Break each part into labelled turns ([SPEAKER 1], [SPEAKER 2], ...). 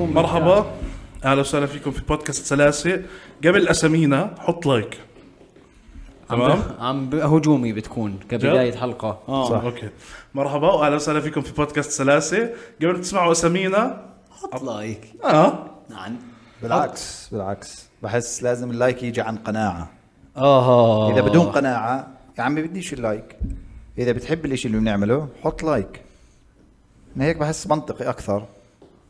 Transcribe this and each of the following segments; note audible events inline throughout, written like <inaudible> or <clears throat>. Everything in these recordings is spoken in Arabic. [SPEAKER 1] مرحبا اهلا وسهلا فيكم في بودكاست سلاسه قبل اسامينا حط لايك تمام آه.
[SPEAKER 2] عم, عم ب- هجومي بتكون كبدايه حلقه اه
[SPEAKER 1] صح اوكي مرحبا واهلا وسهلا فيكم في بودكاست سلاسه قبل تسمعوا اسامينا
[SPEAKER 2] حط لايك
[SPEAKER 1] اه
[SPEAKER 2] نعم
[SPEAKER 3] بالعكس بالعكس بحس لازم اللايك يجي عن قناعه
[SPEAKER 2] اه
[SPEAKER 3] اذا بدون قناعه يا عمي بديش اللايك اذا بتحب الاشي اللي بنعمله حط لايك من هيك بحس منطقي اكثر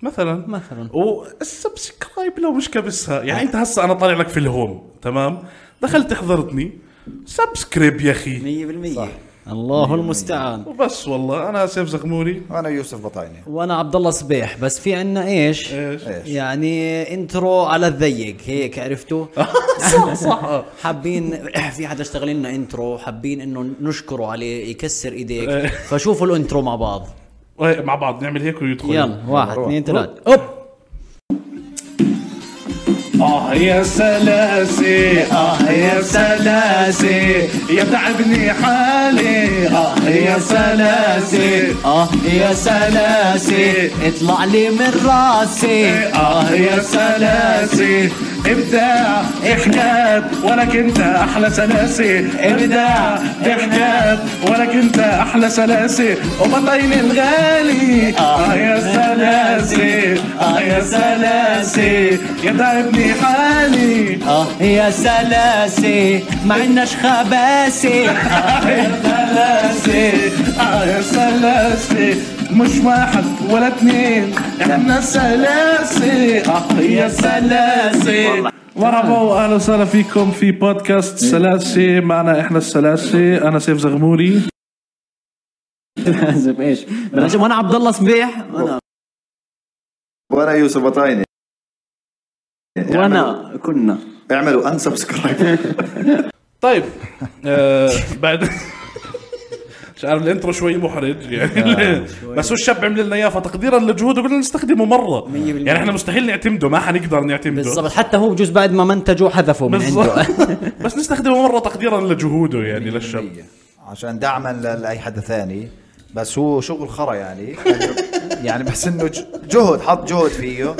[SPEAKER 1] مثلا
[SPEAKER 2] مثلاً.
[SPEAKER 1] والسبسكرايب لو مش كبسها يعني انت هسه انا طالع لك في الهوم تمام دخلت حضرتني سبسكريب يا اخي
[SPEAKER 2] 100% صح الله المستعان
[SPEAKER 1] وبس والله انا سيف زغموري
[SPEAKER 3] وانا يوسف بطعيني
[SPEAKER 2] وانا عبد الله صبيح بس في عنا ايش؟
[SPEAKER 1] إيش؟
[SPEAKER 3] إيش.
[SPEAKER 2] يعني انترو على الضيق هيك عرفتوا؟
[SPEAKER 1] <laughs> صح صح
[SPEAKER 2] حابين <clears throat> في حدا اشتغل لنا انترو حابين انه نشكره عليه يكسر ايديك فشوفوا الانترو مع بعض
[SPEAKER 1] إيه، مع بعض نعمل هيك ويدخل
[SPEAKER 2] يلا واحد
[SPEAKER 3] روح.
[SPEAKER 2] اثنين ثلاث اوب
[SPEAKER 1] آه يا سلاسي آه يا سلاسي يتعبني حالي آه يا سلاسي
[SPEAKER 2] اه يا سلاسي اطلع لي من راسي
[SPEAKER 1] آه يا سلاسي إبداع إحداد ولك أنت أحلى سلاسي إبداع إحداد ولك أنت أحلى سلاسي وبطين الغالي آه يا سلاسي آه يا سلاسي يتعبني حالي
[SPEAKER 2] اه يا سلاسي ما عندناش خباسي
[SPEAKER 1] <laughs> آه يا سلاسي آه يا سلاسي مش واحد ولا اثنين احنا سلاسي اه يا سلاسي مرحبا واهلا وسهلا فيكم في بودكاست سلاسي معنا احنا السلاسي انا سيف زغموري
[SPEAKER 2] لازم ايش لازم وانا عبد الله صبيح وانا
[SPEAKER 3] وانا يوسف بطعيني
[SPEAKER 2] وانا يعني كنا
[SPEAKER 3] اعملوا ان سبسكرايب
[SPEAKER 1] طيب آه بعد مش عارف الانترو شوي محرج يعني بس هو الشاب عمل لنا اياه فتقديرا لجهوده قلنا نستخدمه مره يعني احنا مستحيل نعتمده ما حنقدر نعتمده
[SPEAKER 2] بالضبط حتى هو بجوز بعد ما منتجوا حذفوا من <laughs> عنده
[SPEAKER 1] بالظبط بس نستخدمه مره تقديرا لجهوده يعني للشاب
[SPEAKER 3] <laughs> عشان دعما ل- لاي حدا ثاني بس هو شغل خرا يعني <laughs> يعني بحس انه ج- جهد حط جهد فيه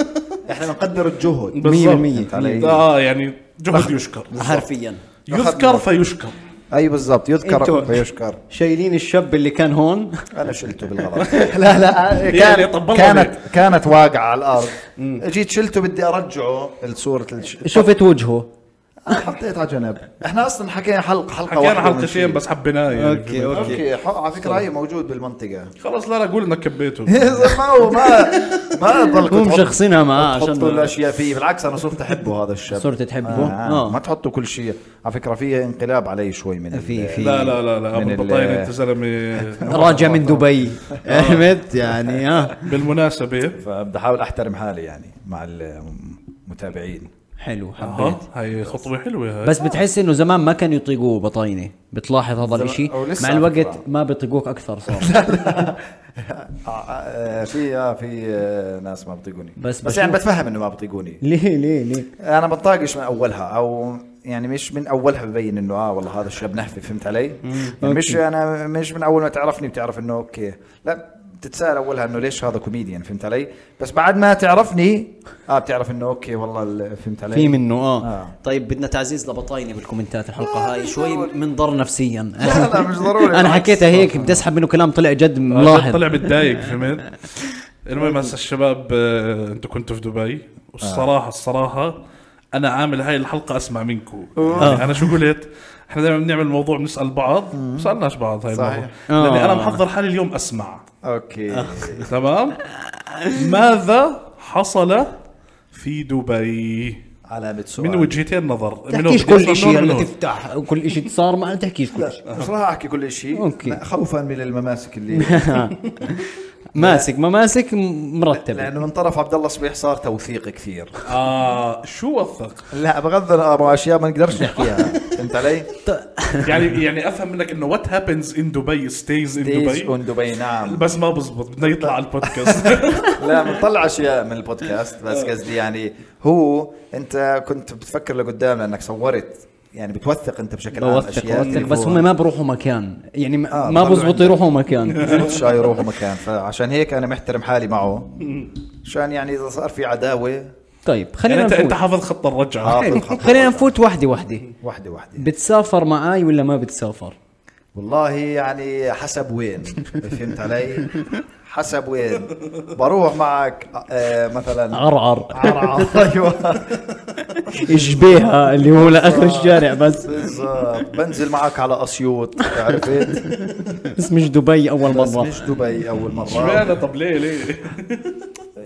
[SPEAKER 3] احنا بنقدر الجهد
[SPEAKER 1] بالظبط
[SPEAKER 3] علي.
[SPEAKER 1] اه يعني جهد يشكر
[SPEAKER 2] حرفيا
[SPEAKER 1] يذكر فيشكر
[SPEAKER 3] اي بالضبط
[SPEAKER 2] انتوا-
[SPEAKER 3] يذكر فيشكر
[SPEAKER 2] شايلين الشاب اللي كان هون
[SPEAKER 3] انا شلته بالغلط <laughs> لا
[SPEAKER 1] <laughs>
[SPEAKER 3] لا
[SPEAKER 1] يعني طبلها
[SPEAKER 3] كانت كانت كانت واقعه على الارض جيت شلته بدي ارجعه لصوره الش...
[SPEAKER 2] شفت وجهه
[SPEAKER 3] حطيت على جنب احنا اصلا حكينا حلقه حلقه
[SPEAKER 1] حكينا
[SPEAKER 3] واحدة
[SPEAKER 1] حلقتين
[SPEAKER 3] ونشيل.
[SPEAKER 1] بس طيب. حبيناه يعني
[SPEAKER 2] اوكي اوكي
[SPEAKER 3] اوكي حق- على فكره هي
[SPEAKER 1] <laughs>
[SPEAKER 3] موجود بالمنطقه
[SPEAKER 1] خلص لا لا قول انك كبيته
[SPEAKER 3] ما هو ما ما ضلك
[SPEAKER 2] هم شخصينها معاه
[SPEAKER 3] تحطوا
[SPEAKER 2] عشان
[SPEAKER 3] الاشياء فيه بالعكس انا صرت احبه هذا الشاب
[SPEAKER 2] صرت تحبه؟
[SPEAKER 3] آه.
[SPEAKER 2] آه.
[SPEAKER 3] آه. ما تحطوا كل شيء على فكره فيه انقلاب علي شوي من ال-
[SPEAKER 2] في- في-
[SPEAKER 1] لا لا لا لا
[SPEAKER 3] من
[SPEAKER 1] ابو
[SPEAKER 3] ال-
[SPEAKER 1] البطاين انت زلمه
[SPEAKER 2] <laughs> راجع من دبي فهمت يعني اه
[SPEAKER 1] بالمناسبه
[SPEAKER 3] فبدي احاول احترم حالي يعني مع المتابعين
[SPEAKER 2] حلو حبيت
[SPEAKER 1] ها هاي خطوه حلوه هاي
[SPEAKER 2] بس بتحس انه زمان ما كانوا يطيقوه بطاينه بتلاحظ هذا الاشي
[SPEAKER 3] أو لسه
[SPEAKER 2] مع
[SPEAKER 3] على
[SPEAKER 2] الوقت
[SPEAKER 3] فكرة.
[SPEAKER 2] ما بيطيقوك اكثر صار
[SPEAKER 3] <laughs> آه، آه، في آه، في آه، ناس ما بطيقوني
[SPEAKER 2] بس
[SPEAKER 3] بس
[SPEAKER 2] بشوف-
[SPEAKER 3] بس يعني بتفهم انه ما بطيقوني
[SPEAKER 2] ليه ليه ليه
[SPEAKER 3] انا بنطاقش من اولها او يعني مش من اولها ببين انه اه والله هذا الشاب نحفي فهمت علي؟ يعني مش انا مش من اول ما تعرفني بتعرف انه اوكي لا بتتساءل اولها انه ليش هذا كوميديان فهمت علي؟ بس بعد ما تعرفني اه بتعرف انه اوكي والله ال- فهمت علي؟
[SPEAKER 2] في منه اه
[SPEAKER 3] آه.
[SPEAKER 2] طيب بدنا تعزيز لبطاينه بالكومنتات الحلقه هاي شوي منضر نفسيا
[SPEAKER 3] <laughs> لا لا مش
[SPEAKER 2] <laughs>
[SPEAKER 3] ضروري
[SPEAKER 2] انا حكيتها هيك بدي اسحب منه كلام آه، طلع جد ملاحظ
[SPEAKER 1] آه، طلع متضايق فهمت المهم هسه الشباب آه، انتوا كنتوا في دبي والصراحه الصراحه انا عامل هاي الحلقه اسمع منكم يعني انا شو قلت احنا دائما بنعمل موضوع بنسال بعض ما سالناش بعض هاي الموضوع
[SPEAKER 2] آه.
[SPEAKER 1] لاني انا محضر حالي اليوم اسمع
[SPEAKER 3] اوكي
[SPEAKER 1] تمام ماذا حصل في دبي
[SPEAKER 3] علامة سؤال
[SPEAKER 1] من وجهتين نظر من
[SPEAKER 2] تحكيش
[SPEAKER 1] وجهة
[SPEAKER 2] كل
[SPEAKER 1] نظر
[SPEAKER 2] شيء
[SPEAKER 1] من
[SPEAKER 2] هلا
[SPEAKER 1] هون.
[SPEAKER 2] تفتح كل شيء صار ما تحكيش كل شيء
[SPEAKER 3] مش راح احكي كل شيء
[SPEAKER 2] أوكي.
[SPEAKER 3] خوفا من المماسك
[SPEAKER 2] <laughs>
[SPEAKER 3] اللي
[SPEAKER 2] ماسك مماسك م- مرتبه
[SPEAKER 3] لانه من طرف عبد الله صبيح صار توثيق
[SPEAKER 2] <laughs>
[SPEAKER 3] كثير
[SPEAKER 1] اه شو وثق
[SPEAKER 3] لا بغض النظر اشياء ما نقدرش نحكيها <laughs> فهمت علي؟
[SPEAKER 1] يعني يعني افهم منك انه وات هابنز ان دبي ستيز ان
[SPEAKER 3] دبي
[SPEAKER 1] دبي
[SPEAKER 3] اون دبي نعم
[SPEAKER 1] بس ما بزبط بدنا يطلع على البودكاست
[SPEAKER 3] لا بنطلع اشياء من البودكاست بس قصدي يعني هو انت كنت بتفكر لقدام لانك صورت يعني بتوثق انت بشكل عام
[SPEAKER 2] بوثق
[SPEAKER 3] اشياء
[SPEAKER 2] بوثق بس هم ما بروحوا مكان يعني ما-
[SPEAKER 3] آه،
[SPEAKER 2] ما
[SPEAKER 3] بضلوا
[SPEAKER 2] بزبط
[SPEAKER 3] عندك. <laughs>
[SPEAKER 2] يروحوا مكان
[SPEAKER 3] ما يروحوا مكان فعشان هيك انا محترم حالي معه عشان يعني اذا صار في عداوه
[SPEAKER 2] طيب
[SPEAKER 1] يعني
[SPEAKER 2] خلينا
[SPEAKER 1] انت انت
[SPEAKER 2] نفوت
[SPEAKER 1] حافظ خط الرجعه
[SPEAKER 3] حافظ
[SPEAKER 2] حلو.
[SPEAKER 3] خط
[SPEAKER 2] خلينا
[SPEAKER 3] الوضع.
[SPEAKER 2] نفوت واحده واحده
[SPEAKER 3] واحده واحده
[SPEAKER 2] بتسافر معاي ولا ما بتسافر
[SPEAKER 3] والله يعني حسب وين فهمت علي حسب وين بروح معك آه
[SPEAKER 1] <laughs>
[SPEAKER 3] مثلا <laughs>
[SPEAKER 2] عرعر
[SPEAKER 3] عرعر ايوه
[SPEAKER 2] اشبيها اللي هو
[SPEAKER 3] آه.
[SPEAKER 2] لاخر الشارع بس
[SPEAKER 3] بالظبط بنزل معك على اسيوط
[SPEAKER 1] <laughs>
[SPEAKER 3] عرفت
[SPEAKER 2] بس مش دبي اول
[SPEAKER 3] بس
[SPEAKER 2] مره
[SPEAKER 3] مش دبي اول مره
[SPEAKER 1] اشمعنى طب ليه ليه؟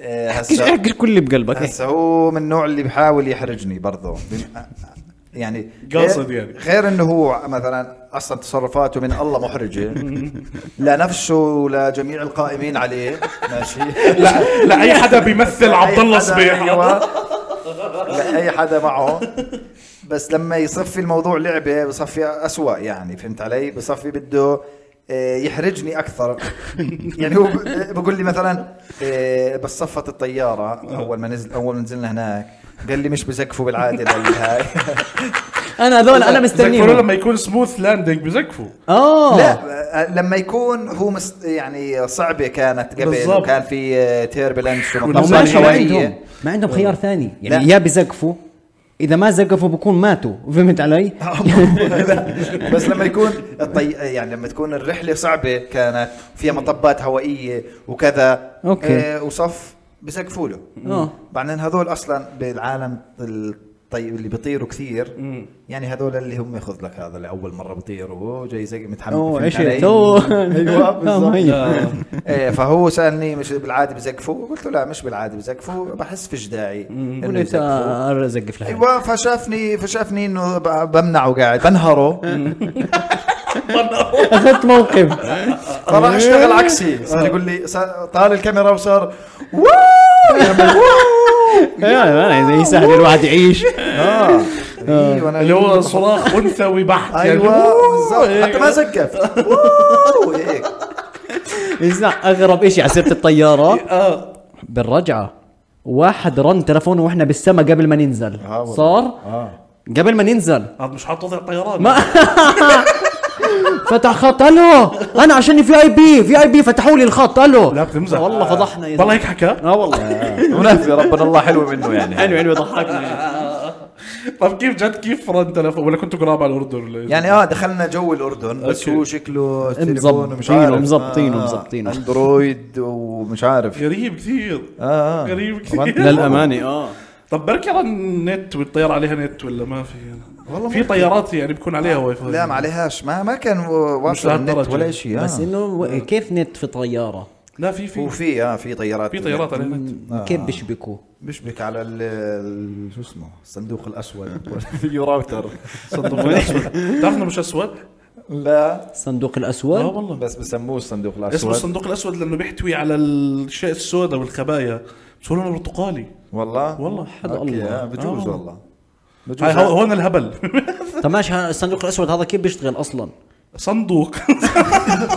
[SPEAKER 3] آه،
[SPEAKER 1] <laughs>
[SPEAKER 2] احكي
[SPEAKER 3] هسا
[SPEAKER 2] احكي كل اللي بقلبك احكي.
[SPEAKER 3] هسا هو من النوع اللي بحاول يحرجني برضه بم- يعني
[SPEAKER 1] قاصد
[SPEAKER 3] غير-
[SPEAKER 1] يعني.
[SPEAKER 3] غير انه هو مثلا اصلا تصرفاته من الله
[SPEAKER 1] <laughs>
[SPEAKER 3] محرجه لنفسه ولجميع القائمين عليه ماشي
[SPEAKER 1] <laughs> لا لا اي حدا بيمثل عبد الله
[SPEAKER 3] أي حدا- يعني
[SPEAKER 1] صبيح
[SPEAKER 3] أيوة. لاي حدا معه بس لما يصفي الموضوع لعبه بصفي أسوأ يعني فهمت علي بصفي بده آه، يحرجني اكثر
[SPEAKER 1] <laughs>
[SPEAKER 3] يعني هو ب- بقول لي مثلا آه، بس صفت الطياره اول ما نزل اول ما نزلنا هناك قال لي مش بزقفوا بالعاده
[SPEAKER 1] <laughs>
[SPEAKER 3] للهاي
[SPEAKER 2] انا هذول انا
[SPEAKER 1] بيقولوا
[SPEAKER 2] مستنيهم
[SPEAKER 1] لما يكون سموث لاندنج بزقفوا
[SPEAKER 2] اه
[SPEAKER 3] لا آه، لما يكون هو مست يعني صعبه كانت قبل
[SPEAKER 1] بالضبط.
[SPEAKER 3] وكان في آه، تيربلنس
[SPEAKER 2] ما هم
[SPEAKER 3] ومطبات
[SPEAKER 1] ماشي
[SPEAKER 2] ما
[SPEAKER 3] هوائيه
[SPEAKER 2] عندهم ما عندهم خيار ثاني يعني
[SPEAKER 3] آه. لا.
[SPEAKER 2] يا بزقفوا اذا ما زقفوا بكون ماتوا فهمت علي؟
[SPEAKER 3] آه، لا، <laughs> بس لما يكون الطي... يعني لما تكون الرحله صعبه كانت فيها مطبات هوائيه وكذا
[SPEAKER 2] أوكي.
[SPEAKER 3] آه وصف بسقفوا له
[SPEAKER 2] آه.
[SPEAKER 3] بعدين هذول اصلا بالعالم الطي... اللي بيطيروا كثير يعني هذول اللي هم ياخذ لك هذا اللي اول مره بيطير وهو جاي زي متحمس
[SPEAKER 2] اوه
[SPEAKER 3] فهمت
[SPEAKER 2] عشت
[SPEAKER 3] علي؟
[SPEAKER 2] اوه
[SPEAKER 3] ايوه
[SPEAKER 2] <laughs> آه،
[SPEAKER 3] بالضبط
[SPEAKER 2] مهيب.
[SPEAKER 3] <laughs>
[SPEAKER 1] <laughs>
[SPEAKER 3] إيه، فهو سالني مش بالعاده بزقفوا قلت له لا مش بالعاده بزقفوا بحس فيش داعي
[SPEAKER 2] قول
[SPEAKER 3] انه
[SPEAKER 2] انت
[SPEAKER 3] يزقفوا
[SPEAKER 2] آه، زقف لها
[SPEAKER 3] ايوه فشافني فشافني انه ب- بمنعه قاعد بنهره
[SPEAKER 2] آه. اخذت
[SPEAKER 1] <laughs>
[SPEAKER 2] موقف
[SPEAKER 3] فراح اشتغل
[SPEAKER 1] إيه.
[SPEAKER 3] عكسي
[SPEAKER 1] آه.
[SPEAKER 3] صار يقول لي صار- طال الكاميرا وصار واو يعمل
[SPEAKER 1] <laughs>
[SPEAKER 3] واو
[SPEAKER 2] يعني ما يساعد الواحد يعيش
[SPEAKER 3] اه ايوه انا
[SPEAKER 1] آه. اللي هو صراخ انثوي بحت يعني. إيه.
[SPEAKER 3] ايوه بالضبط حتى ما
[SPEAKER 1] <laughs>
[SPEAKER 3] زقف واو إيه. هيك
[SPEAKER 2] اسمع اغرب شيء على
[SPEAKER 1] <laughs>
[SPEAKER 2] سيره الطياره
[SPEAKER 1] آه.
[SPEAKER 2] بالرجعه واحد رن تلفونه واحنا بالسما قبل ما ننزل
[SPEAKER 3] آه والله.
[SPEAKER 2] صار
[SPEAKER 3] اه
[SPEAKER 1] آه.
[SPEAKER 2] قبل ما ننزل
[SPEAKER 1] هذا مش حاط وضع طيران
[SPEAKER 2] ما فتح خط الو انا عشان في اي بي في اي بي فتحوا لي الخط الو
[SPEAKER 1] لا بتمزح
[SPEAKER 2] والله فضحنا يا
[SPEAKER 1] والله هيك حكى
[SPEAKER 2] اه والله
[SPEAKER 3] منافي ربنا الله حلو منه يعني
[SPEAKER 2] حلو حلو
[SPEAKER 1] آه.
[SPEAKER 2] ضحكنا
[SPEAKER 1] طب كيف جد كيف رن تلفون ولا كنتوا قراب على الاردن ولا إيه؟
[SPEAKER 3] يعني اه دخلنا جو الاردن بس
[SPEAKER 1] أوكي.
[SPEAKER 3] هو شكله تليفونه مش
[SPEAKER 2] مظبطينه
[SPEAKER 3] عارف
[SPEAKER 2] مظبطينه
[SPEAKER 3] آه،
[SPEAKER 2] مظبطينه
[SPEAKER 3] اندرويد ومش عارف
[SPEAKER 1] غريب كثير
[SPEAKER 3] اه آه.
[SPEAKER 1] غريب كثير
[SPEAKER 2] للامانه اه
[SPEAKER 1] طب بركي رن نت والطيارة عليها نت ولا ما في
[SPEAKER 3] والله
[SPEAKER 1] في
[SPEAKER 3] ممكن.
[SPEAKER 1] طيارات يعني بيكون عليها واي فاي
[SPEAKER 3] لا ما عليهاش ما ما كان واصل النت
[SPEAKER 1] لهالدرجة.
[SPEAKER 3] ولا شيء
[SPEAKER 2] بس
[SPEAKER 3] آه.
[SPEAKER 2] انه و- كيف نت في طياره؟
[SPEAKER 1] لا في في
[SPEAKER 3] وفي اه في طيارات
[SPEAKER 1] في طيارات عليها نت آه.
[SPEAKER 2] كيف بيشبكوا؟
[SPEAKER 3] بشبك على ال- ال شو اسمه الصندوق
[SPEAKER 1] <laughs>
[SPEAKER 3] <laughs> الاسود في راوتر
[SPEAKER 1] صندوق الاسود تعرف انه مش اسود؟
[SPEAKER 3] لا
[SPEAKER 2] الصندوق
[SPEAKER 1] لا
[SPEAKER 2] الاسود
[SPEAKER 1] والله
[SPEAKER 3] بس بسموه الصندوق
[SPEAKER 1] اسمه
[SPEAKER 3] الاسود
[SPEAKER 1] الصندوق الاسود لانه بيحتوي على الاشياء السوداء والخبايا بس هو لونه برتقالي
[SPEAKER 3] والله
[SPEAKER 1] والله
[SPEAKER 2] حد
[SPEAKER 3] أوكي،
[SPEAKER 2] الله
[SPEAKER 3] آه، بجوز
[SPEAKER 1] آه.
[SPEAKER 3] والله
[SPEAKER 1] هاي هو- هون الهبل <laughs>
[SPEAKER 4] طب ماشي ها- الصندوق الاسود هذا كيف بيشتغل اصلا؟
[SPEAKER 1] صندوق <laughs>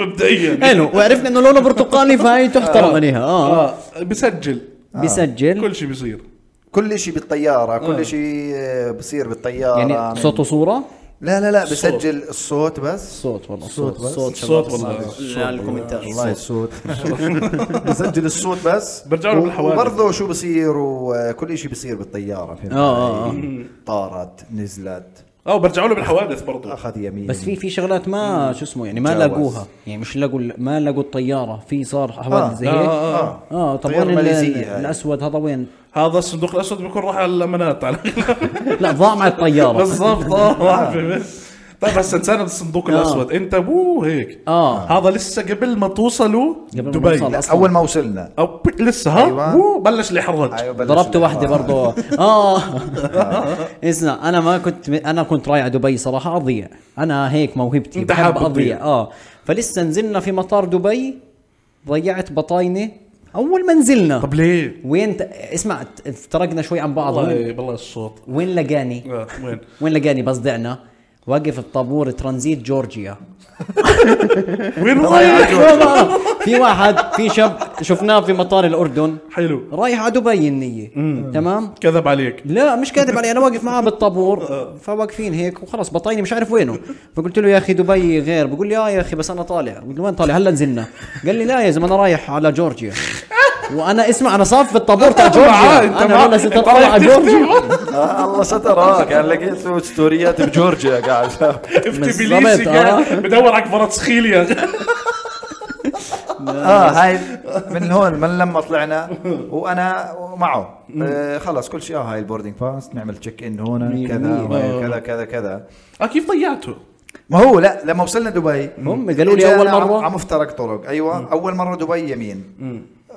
[SPEAKER 1] مبدئيا
[SPEAKER 2] حلو وعرفنا انه لونه برتقالي فهي تحترم عليها اه
[SPEAKER 1] اه بسجل
[SPEAKER 2] آه. بيسجل
[SPEAKER 1] كل شيء بيصير
[SPEAKER 3] كل شيء بالطياره كل شيء آه، بصير بالطياره
[SPEAKER 2] يعني
[SPEAKER 3] من-
[SPEAKER 2] صوت وصوره؟
[SPEAKER 3] لا لا لا بسجل الصوت بس
[SPEAKER 4] صوت والله
[SPEAKER 3] صوت
[SPEAKER 4] صوت
[SPEAKER 3] بس.
[SPEAKER 4] صوت
[SPEAKER 1] الصوت
[SPEAKER 4] شباب.
[SPEAKER 1] والله
[SPEAKER 4] لا الكومنتات
[SPEAKER 3] والله الصوت
[SPEAKER 2] <laughs>
[SPEAKER 3] بسجل الصوت بس
[SPEAKER 1] برجع له بالحوادث.
[SPEAKER 3] وبرضه شو بصير وكل شيء بصير بالطياره فهمت
[SPEAKER 2] آه، آه،
[SPEAKER 3] علي؟ إيه. طارت نزلت
[SPEAKER 1] اه وبرجعوا له بالحوادث برضه
[SPEAKER 3] اخذ يمين
[SPEAKER 2] بس في في شغلات ما شو اسمه يعني ما
[SPEAKER 3] تجاوز.
[SPEAKER 2] لاقوها يعني مش لاقوا ال- ما لاقوا الطياره في صار
[SPEAKER 3] آه.
[SPEAKER 2] حوادث زي هيك
[SPEAKER 1] آه،
[SPEAKER 3] اه
[SPEAKER 2] اه طب
[SPEAKER 3] غير
[SPEAKER 2] وين ال-
[SPEAKER 3] ماليزية هاي.
[SPEAKER 2] الاسود هذا وين؟
[SPEAKER 1] هذا الصندوق الاسود بيكون راح على الامانات على
[SPEAKER 2] لا ضاع مع
[SPEAKER 1] <laughs>
[SPEAKER 2] الطياره
[SPEAKER 1] بالضبط اه راح في- طيب هسه انسان الصندوق الاسود انت مو هيك
[SPEAKER 2] آه.
[SPEAKER 1] هذا لسه قبل ما توصلوا
[SPEAKER 2] قبل ما
[SPEAKER 1] دبي
[SPEAKER 2] نوصل
[SPEAKER 1] لا.
[SPEAKER 2] أصلاً.
[SPEAKER 3] اول ما وصلنا
[SPEAKER 1] او ب- لسه ها
[SPEAKER 3] أيوة.
[SPEAKER 1] مو بلش يحرج
[SPEAKER 3] أيوة، بلش
[SPEAKER 2] ضربت واحده
[SPEAKER 3] الإحراج.
[SPEAKER 2] برضه اه اسمع انا ما كنت انا كنت رايح دبي صراحه اضيع انا هيك موهبتي
[SPEAKER 1] أنت
[SPEAKER 2] بحب
[SPEAKER 1] حابب
[SPEAKER 2] اضيع
[SPEAKER 1] تضيع.
[SPEAKER 2] اه فلسه نزلنا في مطار دبي ضيعت بطاينه اول ما نزلنا
[SPEAKER 1] طب ليه
[SPEAKER 2] وين ت... اسمع ت- افترقنا شوي عن بعض وين,
[SPEAKER 1] والله والله الصوت
[SPEAKER 2] وين لقاني
[SPEAKER 1] آه، وين
[SPEAKER 2] وين لقاني بس ضعنا واقف بطابور ترانزيت جورجيا
[SPEAKER 1] وين
[SPEAKER 2] <laughs>
[SPEAKER 1] رايح
[SPEAKER 2] في واحد في شاب شفناه في مطار الاردن
[SPEAKER 1] حلو
[SPEAKER 2] رايح على دبي النية تمام
[SPEAKER 1] كذب عليك
[SPEAKER 2] لا مش كاتب علي انا واقف معاه بالطابور فواقفين هيك وخلص بطيني مش عارف وينه فقلت له يا اخي دبي غير آه بقول لي اه يا اخي بس انا طالع قلت له وين طالع هلا نزلنا قال لي لا يا زلمه انا رايح على جورجيا وانا اسمع انا صاف في الطابور <laughs> تاع
[SPEAKER 1] آه،
[SPEAKER 2] جورجيا
[SPEAKER 1] أنت
[SPEAKER 2] انا
[SPEAKER 1] مع-
[SPEAKER 2] والله ستر
[SPEAKER 1] أنت رايح
[SPEAKER 2] طلع <laughs> جورجيا
[SPEAKER 3] آه الله ستر اه كان لقيت له ستوريات بجورجيا قاعد
[SPEAKER 1] في تبليسي
[SPEAKER 2] بالضبط،
[SPEAKER 1] قاعد بدور على فرنسخيل يا أخي.
[SPEAKER 3] اه هاي من هون من لما طلعنا وانا معه آه خلص كل شيء اه هاي البوردنج باس نعمل تشيك ان هون كذا وهي كذا كذا كذا
[SPEAKER 1] اه كيف ضيعته؟
[SPEAKER 3] ما هو لا لما وصلنا دبي
[SPEAKER 2] هم قالوا لي أول مرة.
[SPEAKER 3] على مفترق طرق ايوه اول مره دبي يمين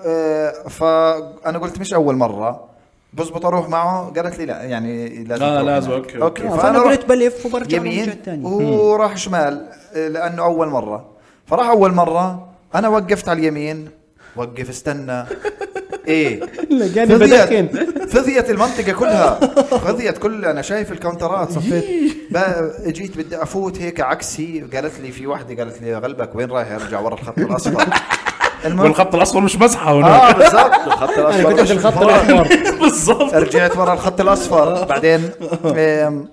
[SPEAKER 3] آه فانا قلت مش اول مره بزبط اروح معه قالت لي لا يعني لازم
[SPEAKER 1] آه،
[SPEAKER 3] تروح
[SPEAKER 1] لازم،
[SPEAKER 3] هناك.
[SPEAKER 1] أوكي،
[SPEAKER 3] اوكي
[SPEAKER 1] أوكي.
[SPEAKER 4] فانا
[SPEAKER 3] رحت
[SPEAKER 4] قلت بلف وبرجع للموجة
[SPEAKER 3] يمين
[SPEAKER 4] الثانية
[SPEAKER 3] وراح شمال آه، لانه اول مره فراح اول مره انا وقفت على اليمين وقف استنى ايه
[SPEAKER 2] لقاني بدخن.
[SPEAKER 3] فضيت المنطقه كلها فضيت كل انا شايف الكاونترات صفيت بقى- جيت بدي افوت هيك عكسي قالت لي في واحده قالت لي غلبك وين رايح ارجع ورا الخط الاصفر المهم
[SPEAKER 1] والخط الاصفر مش مزحه
[SPEAKER 3] اه
[SPEAKER 1] هنا
[SPEAKER 3] بالضبط الخط
[SPEAKER 2] انا كنت
[SPEAKER 3] الاصفر
[SPEAKER 2] عند
[SPEAKER 3] مش
[SPEAKER 1] <laughs>
[SPEAKER 2] الخط
[SPEAKER 3] مرة.
[SPEAKER 2] الاحمر
[SPEAKER 1] بالضبط
[SPEAKER 3] رجعت ورا الخط الاصفر بعدين آم،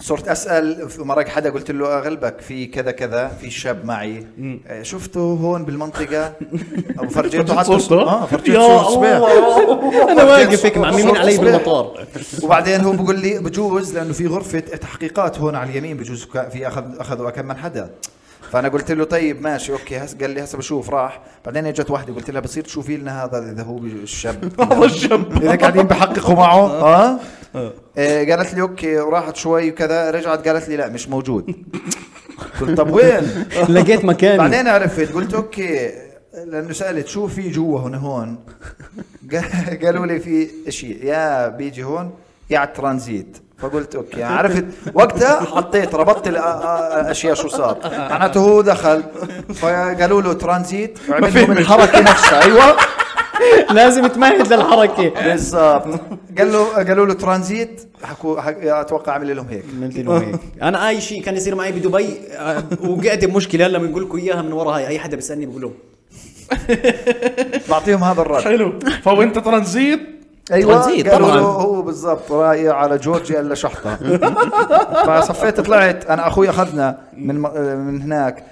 [SPEAKER 3] صرت اسال في مره حدا قلت له اغلبك في كذا كذا في شاب معي آه، شفته هون بالمنطقه وفرجيته حتى
[SPEAKER 1] صورته؟
[SPEAKER 3] اه فرجيت
[SPEAKER 1] يا
[SPEAKER 3] صورة صبيح
[SPEAKER 2] انا واقف هيك مع مين
[SPEAKER 3] صورة
[SPEAKER 2] علي
[SPEAKER 3] صبيح.
[SPEAKER 2] بالمطار
[SPEAKER 3] وبعدين هو بقول لي بجوز لانه في غرفه تحقيقات هون على اليمين بجوز كا- في اخذ اخذوا كم من حدا فانا قلت له طيب ماشي اوكي هس قال لي هسه بشوف راح بعدين اجت واحده قلت لها بصير تشوفي لنا هذا اذا هو الشاب
[SPEAKER 1] <laughs> هذا الشاب آه.
[SPEAKER 3] اذا قاعدين بحققوا معه اه إيه، قالت لي اوكي وراحت شوي وكذا رجعت قالت لي لا مش موجود قلت طب وين
[SPEAKER 2] لقيت مكاني
[SPEAKER 3] بعدين عرفت قلت اوكي لانه سالت شو في جوا هنا هون <laughs> قا- قالوا لي في شيء يا بيجي هون يا على الترانزيت فقلت اوكي يعني عرفت وقتها حطيت ربطت الاشياء شو صار معناته هو دخل فقالوا له ترانزيت وعملوا من الحركه نفسها ايوه
[SPEAKER 2] لازم تمهد للحركه
[SPEAKER 3] بالضبط قال له قالوا له ترانزيت حكوا حك... اتوقع عمل لهم هيك
[SPEAKER 2] عملت له <laughs> هيك
[SPEAKER 4] انا اي شيء كان يصير معي بدبي آه، وقعت بمشكله هلا بنقول لكم اياها من ورا هاي اي حدا بيسالني بقول له
[SPEAKER 3] بعطيهم هذا الرد
[SPEAKER 1] حلو فهو انت ترانزيت
[SPEAKER 3] ايوه
[SPEAKER 4] ترانزيت
[SPEAKER 3] قالوا
[SPEAKER 4] طبعاً.
[SPEAKER 3] له هو بالضبط رايح على جورجيا الا
[SPEAKER 4] <laughs>
[SPEAKER 3] شحطه فصفيت طلعت انا اخوي اخذنا من من هناك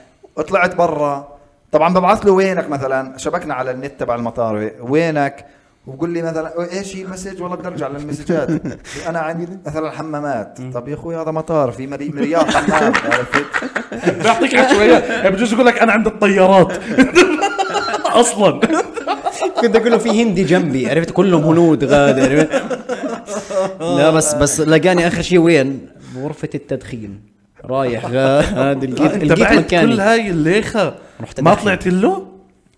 [SPEAKER 3] طلعت برا طبعا ببعث له وينك مثلا شبكنا على النت تبع المطار وينك وبقول لي مثلا ايش هي المسج والله بدي
[SPEAKER 4] <laughs>
[SPEAKER 3] ارجع للمسجات انا عندي مثلا حمامات طب يا اخوي هذا مطار في ملي- مليار
[SPEAKER 4] <laughs>
[SPEAKER 3] حمام عرفت
[SPEAKER 1] بيعطيك عشوائيه بجوز يقول لك انا عند الطيارات <laughs> اصلا
[SPEAKER 2] كنت اقول له في هندي جنبي عرفت كلهم هنود
[SPEAKER 1] <laughs>
[SPEAKER 2] غاد عرفت لا بس بس لقاني اخر شيء وين؟ بغرفه التدخين رايح آه، غاد
[SPEAKER 1] <laughs>
[SPEAKER 2] لقيت
[SPEAKER 1] انت
[SPEAKER 2] لقيت
[SPEAKER 1] بعد كل
[SPEAKER 2] مكاني
[SPEAKER 1] هاي الليخه
[SPEAKER 2] رحت
[SPEAKER 1] ما
[SPEAKER 2] أدخل.
[SPEAKER 1] طلعت له؟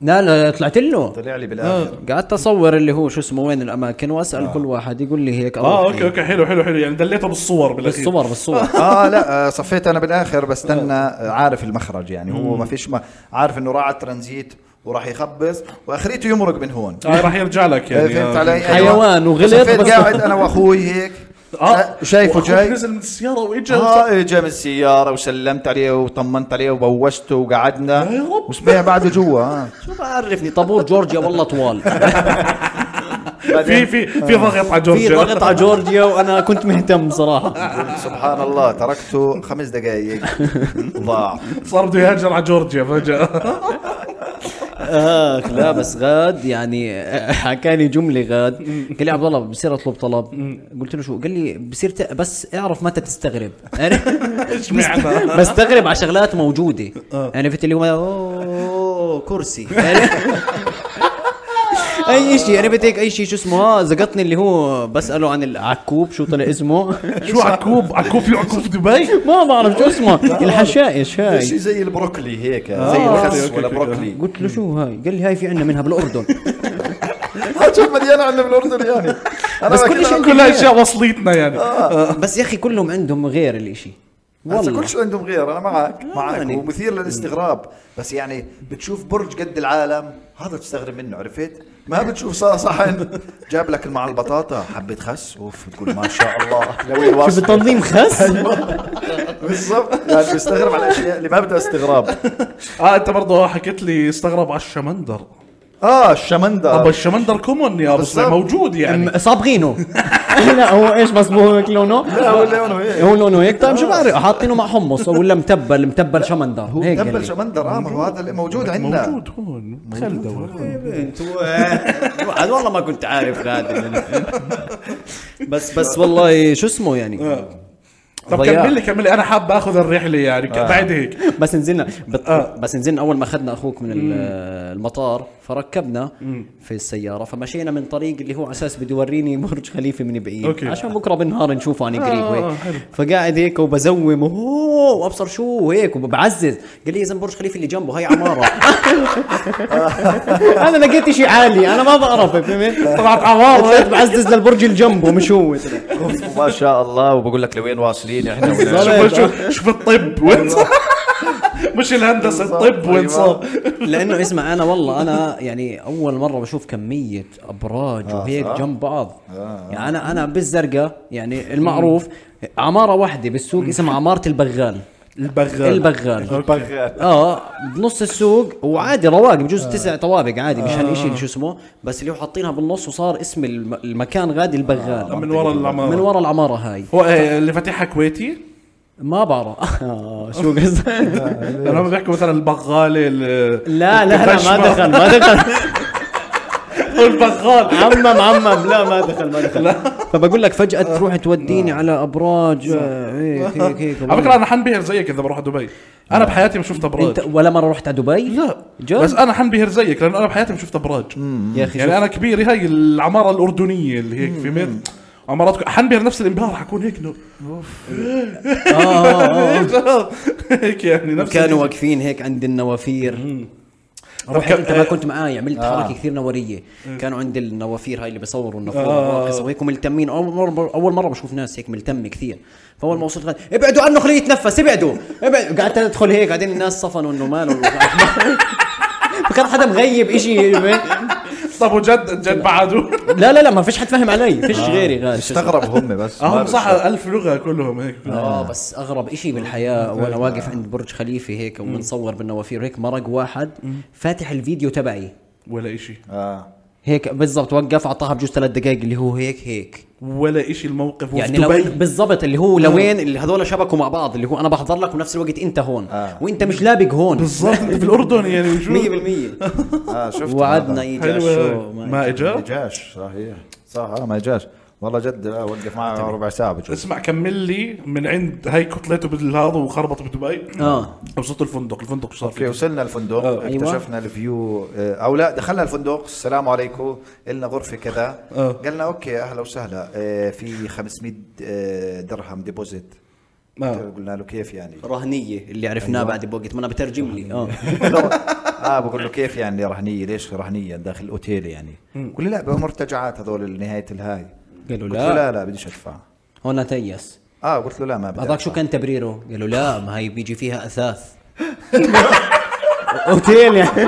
[SPEAKER 2] لا لا طلعت له
[SPEAKER 3] طلع لي بالاخر
[SPEAKER 2] قعدت اصور اللي هو شو اسمه وين الاماكن
[SPEAKER 1] آه.
[SPEAKER 2] واسال كل واحد يقول لي هيك
[SPEAKER 1] اه اوكي اوكي حلو حلو حلو يعني دليته بالصور بالاخير
[SPEAKER 2] بالصور
[SPEAKER 1] <laughs>
[SPEAKER 2] بالصور
[SPEAKER 3] اه لا آه، صفيت انا بالاخر بستنى آه، عارف المخرج يعني هو ما فيش ما عارف انه راح على الترانزيت وراح يخبص واخريته يمرق من هون
[SPEAKER 1] آه راح يرجع لك يعني
[SPEAKER 3] فهمت
[SPEAKER 1] آه.
[SPEAKER 3] علي؟ أيوة.
[SPEAKER 2] حيوان وغلط
[SPEAKER 3] صفيت
[SPEAKER 2] بس-
[SPEAKER 3] قاعد انا واخوي هيك آه، شايفه
[SPEAKER 1] وأخوك
[SPEAKER 3] جاي
[SPEAKER 1] نزل من السياره واجا
[SPEAKER 3] اه اجى من السياره وسلمت عليه وطمنت عليه وبوشته وقعدنا
[SPEAKER 1] يا رب.
[SPEAKER 3] وصبيح بعده جوا آه.
[SPEAKER 4] شو بعرفني طابور جورجيا والله
[SPEAKER 1] <laughs>
[SPEAKER 4] طوال
[SPEAKER 1] في في في
[SPEAKER 3] آه.
[SPEAKER 1] ضغط على
[SPEAKER 2] في
[SPEAKER 1] جورجيا
[SPEAKER 2] ضغط على جورجيا وانا كنت مهتم صراحه
[SPEAKER 3] قلت سبحان الله تركته خمس
[SPEAKER 1] <laughs>
[SPEAKER 3] دقائق ضاع
[SPEAKER 1] صار بده يهاجر على جورجيا
[SPEAKER 2] <laughs>
[SPEAKER 1] فجاه
[SPEAKER 2] اخ آه، لا بس غاد يعني حكاني جمله غاد قال لي عبد الله بصير اطلب طلب قلت له شو قال لي بصير ت... بس اعرف متى تستغرب <laughs>
[SPEAKER 1] ايش معنى؟
[SPEAKER 2] بستغرب على شغلات موجوده
[SPEAKER 1] آه.
[SPEAKER 2] يعني فت اللي هو اوه كرسي <laughs> يعني اي شيء انا بديك اي شيء شو اسمه ها زقطني اللي هو بساله عن العكوب شو طلع اسمه <laughs> طيب،
[SPEAKER 1] شو عكوب؟ عكوب في عكوب في دبي؟
[SPEAKER 2] ما بعرف شو اسمه الحشائش
[SPEAKER 3] شيء
[SPEAKER 2] هاي
[SPEAKER 3] زي البروكلي هيك
[SPEAKER 1] آه،
[SPEAKER 3] زي الخس ولا بروكلي
[SPEAKER 2] قلت له شو هاي قال لي هاي في عندنا منها بالاردن
[SPEAKER 3] شوف مليانه عندنا بالاردن يعني أنا
[SPEAKER 2] بس
[SPEAKER 3] ما
[SPEAKER 2] كل
[SPEAKER 3] كنت- إيه.
[SPEAKER 2] شيء
[SPEAKER 1] كل اشياء وصلتنا يعني
[SPEAKER 2] بس يا اخي كلهم عندهم غير الاشي
[SPEAKER 3] هسه
[SPEAKER 2] والله
[SPEAKER 3] كل شيء عندهم غير انا معك معك
[SPEAKER 2] يعني.
[SPEAKER 3] ومثير للاستغراب بس يعني بتشوف برج قد العالم هذا تستغرب منه عرفت ما بتشوف صا- صحن جاب لك مع البطاطا حبه خس اوف بتقول ما شاء الله لوين
[SPEAKER 2] شو
[SPEAKER 3] واصل
[SPEAKER 2] بتنظيم خس
[SPEAKER 3] بالضبط يعني بستغرب على الاشياء اللي ما بدها استغراب
[SPEAKER 1] اه انت برضه حكيت لي استغرب على الشمندر
[SPEAKER 3] اه
[SPEAKER 1] طب
[SPEAKER 3] الشمندر
[SPEAKER 1] الشمندر كومون يا ابو
[SPEAKER 3] آه. بالضبط.
[SPEAKER 1] صليح موجود يعني
[SPEAKER 2] صابغينه <laughs> لا هو ايش بس مو هيك لونه
[SPEAKER 3] لا هو لونه هيك
[SPEAKER 2] هو لونه هيك طيب شو بعرف حاطينه مع حمص ولا متبل متبل شمندر هيك يعني.
[SPEAKER 3] تبل
[SPEAKER 2] قال لي.
[SPEAKER 3] شمندر اه ما هو هذا اللي موجود عندنا
[SPEAKER 1] موجود هون خلده
[SPEAKER 4] الواحد والله ما كنت عارف غادي
[SPEAKER 2] بس بس والله شو اسمه يعني
[SPEAKER 1] طب
[SPEAKER 2] ضياع.
[SPEAKER 1] كمل لي كمل لي انا حاب اخذ الرحله يعني ك- بعد هيك
[SPEAKER 2] <laughs> بس نزلنا بت...
[SPEAKER 1] آه.
[SPEAKER 2] بس نزلنا اول ما اخذنا اخوك من ال- المطار فركبنا في السياره فمشينا من طريق اللي هو على اساس بده يوريني برج خليفه من بعيد
[SPEAKER 1] أوكي.
[SPEAKER 2] عشان بكره بالنهار نشوفه عن قريب
[SPEAKER 1] آه، آه،
[SPEAKER 2] آه
[SPEAKER 1] حلو.
[SPEAKER 2] فقاعد هيك وبزوم وهو وابصر شو هيك وبعزز قال لي يا زلمه برج خليفه اللي جنبه هاي <laughs> عماره انا لقيت شيء عالي انا ما بعرف فهمت
[SPEAKER 1] طلعت عوار
[SPEAKER 2] طلعت بعزز للبرج اللي جنبه مش هو
[SPEAKER 3] ما شاء الله وبقول لك لوين
[SPEAKER 2] <laughs>
[SPEAKER 3] واصلين احنا ولا-
[SPEAKER 1] شوف شوف- شوف الطب وين صار. <laughs> مش الهندسه الطب وين صار
[SPEAKER 2] لانه أيوة. اسمع انا والله انا يعني اول مره بشوف كميه ابراج وهيك جنب بعض يعني انا انا بالزرقاء يعني المعروف عماره واحده بالسوق اسمها عماره البغال
[SPEAKER 1] البغال
[SPEAKER 2] البغال
[SPEAKER 3] بغال.
[SPEAKER 2] اه بنص السوق وعادي رواق بجوز تسع طوابق عادي مش هالشيء شو اسمه بس اللي هو حاطينها بالنص وصار اسم الم- المكان غادي البغال
[SPEAKER 1] من ورا العماره
[SPEAKER 2] من ورا العماره هاي
[SPEAKER 1] هو آه، اللي فاتحها كويتي
[SPEAKER 2] ما بعرف آه، شو <laughs> قصدك
[SPEAKER 1] انا هم بيحكوا مثلا البغاله ال-
[SPEAKER 2] لا لا لا ما
[SPEAKER 1] البشمة.
[SPEAKER 2] دخل ما دخل
[SPEAKER 1] <laughs> البغال
[SPEAKER 2] عمم عمم لا ما دخل ما دخل فبقول لك فجأة تروح توديني على أبراج آه، هيك هيك هيك
[SPEAKER 1] على فكره انا حنبهر زيك اذا بروح دبي انا بحياتي ما شفت
[SPEAKER 2] انت
[SPEAKER 1] ابراج
[SPEAKER 2] ولا مرة رحت على دبي؟
[SPEAKER 1] لا
[SPEAKER 2] جد؟
[SPEAKER 1] بس انا حنبهر زيك لانه انا بحياتي ما شفت ابراج
[SPEAKER 2] يا أخي
[SPEAKER 1] يعني
[SPEAKER 2] شوف.
[SPEAKER 1] انا كبير هاي العماره الاردنيه اللي هيك في مثل عمارات حنبهر نفس الانبهار حكون هيك نو
[SPEAKER 2] آه.
[SPEAKER 1] <laughs> آه. هيك يعني نفس
[SPEAKER 2] كانوا
[SPEAKER 1] الشيء.
[SPEAKER 2] واقفين هيك عند النوافير
[SPEAKER 1] طب
[SPEAKER 2] رحت انت ما
[SPEAKER 1] ك-
[SPEAKER 2] كنت معاي عملت حركه كثير نوريه كانوا عند النوافير هاي اللي بيصوروا آه، النافوره الراقصه وهيك ملتمين اول مره اول مره بشوف ناس هيك ملتمه كثير فاول ما وصلت قال، ابعدوا عنه خليه يتنفس ابعدوا ابعدوا قعدت ادخل هيك بعدين الناس صفنوا انه ماله <laughs> فكان حدا مغيب اشي
[SPEAKER 1] طب وجد جد
[SPEAKER 2] <laughs>
[SPEAKER 1] بعدوا
[SPEAKER 2] لا لا لا ما فيش حد فاهم علي فيش غيري غير
[SPEAKER 3] استغرب هم بس ما
[SPEAKER 1] هم
[SPEAKER 3] بس-
[SPEAKER 1] صح ألف لغه كلهم هيك
[SPEAKER 2] اه بس اغرب شيء بالحياه وانا واقف عند برج خليفه هيك ومنصور بالنوافير هيك مرق واحد فاتح الفيديو تبعي
[SPEAKER 1] ولا إشي
[SPEAKER 3] آه.
[SPEAKER 2] هيك بالضبط وقف عطاها بجوز ثلاث دقائق اللي هو هيك هيك
[SPEAKER 1] ولا إشي الموقف وفي
[SPEAKER 2] يعني لو
[SPEAKER 1] دبي آه.
[SPEAKER 2] بالضبط اللي هو لوين اللي هذول شبكوا مع بعض اللي هو انا بحضر لك ونفس الوقت انت هون
[SPEAKER 3] آه.
[SPEAKER 2] وانت مش لابق هون
[SPEAKER 1] بالضبط انت في الاردن يعني
[SPEAKER 2] <laughs>
[SPEAKER 1] وجود <laughs>
[SPEAKER 2] 100%
[SPEAKER 3] اه شفت
[SPEAKER 2] <laughs> وعدنا
[SPEAKER 3] هذا.
[SPEAKER 2] يجي على
[SPEAKER 1] حلوه
[SPEAKER 2] الشو
[SPEAKER 1] ما
[SPEAKER 3] ما
[SPEAKER 1] اجا
[SPEAKER 3] جاش صحيح صح آه ما جاش والله جد آه، وقف معه ربع ساعه بجوز
[SPEAKER 1] اسمع كمل لي من عند هاي كتلته بالهذا وخربط بدبي
[SPEAKER 2] اه
[SPEAKER 1] وصلت الفندق الفندق شو صار
[SPEAKER 3] اوكي
[SPEAKER 1] فيه
[SPEAKER 3] وصلنا الفندق
[SPEAKER 1] آه.
[SPEAKER 2] أيوة.
[SPEAKER 3] اكتشفنا الفيو آه، او لا دخلنا الفندق السلام عليكم النا غرفه كذا
[SPEAKER 2] أه.
[SPEAKER 1] آه.
[SPEAKER 3] قالنا اوكي اهلا وسهلا آه، في 500 آه، درهم ديبوزيت
[SPEAKER 2] أه.
[SPEAKER 1] آه.
[SPEAKER 3] قلنا له كيف يعني <laughs>
[SPEAKER 2] رهنيه اللي عرفناه بعد بوقت ما انا بترجم
[SPEAKER 1] <laughs>
[SPEAKER 2] لي اه
[SPEAKER 3] اه بقول له كيف يعني رهنيه ليش رهنيه داخل الاوتيل يعني قال لي لا مرتجعات هذول نهايه الهاي
[SPEAKER 2] قالوا
[SPEAKER 3] قلت
[SPEAKER 2] لا.
[SPEAKER 3] له لا لا بديش ادفع
[SPEAKER 2] هون تيس
[SPEAKER 3] اه قلت له لا ما بدي
[SPEAKER 2] هذاك شو
[SPEAKER 3] أدفع.
[SPEAKER 2] كان تبريره؟ قالوا لا ما هي بيجي فيها اثاث
[SPEAKER 1] <laughs>
[SPEAKER 2] اوتيل يعني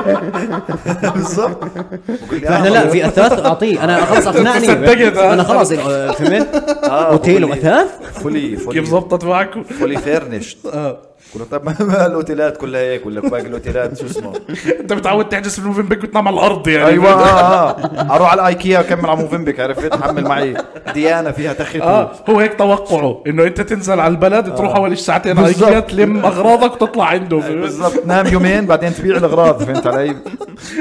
[SPEAKER 3] بالضبط بقول لي، آه،
[SPEAKER 2] فاحنا لا في اثاث اعطيه انا خلص اقنعني
[SPEAKER 1] تصدقت، آه.
[SPEAKER 2] انا خلص آه، فهمت
[SPEAKER 3] آه،
[SPEAKER 2] اوتيل
[SPEAKER 3] بقول لي
[SPEAKER 2] واثاث
[SPEAKER 3] فولي فولي
[SPEAKER 1] كيف زبطت معكم
[SPEAKER 3] فولي فيرنشت
[SPEAKER 1] آه.
[SPEAKER 3] قلت له طب ما- ما الاوتيلات كلها هيك ولا باقي الاوتيلات شو اسمه
[SPEAKER 1] انت متعود تحجز في موفنبيك وتنام على الارض يعني
[SPEAKER 2] أيوة،
[SPEAKER 3] ايوه
[SPEAKER 2] آه.
[SPEAKER 3] اه اه اروح على الايكيا اكمل على موفنبيك عرفت حمل معي ديانا فيها تخت
[SPEAKER 1] اه هو هيك توقعه انه انت تنزل على البلد تروح اول شي ساعتين على
[SPEAKER 3] بالظبط.
[SPEAKER 1] ايكيا <laughs> تلم اغراضك وتطلع عنده
[SPEAKER 3] بالضبط نام يومين بعدين تبيع الاغراض فهمت علي؟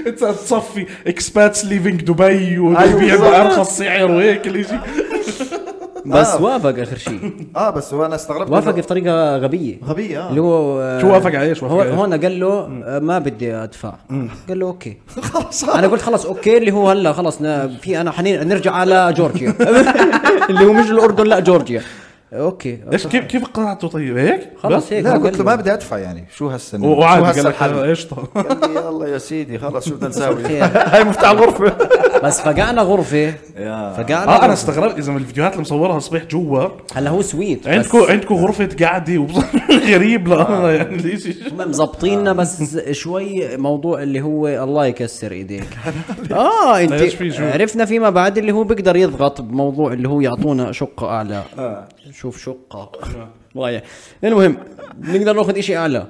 [SPEAKER 1] انت تصفي اكسباتس ليفينج دبي
[SPEAKER 3] أيوة
[SPEAKER 1] ودبي
[SPEAKER 3] بالظبط.
[SPEAKER 1] بارخص سعر وهيك الاشي
[SPEAKER 2] بس
[SPEAKER 3] آه.
[SPEAKER 2] وافق اخر شيء
[SPEAKER 3] اه بس هو انا استغربت <laughs>
[SPEAKER 2] وافق
[SPEAKER 3] إنه
[SPEAKER 2] بطريقه غبيه
[SPEAKER 3] غبية
[SPEAKER 2] اللي
[SPEAKER 3] آه.
[SPEAKER 2] هو آه،
[SPEAKER 1] شو وافق على إيش؟ وافق
[SPEAKER 2] هو
[SPEAKER 1] على إيش؟
[SPEAKER 2] هون قال له آه، ما بدي ادفع قال له
[SPEAKER 1] <laughs>
[SPEAKER 2] اوكي انا قلت خلص اوكي اللي هو هلا خلص نا- في انا حنين نرجع على
[SPEAKER 1] <laughs>
[SPEAKER 2] جورجيا اللي هو مش الاردن لا جورجيا اوكي
[SPEAKER 1] ايش كيف كيف قنعته طيب هيك؟
[SPEAKER 2] خلص هيك
[SPEAKER 3] لا
[SPEAKER 2] هو قال
[SPEAKER 3] قلت له
[SPEAKER 2] لي.
[SPEAKER 3] ما بدي ادفع يعني شو هالسنة
[SPEAKER 1] و-
[SPEAKER 3] شو
[SPEAKER 1] وعادي
[SPEAKER 3] هسا
[SPEAKER 1] قال لك
[SPEAKER 3] الحل؟
[SPEAKER 1] آه، قشطه
[SPEAKER 3] قال لي يلا يا سيدي خلص شو بدنا نسوي
[SPEAKER 2] خير.
[SPEAKER 3] هاي مفتاح الغرفة
[SPEAKER 2] بس فقعنا غرفه
[SPEAKER 3] <laughs> يا.
[SPEAKER 2] فقعنا
[SPEAKER 1] <laughs> اه انا
[SPEAKER 2] غرفة.
[SPEAKER 1] استغربت اذا من الفيديوهات اللي مصورها صبح جوا
[SPEAKER 2] هلا هو سويت
[SPEAKER 1] عندكم عندكم غرفه قعده <laughs> غريب لا يعني الاشي
[SPEAKER 2] هم مظبطيننا بس شوي موضوع اللي هو الله يكسر ايديك اه انت
[SPEAKER 1] إيش في شو؟
[SPEAKER 2] عرفنا فيما بعد اللي هو بيقدر يضغط بموضوع اللي هو يعطونا شقه اعلى شوف شقه ضايع المهم نقدر ناخذ شيء اعلى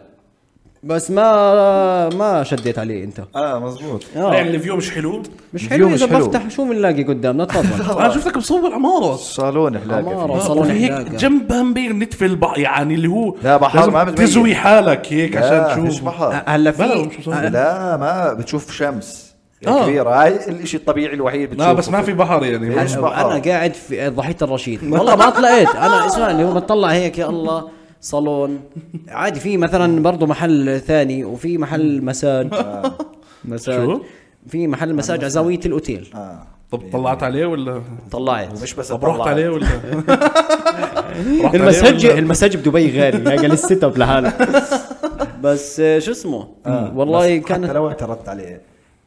[SPEAKER 2] بس ما ما شديت عليه انت
[SPEAKER 3] اه مزبوط
[SPEAKER 1] يعني
[SPEAKER 2] اه
[SPEAKER 1] الفيو مش حلو
[SPEAKER 2] مش
[SPEAKER 3] فيو
[SPEAKER 2] حلو
[SPEAKER 3] مش
[SPEAKER 2] اذا
[SPEAKER 3] حلو.
[SPEAKER 2] بفتح شو بنلاقي
[SPEAKER 1] <laughs>
[SPEAKER 2] قدامنا تفضل
[SPEAKER 1] انا شفتك مصور عماره
[SPEAKER 3] صالون
[SPEAKER 2] عمارة.
[SPEAKER 3] حلاقه
[SPEAKER 2] صالون
[SPEAKER 1] في آه، هيك
[SPEAKER 2] حلاقة.
[SPEAKER 1] جنبها مبين نتف البحر يعني اللي هو
[SPEAKER 3] لا، بحر
[SPEAKER 1] لازم
[SPEAKER 3] ما بتبين.
[SPEAKER 1] تزوي حالك هيك
[SPEAKER 3] لا،
[SPEAKER 1] عشان
[SPEAKER 3] فيش
[SPEAKER 1] تشوف
[SPEAKER 3] بحر.
[SPEAKER 2] هلا
[SPEAKER 1] بلا
[SPEAKER 2] في
[SPEAKER 1] مش
[SPEAKER 3] فيه.
[SPEAKER 1] مصور.
[SPEAKER 3] لا ما بتشوف شمس
[SPEAKER 1] آه.
[SPEAKER 3] كبيرة هاي الاشي الطبيعي الوحيد بتشوفه
[SPEAKER 1] لا بس ما في بحر يعني
[SPEAKER 3] إيش بحر؟
[SPEAKER 2] انا قاعد في ضحيه الرشيد <laughs> والله ما طلعت انا اسمعني هو بتطلع هيك يا الله صالون عادي في مثلا برضه محل ثاني وفي محل مساج آه، مساج
[SPEAKER 1] شو؟
[SPEAKER 2] في محل مساج على زاويه الاوتيل
[SPEAKER 3] آه.
[SPEAKER 1] طب طلعت عليه ولا
[SPEAKER 2] طلعت
[SPEAKER 3] مش بس
[SPEAKER 1] طب رحت
[SPEAKER 3] أطلع.
[SPEAKER 1] عليه
[SPEAKER 3] <laughs>
[SPEAKER 1] ولا رحت عليه
[SPEAKER 2] المساج
[SPEAKER 1] ولا؟
[SPEAKER 2] المساج بدبي غالي هاي السيت اب لحاله <laughs> بس آه، شو اسمه
[SPEAKER 3] آه.
[SPEAKER 2] والله
[SPEAKER 3] بس حتى
[SPEAKER 2] كان
[SPEAKER 3] لو اعترضت عليه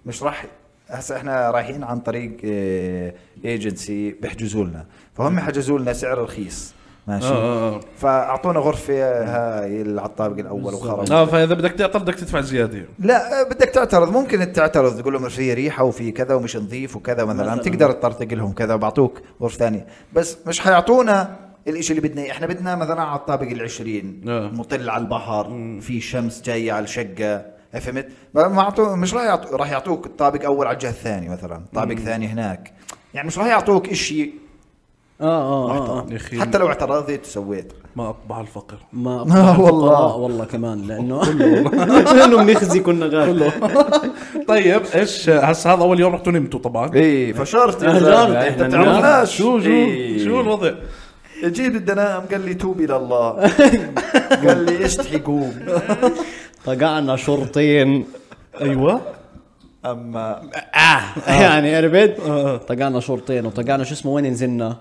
[SPEAKER 3] مش راح هسه احنا رايحين عن طريق ايجنسي بيحجزوا لنا فهم حجزوا لنا سعر رخيص
[SPEAKER 1] آه،
[SPEAKER 3] ماشي
[SPEAKER 1] آه.
[SPEAKER 3] فاعطونا غرفه هاي اللي على الطابق الاول
[SPEAKER 1] اه
[SPEAKER 3] وخرب
[SPEAKER 1] فاذا بدك تعطل بدك تدفع زياده
[SPEAKER 3] لا آه، بدك تعترض ممكن تعترض تقول لهم في ريحه وفي كذا ومش نظيف وكذا مثلا تقدر تطرطق لهم كذا وبعطوك غرفه ثانيه بس مش حيعطونا الاشي اللي بدنا إياه. احنا بدنا مثلا على الطابق العشرين
[SPEAKER 1] آه.
[SPEAKER 3] مطل على البحر في شمس جايه على الشقه فهمت ما ما عطو مش راح يعطو راح يعطوك الطابق اول على الجهه الثانيه مثلا طابق ثاني هناك يعني مش راح يعطوك اشي
[SPEAKER 2] اه اه آه، اه
[SPEAKER 1] يا اخي
[SPEAKER 3] حتى لو اعترضت وسويت
[SPEAKER 1] ما اطبع الفقر
[SPEAKER 2] ما
[SPEAKER 3] آه، والله.
[SPEAKER 2] آه، والله كمان لانه <laughs> لانه بنخزي كنا غالي
[SPEAKER 1] طيب ايش هسه هذا اول يوم رحتوا نمتوا طبعا
[SPEAKER 3] ايه فشرت يا
[SPEAKER 1] <laughs>
[SPEAKER 2] آه،
[SPEAKER 3] زلمة،
[SPEAKER 2] جرت.
[SPEAKER 3] انت بتعرفناش
[SPEAKER 1] شو شو
[SPEAKER 3] إيه.
[SPEAKER 1] شو الوضع؟
[SPEAKER 3] جيت بدي انام قال لي توب الى الله
[SPEAKER 2] <laughs>
[SPEAKER 3] قال لي اشتحي قوم
[SPEAKER 2] طقعنا شرطين
[SPEAKER 1] ايوه
[SPEAKER 3] اما آه.
[SPEAKER 2] يعني عرفت طقعنا شرطين وطقعنا شو اسمه وين نزلنا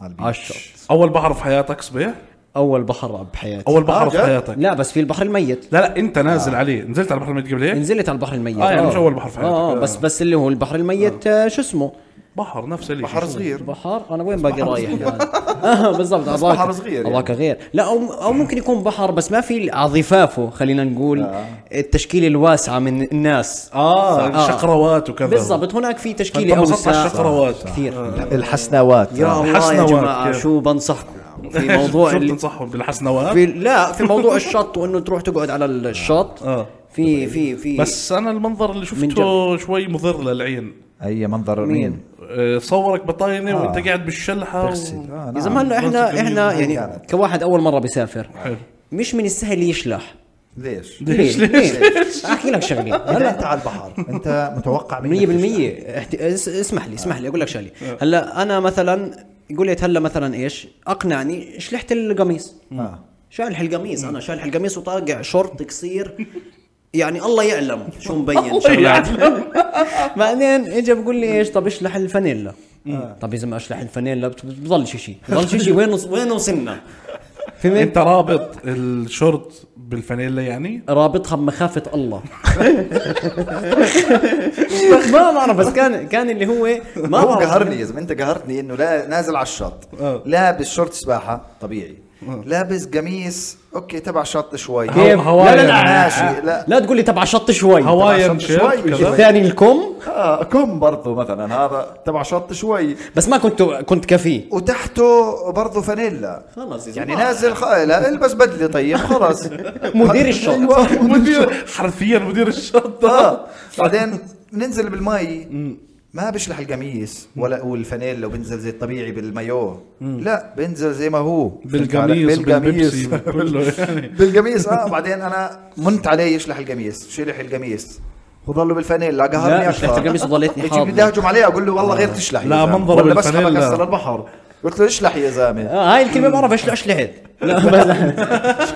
[SPEAKER 3] على
[SPEAKER 2] عشر
[SPEAKER 1] اول بحر في حياتك صبيح؟
[SPEAKER 2] اول بحر بحياتي
[SPEAKER 1] اول بحر
[SPEAKER 3] آه،
[SPEAKER 1] في
[SPEAKER 3] جد؟ آه.
[SPEAKER 1] حياتك
[SPEAKER 2] لا بس في البحر الميت
[SPEAKER 1] لا لا انت نازل عليه نزلت على البحر الميت قبل هيك؟
[SPEAKER 2] نزلت على البحر الميت
[SPEAKER 1] آه، يعني مش أول بحر في حياتك.
[SPEAKER 2] اه آه، بس بس اللي هو البحر الميت آه، شو اسمه
[SPEAKER 1] بحر نفس اللي
[SPEAKER 3] بحر صغير
[SPEAKER 2] بحر انا وين باقي رايح يعني <laughs> اه بالضبط أباك-
[SPEAKER 3] بحر صغير يعني.
[SPEAKER 2] أباك غير لا او او ممكن يكون بحر بس ما في عظفافه خلينا نقول
[SPEAKER 1] آه.
[SPEAKER 2] التشكيله الواسعه من الناس آه،
[SPEAKER 1] اه شقروات وكذا
[SPEAKER 2] بالضبط هناك في تشكيله
[SPEAKER 1] فأنت انبسطت على
[SPEAKER 2] اوسع
[SPEAKER 1] الشقروات.
[SPEAKER 2] كثير
[SPEAKER 3] الحسناوات
[SPEAKER 2] يا الله يا
[SPEAKER 1] حسنوات
[SPEAKER 2] جماعه
[SPEAKER 1] آه. كيف.
[SPEAKER 2] شو بنصحكم
[SPEAKER 1] <laughs>
[SPEAKER 2] في موضوع
[SPEAKER 1] شو
[SPEAKER 2] ال-
[SPEAKER 1] بتنصحهم بالحسنوات؟
[SPEAKER 2] في لا في موضوع الشط وانه تروح تقعد على الشط
[SPEAKER 1] آه.
[SPEAKER 2] في في في
[SPEAKER 1] بس انا المنظر اللي شفته شوي مضر للعين
[SPEAKER 3] اي منظر مين
[SPEAKER 1] أه، صورك بطاينه
[SPEAKER 3] آه.
[SPEAKER 1] وانت قاعد بالشلحه و...
[SPEAKER 3] نعم.
[SPEAKER 2] يا زمان
[SPEAKER 1] بنصحك
[SPEAKER 2] احنا احنا
[SPEAKER 1] بالمية.
[SPEAKER 2] يعني كواحد اول مره بيسافر
[SPEAKER 1] حلو.
[SPEAKER 2] مش من السهل يشلح <laughs>
[SPEAKER 3] ليش؟
[SPEAKER 1] ليش-
[SPEAKER 2] ليه؟
[SPEAKER 1] ليش؟
[SPEAKER 2] ليه؟ احكي لك
[SPEAKER 1] <laughs>
[SPEAKER 2] شغله
[SPEAKER 3] هلا
[SPEAKER 2] هلا
[SPEAKER 3] انت على البحر انت متوقع
[SPEAKER 2] 100% احت- اس- اسمح لي اسمح لي اقول لك شغله
[SPEAKER 1] آه.
[SPEAKER 2] هلا انا مثلا قلت هلا مثلا ايش اقنعني شلحت القميص
[SPEAKER 3] اه
[SPEAKER 2] شالح القميص انا شالح القميص وطاقع شورت
[SPEAKER 3] <laughs>
[SPEAKER 2] قصير يعني الله يعلم شو مبين شغلات <laughs> بعدين اجى بقول لي ايش طب اشلح الفانيلا آه. طب اذا ما اشلح الفانيلا بت- بضلش شيء بضلش
[SPEAKER 3] <laughs>
[SPEAKER 2] شيء وين وص- وين وصلنا فهمت
[SPEAKER 1] انت رابط الشورت بالفانيلا
[SPEAKER 2] <laughs>
[SPEAKER 1] يعني؟
[SPEAKER 2] رابطها بمخافة
[SPEAKER 3] <laughs>
[SPEAKER 2] الله ما بعرف بس كان كان اللي هو ما
[SPEAKER 3] هو
[SPEAKER 2] بعرف
[SPEAKER 3] قهرني يا زلمه انت قهرتني انه لا نازل على الشط
[SPEAKER 1] آه.
[SPEAKER 3] لابس شورت سباحه طبيعي لابس قميص اوكي تبع شط شوي
[SPEAKER 2] آه. كيف؟ آه.
[SPEAKER 1] هوايا.
[SPEAKER 2] لا لا لا
[SPEAKER 3] ماشي لا
[SPEAKER 2] لا تقول لي تبع شط شوي
[SPEAKER 1] هوايا
[SPEAKER 3] طبعاً شط شوي.
[SPEAKER 1] كذا
[SPEAKER 2] الثاني الكم
[SPEAKER 3] اه كم برضه مثلا هذا تبع شط شوي
[SPEAKER 2] بس ما كنت كنت كفي
[SPEAKER 3] وتحته برضه فانيلا
[SPEAKER 2] خلص يا
[SPEAKER 3] يعني
[SPEAKER 2] زلمة.
[SPEAKER 3] نازل خ... لا البس بدله طيب خلاص
[SPEAKER 2] <laughs> مدير الشط.
[SPEAKER 3] <laughs> أيوة، مدير الشط.
[SPEAKER 1] مدير حرفيا مدير الشط
[SPEAKER 2] آه.
[SPEAKER 3] اه بعدين ننزل بالمي ما بشلح القميص ولا والفانيلا وبنزل زي الطبيعي بالمايو لا بنزل زي ما هو
[SPEAKER 1] بالقميص
[SPEAKER 3] بالقميص
[SPEAKER 1] بالبيبسي
[SPEAKER 2] آه،
[SPEAKER 1] كله يعني
[SPEAKER 3] <laughs> بالقميص اه بعدين انا منت عليه يشلح القميص شلح القميص وضلوا بالفانيلا قهرني
[SPEAKER 2] لا شلحت القميص وظليتني آه.
[SPEAKER 3] اجي بدي
[SPEAKER 2] حاضنة.
[SPEAKER 3] اهجم عليه اقول له والله غير تشلح يا
[SPEAKER 1] لا،
[SPEAKER 3] زلمة.
[SPEAKER 1] منظر
[SPEAKER 3] ولا بسحبك
[SPEAKER 1] بالفانيلا.
[SPEAKER 3] هسه للبحر قلت له اشلح يا زلمه
[SPEAKER 2] آه، هاي الكلمه بعرف ايش ليش لحد لا بس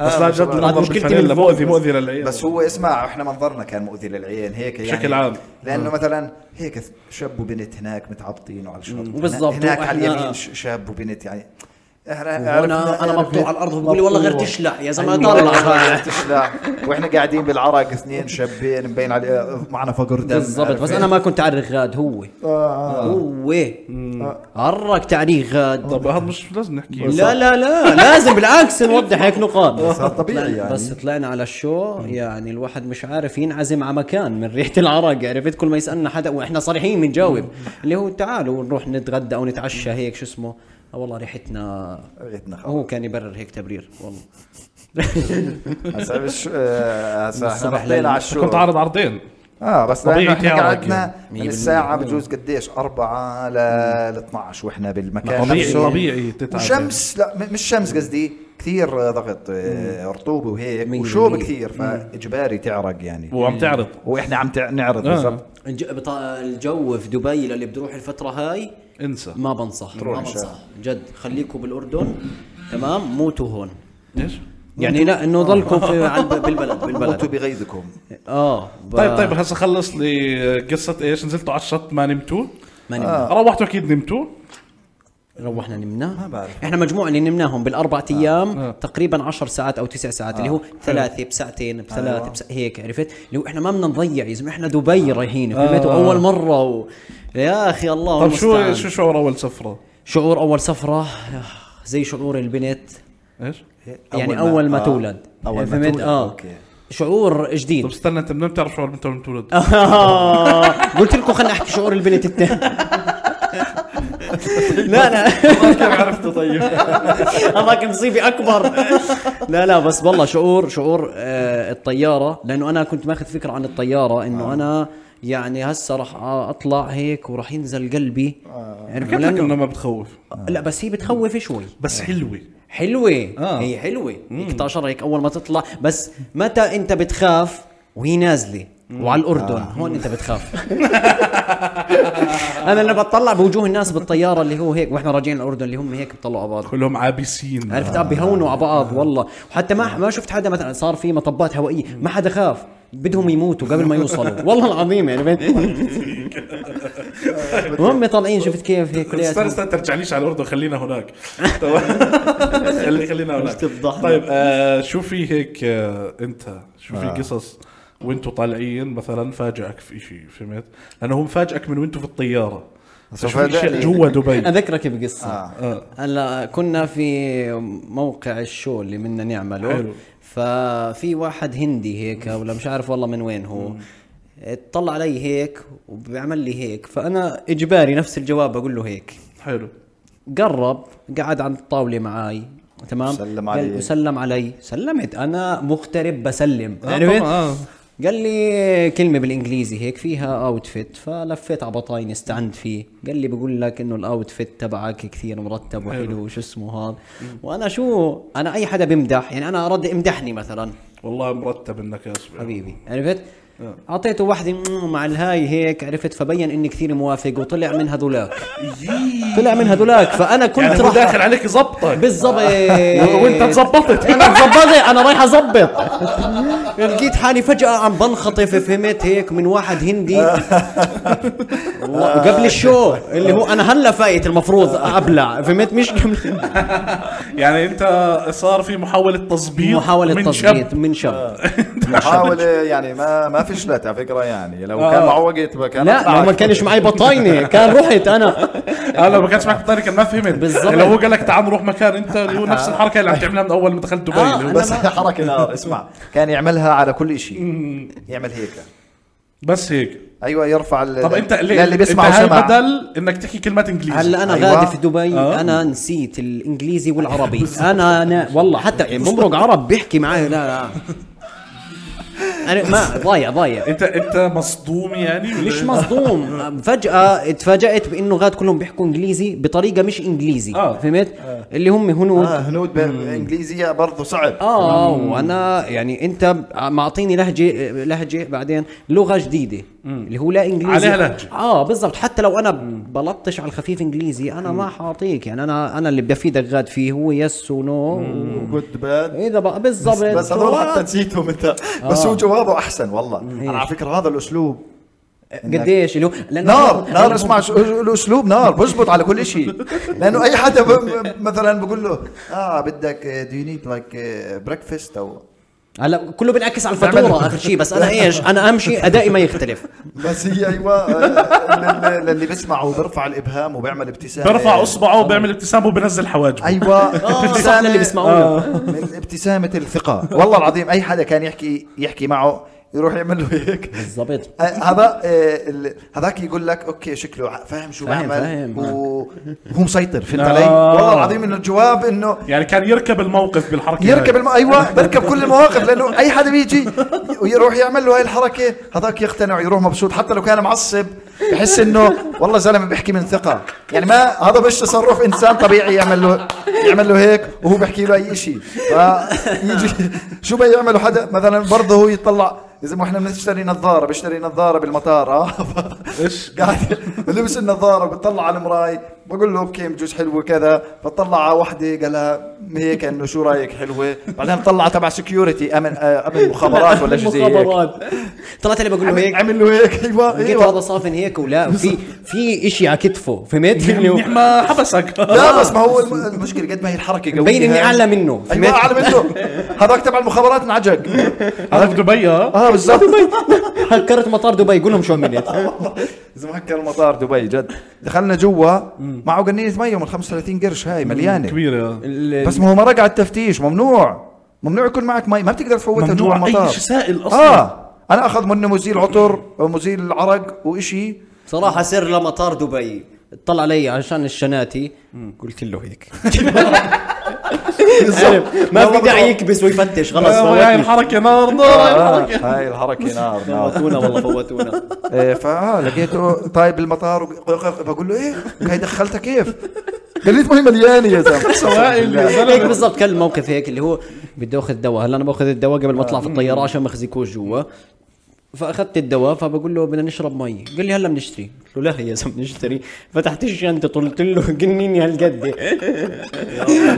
[SPEAKER 1] بس لا جد المنظر
[SPEAKER 2] آه، مشكلتي
[SPEAKER 1] بالفانيلا
[SPEAKER 2] بالفوق.
[SPEAKER 1] مؤذي مؤذي للعين
[SPEAKER 3] بس هو اسمع احنا منظرنا كان مؤذي للعين هيك يعني
[SPEAKER 1] بشكل عام. آه.
[SPEAKER 3] لانه مثلا هيك شاب وبنت هناك متعبطين وعلى الشط
[SPEAKER 2] وبالضبط،
[SPEAKER 3] هناك
[SPEAKER 2] وإحنا-
[SPEAKER 3] على اليمين ش- شاب وبنت يعني
[SPEAKER 2] وانا انا مقطوع على الارض بقول لي والله غير تشلح يا زلمه طلع
[SPEAKER 3] أيوة. <laughs> تشلع واحنا قاعدين بالعرق اثنين شابين مبين عليه معنا فقر دم
[SPEAKER 2] بالضبط
[SPEAKER 3] عرفت؟
[SPEAKER 2] بس آه، انا ما كنت اعرف غاد هو هو عرك تعريف غاد
[SPEAKER 1] طب هذا مش لازم نحكي
[SPEAKER 2] لا لا لا لازم بالعكس نوضح هيك نقاط
[SPEAKER 3] صار طبيعي يعني
[SPEAKER 2] بس طلعنا على الشو يعني الواحد مش عارف ينعزم على مكان من ريحه العرق عرفت كل ما يسالنا حدا واحنا صريحين بنجاوب اللي هو تعالوا نروح نتغدى او نتعشى هيك شو اسمه آه والله ريحتنا
[SPEAKER 3] يعني. ريحتنا خرا.
[SPEAKER 2] هو كان يبرر هيك تبرير والله
[SPEAKER 3] هسا مش آه، هسا احنا
[SPEAKER 4] الصبح
[SPEAKER 3] نطينا على
[SPEAKER 4] لل-
[SPEAKER 3] الشو
[SPEAKER 1] كنت عارض عرضين
[SPEAKER 3] اه بس
[SPEAKER 1] طبيعي
[SPEAKER 3] لانه احنا
[SPEAKER 1] تعرق
[SPEAKER 3] قعدنا
[SPEAKER 1] يعني.
[SPEAKER 3] من الساعة بجوز قديش أربعة ل 12 واحنا بالمكان
[SPEAKER 1] طبيعي
[SPEAKER 3] نفسه.
[SPEAKER 1] طبيعي تتعب
[SPEAKER 3] وشمس لا م- مش شمس قصدي كثير آه، ضغط آه، رطوبة وهيك
[SPEAKER 2] مية
[SPEAKER 3] وشوب
[SPEAKER 2] بالمية.
[SPEAKER 3] كثير فإجباري تعرق يعني
[SPEAKER 1] وعم تعرض
[SPEAKER 3] واحنا عم تع- نعرض
[SPEAKER 1] آه.
[SPEAKER 3] بالضبط
[SPEAKER 2] الج- بط- الجو في دبي للي بده يروح الفتره هاي
[SPEAKER 1] انسى
[SPEAKER 2] ما بنصح
[SPEAKER 3] تروح
[SPEAKER 2] ما
[SPEAKER 3] إن شاء
[SPEAKER 2] بنصح جد خليكم بالاردن تمام موتوا هون
[SPEAKER 1] ليش؟
[SPEAKER 2] يعني لا انه ضلكم <laughs> في عند- بالبلد
[SPEAKER 3] موتوا
[SPEAKER 2] بالبلد
[SPEAKER 3] بغيظكم
[SPEAKER 2] اه ب-
[SPEAKER 1] طيب طيب هسه خلص لي قصه ايش نزلتوا على الشط ما نمتوا
[SPEAKER 2] ما نمنا
[SPEAKER 3] آه.
[SPEAKER 1] روحتوا اكيد نمتوا
[SPEAKER 2] روحنا نمنا ما
[SPEAKER 3] بعرف.
[SPEAKER 2] احنا مجموعه اللي نمناهم بالاربع ايام
[SPEAKER 1] آه.
[SPEAKER 2] آه. تقريبا 10 ساعات او 9 ساعات آه. اللي هو ثلاثه بساعتين بثلاثه آه. بس هيك عرفت اللي هو احنا ما بدنا نضيع يا زلمه احنا دبي رايحين فهمت
[SPEAKER 1] آه.
[SPEAKER 2] اول مره و... يا اخي الله
[SPEAKER 3] طيب،
[SPEAKER 1] طب طيب، شو
[SPEAKER 2] المستعان.
[SPEAKER 1] شو شعور اول سفره؟
[SPEAKER 2] شعور اول سفره زي شعور البنت
[SPEAKER 1] ايش؟
[SPEAKER 2] يعني اول ما
[SPEAKER 3] آه. <laughs>
[SPEAKER 2] تولد
[SPEAKER 3] أول ما
[SPEAKER 2] فهمت؟
[SPEAKER 3] تولد
[SPEAKER 2] آه.
[SPEAKER 3] أوكي
[SPEAKER 2] شعور
[SPEAKER 1] طب
[SPEAKER 2] جديد
[SPEAKER 1] طيب، استنى انت منين بتعرف شعور متى بتولد؟
[SPEAKER 2] <laughs> قلت لكم خليني احكي شعور البنت
[SPEAKER 3] <laughs>
[SPEAKER 2] التاني لا لا
[SPEAKER 3] كيف <laughs> عرفته
[SPEAKER 1] <laughs>
[SPEAKER 3] طيب
[SPEAKER 2] الله كان نصيبي اكبر لا لا بس والله شعور شعور آه، الطياره لانه انا كنت ماخذ فكره عن الطياره انه
[SPEAKER 3] آه.
[SPEAKER 2] انا يعني هسه راح اطلع هيك وراح ينزل قلبي
[SPEAKER 3] آه.
[SPEAKER 2] عرفت؟
[SPEAKER 1] حكيت لك انه
[SPEAKER 2] لأنه-
[SPEAKER 1] ما بتخوف
[SPEAKER 2] لا بس هي بتخوف شوي
[SPEAKER 1] بس
[SPEAKER 3] آه.
[SPEAKER 1] حلوه
[SPEAKER 2] حلوه
[SPEAKER 1] آه.
[SPEAKER 2] هي حلوه هيك طاشره هيك اول ما تطلع بس متى انت بتخاف وهي نازله وعلى الاردن هون انت بتخاف <laughs> انا لما بطلع بوجوه الناس بالطياره اللي هو هيك واحنا راجعين الاردن اللي هم هيك بيطلعوا على بعض
[SPEAKER 1] كلهم عابسين
[SPEAKER 2] عرفت آه بيهونوا على بعض والله وحتى ما ما شفت حدا مثلا صار في مطبات هوائيه ما حدا خاف بدهم يموتوا قبل ما يوصلوا والله العظيم يعني <laughs> بين- وهم طالعين شفت كيف هيك
[SPEAKER 1] استنى
[SPEAKER 2] كلياتهم.
[SPEAKER 1] استنى ترجعليش على الاردن خلينا
[SPEAKER 2] <laughs>
[SPEAKER 1] هناك طب- خلي خلينا هناك
[SPEAKER 2] تفضحنا.
[SPEAKER 1] طيب آه شو في هيك آه انت شو في قصص وانتوا طالعين مثلا فاجئك في شيء فهمت؟ لانه هو فاجئك من وانتوا في الطياره
[SPEAKER 3] بس
[SPEAKER 1] شو في
[SPEAKER 3] فاجأني.
[SPEAKER 1] اشياء جوا دبي
[SPEAKER 2] اذكرك بقصه
[SPEAKER 3] آه.
[SPEAKER 1] آه.
[SPEAKER 2] هلا كنا في موقع الشو اللي بدنا نعمله
[SPEAKER 1] حلو.
[SPEAKER 2] ففي واحد هندي هيك ولا مش عارف والله من وين هو اطلع علي هيك وبيعمل لي هيك فانا اجباري نفس الجواب بقول له هيك
[SPEAKER 1] حلو
[SPEAKER 2] قرب قعد عند الطاوله معاي تمام
[SPEAKER 3] سلم
[SPEAKER 2] قال-
[SPEAKER 3] عليك.
[SPEAKER 2] وسلم علي سلمت انا مغترب بسلم يعني
[SPEAKER 1] آه،
[SPEAKER 2] عرفت؟
[SPEAKER 1] طبعاً، آه.
[SPEAKER 2] قال لي كلمه بالانجليزي هيك فيها اوتفيت فلفيت على بطايني استعنت فيه قال لي بقول لك انه الاوتفيت تبعك كثير مرتب وحلو وش اسمه هذا وانا شو انا اي حدا بمدح يعني انا ارد امدحني مثلا
[SPEAKER 1] والله مرتب انك يا أسبوع.
[SPEAKER 2] حبيبي عرفت
[SPEAKER 1] آه.
[SPEAKER 2] اعطيته واحده مم مع الهاي هيك عرفت فبين اني كثير موافق وطلع من هذولاك طلع من هذولاك فانا كنت
[SPEAKER 1] يعني هو
[SPEAKER 2] راح-
[SPEAKER 1] داخل عليك يظبطك
[SPEAKER 2] بالضبط
[SPEAKER 1] <laughs> وانت
[SPEAKER 2] <laughs>
[SPEAKER 1] تظبطت
[SPEAKER 2] انا ظبطت انا رايح اظبط لقيت حالي فجاه عم بنخطف فهمت هيك من واحد هندي والله قبل الشو اللي هو انا هلا فايت المفروض ابلع فهمت مش قبل
[SPEAKER 1] يعني انت صار في محاوله تظبيط
[SPEAKER 2] محاوله
[SPEAKER 1] من
[SPEAKER 2] تظبيط
[SPEAKER 1] شاب
[SPEAKER 2] من شاب
[SPEAKER 3] محاولة يعني ما ما فشلت على فكرة يعني
[SPEAKER 1] آه.
[SPEAKER 3] لو كان معه وقت ما كان
[SPEAKER 2] لا
[SPEAKER 3] طلعت.
[SPEAKER 2] لو ما كانش معي بطاينه كان رحت انا
[SPEAKER 1] انا لو ما كانش معك الطريق كان ما فهمت
[SPEAKER 2] بالظبط.
[SPEAKER 1] يعني لو هو قال لك تعال نروح مكان انت اللي هو نفس الحركه اللي عم تعملها من اول ما دخلت دبي
[SPEAKER 2] آه،
[SPEAKER 1] اللي هو-
[SPEAKER 3] بس <laughs> حركة نار اسمع كان يعملها على كل شيء يعمل هيك
[SPEAKER 1] بس هيك
[SPEAKER 3] ايوه يرفع ال-
[SPEAKER 1] طب انت ليه
[SPEAKER 3] للي بيسمع
[SPEAKER 1] انت هل
[SPEAKER 3] وسمع.
[SPEAKER 1] بدل انك تحكي كلمات انجليزي
[SPEAKER 2] هلا انا
[SPEAKER 3] أيوة.
[SPEAKER 2] أيوة. غادي في دبي
[SPEAKER 1] آه.
[SPEAKER 2] آه. انا نسيت الانجليزي والعربي انا أنا والله حتى مبرق عرب بيحكي معي لا لا انا ما ضايع ضايع
[SPEAKER 1] انت انت مصدوم يعني
[SPEAKER 2] مش مصدوم فجأة اتفاجأت بانه غاد كلهم بيحكوا انجليزي بطريقة مش انجليزي
[SPEAKER 1] آه.
[SPEAKER 2] آه. فهمت؟ آه. اللي هم هنود
[SPEAKER 3] اه هنود بالانجليزية برضه صعب
[SPEAKER 2] اه وانا يعني انت معطيني لهجه لهجه بعدين لغه جديده اللي هو لا انجليزي
[SPEAKER 1] عليها لهجة.
[SPEAKER 2] اه بالضبط حتى لو انا بلطش على الخفيف انجليزي انا ما حاعطيك يعني انا انا اللي بدي افيدك غاد فيه هو يس ونو
[SPEAKER 3] جود باد
[SPEAKER 2] اذا بقى بالضبط
[SPEAKER 3] بس هذول حتى نسيتهم انت بس هو جوابه احسن والله انا
[SPEAKER 2] إيه.
[SPEAKER 3] على فكرة هذا الاسلوب
[SPEAKER 2] قديش اللي هو لأن
[SPEAKER 3] نار
[SPEAKER 2] أنا-
[SPEAKER 3] نار اسمع شو- الاسلوب نار بزبط على كل شيء لانه اي حدا ب- مثلا بقول له اه بدك دو يو نيد لايك بريكفاست او
[SPEAKER 2] هلا كله بنعكس على الفاتوره اخر شيء بس انا ايش انا اهم شيء ادائي ما يختلف
[SPEAKER 3] بس هي ايوه آه، لل- للي بيسمعه بيرفع الابهام وبيعمل ابتسامه
[SPEAKER 1] برفع اصبعه وبيعمل ابتسامه وبنزل حواجبه
[SPEAKER 3] ايوه
[SPEAKER 2] آه. صح
[SPEAKER 3] آه.
[SPEAKER 2] للي بيسمعونا
[SPEAKER 3] من ابتسامه الثقه والله العظيم اي حدا كان يحكي يحكي معه يروح يعمل له هيك
[SPEAKER 2] بالضبط
[SPEAKER 3] آه، هذا آه، ال- هذاك يقول لك اوكي شكله ع- فاهم شو
[SPEAKER 2] فاهم،
[SPEAKER 3] بعمل
[SPEAKER 2] فاهم.
[SPEAKER 3] و- وهو مسيطر فهمت
[SPEAKER 1] آه.
[SPEAKER 3] علي؟ والله العظيم انه الجواب انه
[SPEAKER 1] يعني كان يركب الموقف بالحركه
[SPEAKER 3] يركب
[SPEAKER 1] هاي.
[SPEAKER 3] الم... ايوه بركب كل المواقف لانه اي حدا بيجي ويروح يعمل له هاي الحركه هذاك يقتنع ويروح مبسوط حتى لو كان معصب بحس انه والله زلمه بيحكي من ثقه يعني ما هذا مش تصرف انسان طبيعي يعمل له يعمل له هيك وهو بيحكي له اي شيء فيجي <laughs> شو بده يعمله حدا مثلا برضه هو يطلع اذا ما احنا بنشتري نظاره بشتري نظاره بالمطار اه
[SPEAKER 1] إيش؟
[SPEAKER 3] قاعد لبس النظاره بتطلع على المراي بقول له اوكي بجوز حلوه كذا فطلع على وحده قالها هيك انه شو رايك حلوه بعدين طلع تبع سكيورتي امن آه، امن مخابرات ولا شيء زي هيك
[SPEAKER 2] مخابرات طلعت اللي بقول له
[SPEAKER 3] عمل-
[SPEAKER 2] هيك
[SPEAKER 3] عمل له هيك ايوه
[SPEAKER 2] لقيت هذا
[SPEAKER 3] ايوه
[SPEAKER 2] صافن هيك ولا في في شيء على كتفه فهمت؟
[SPEAKER 1] يعني منيح ما حبسك
[SPEAKER 3] لا بس ما هو الم- المشكله قد ما هي الحركه قويه
[SPEAKER 2] مبين اني
[SPEAKER 3] هاي.
[SPEAKER 2] اعلى منه
[SPEAKER 3] ايوه
[SPEAKER 2] فهمت؟
[SPEAKER 3] اعلى منه هذاك تبع المخابرات انعجق
[SPEAKER 1] هذا في دبي اه
[SPEAKER 3] اه بالضبط
[SPEAKER 2] <laughs> هكرت مطار دبي قول لهم شو عملت
[SPEAKER 3] <laughs> اذا ما هكر المطار دبي جد دخلنا جوا معه قنينه مي من 35 قرش هاي مليانه
[SPEAKER 1] كبيره
[SPEAKER 3] بس ما هو مرق على التفتيش ممنوع ممنوع يكون معك مي ما بتقدر تفوتها جوا
[SPEAKER 1] ممنوع أي
[SPEAKER 3] المطار
[SPEAKER 1] شي سائل أصلاً.
[SPEAKER 3] اه انا اخذ منه مزيل عطر ومزيل عرق وإشي
[SPEAKER 4] صراحه سر لمطار دبي
[SPEAKER 2] طلع علي عشان الشناتي قلت له
[SPEAKER 3] <laughs>
[SPEAKER 2] هيك
[SPEAKER 4] ما في داعي يكبس ويفتش خلاص
[SPEAKER 1] آه، هاي
[SPEAKER 4] فوتني.
[SPEAKER 1] الحركه نار نار هاي
[SPEAKER 3] آه،
[SPEAKER 1] الحركه
[SPEAKER 3] هاي الحركه نار نار <laughs>
[SPEAKER 4] فوتونا والله فوتونا
[SPEAKER 3] إيه، فاه لقيته طايب المطار وق- ق- ق- بقول له ايه هاي دخلتها كيف؟ قلت ما هي مليانه يا زلمه
[SPEAKER 1] سوائل يا
[SPEAKER 2] هيك
[SPEAKER 1] زلمه
[SPEAKER 2] بالضبط كان الموقف هيك اللي هو بدي اخذ دواء هلا انا باخذ الدواء قبل ما اطلع في الطياره عشان ما اخزيكوش جوا فاخذت الدواء فبقول له بدنا نشرب مي قال لي هلا بنشتري قلت له لا يا زلمه بنشتري فتحت الشنطه طلت له <laughs> جنيني هالقد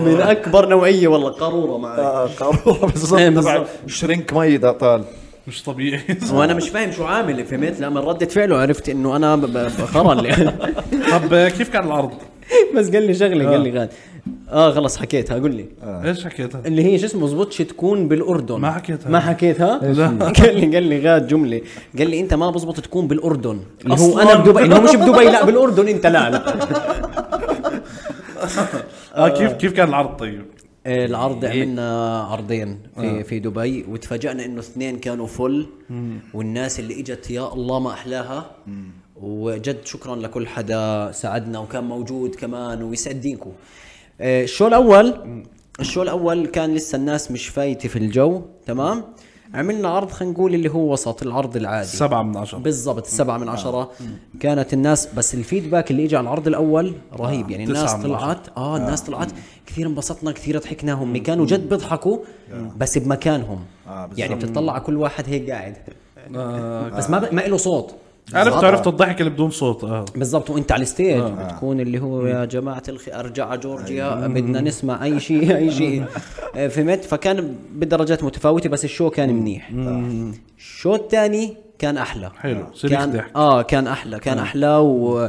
[SPEAKER 4] من اكبر نوعيه والله قاروره معي
[SPEAKER 3] آه، قاروره
[SPEAKER 2] إيه،
[SPEAKER 3] بالضبط
[SPEAKER 2] بالضبط.
[SPEAKER 3] شرنك مي ده طال
[SPEAKER 1] مش طبيعي <laughs>
[SPEAKER 2] وانا مش فاهم شو عامل فهمت لا من رده فعله عرفت انه انا ب- ب- خرل
[SPEAKER 1] طب آه، كيف كان العرض؟
[SPEAKER 2] <laughs> بس قال لي شغله قال لي غاد اه خلص حكيتها قول لي
[SPEAKER 1] ايش حكيتها؟
[SPEAKER 2] اللي هي شو اسمه مزبوطش تكون بالاردن
[SPEAKER 1] ما حكيتها.
[SPEAKER 2] ما حكيتها
[SPEAKER 1] لا.
[SPEAKER 2] <laughs> قال لي قال لي غاد جمله قال لي انت ما بزبط تكون بالاردن اللي هو
[SPEAKER 1] أصلاً.
[SPEAKER 2] انا بدبي اللي هو مش بدبي لا بالاردن انت لا لا
[SPEAKER 1] اه كيف كيف كان العرض طيب؟
[SPEAKER 2] العرض عملنا عرضين في في دبي وتفاجئنا انه اثنين كانوا فل والناس اللي اجت يا الله ما احلاها وجد شكرا لكل حدا ساعدنا وكان موجود كمان ويسعد دينكم آه، الشو الاول الشو الاول كان لسه الناس مش فايته في الجو تمام عملنا عرض خلينا نقول اللي هو وسط العرض العادي
[SPEAKER 1] سبعة من عشرة آه.
[SPEAKER 2] بالضبط السبعة من عشرة كانت الناس بس الفيدباك اللي اجى على العرض الأول رهيب يعني
[SPEAKER 1] آه. تسعة
[SPEAKER 2] الناس
[SPEAKER 1] من عشرة. آه.
[SPEAKER 2] طلعت اه الناس طلعت كثير انبسطنا كثير ضحكنا هم كانوا جد بيضحكوا بس بمكانهم
[SPEAKER 1] آه،
[SPEAKER 2] يعني بتطلع على كل واحد هيك قاعد بس ما ب... ما له صوت
[SPEAKER 1] عرفت عرفت الضحك اللي بدون صوت اه
[SPEAKER 2] بالضبط وانت على الستيج بتكون اللي هو يا جماعه الخير ارجع على جورجيا بدنا نسمع اي شيء اي شيء آه، فهمت فكان بدرجات متفاوته بس الشو كان منيح الشو الثاني كان احلى
[SPEAKER 1] حلو، سليك
[SPEAKER 2] كان
[SPEAKER 1] ضحك.
[SPEAKER 2] اه كان احلى كان احلى و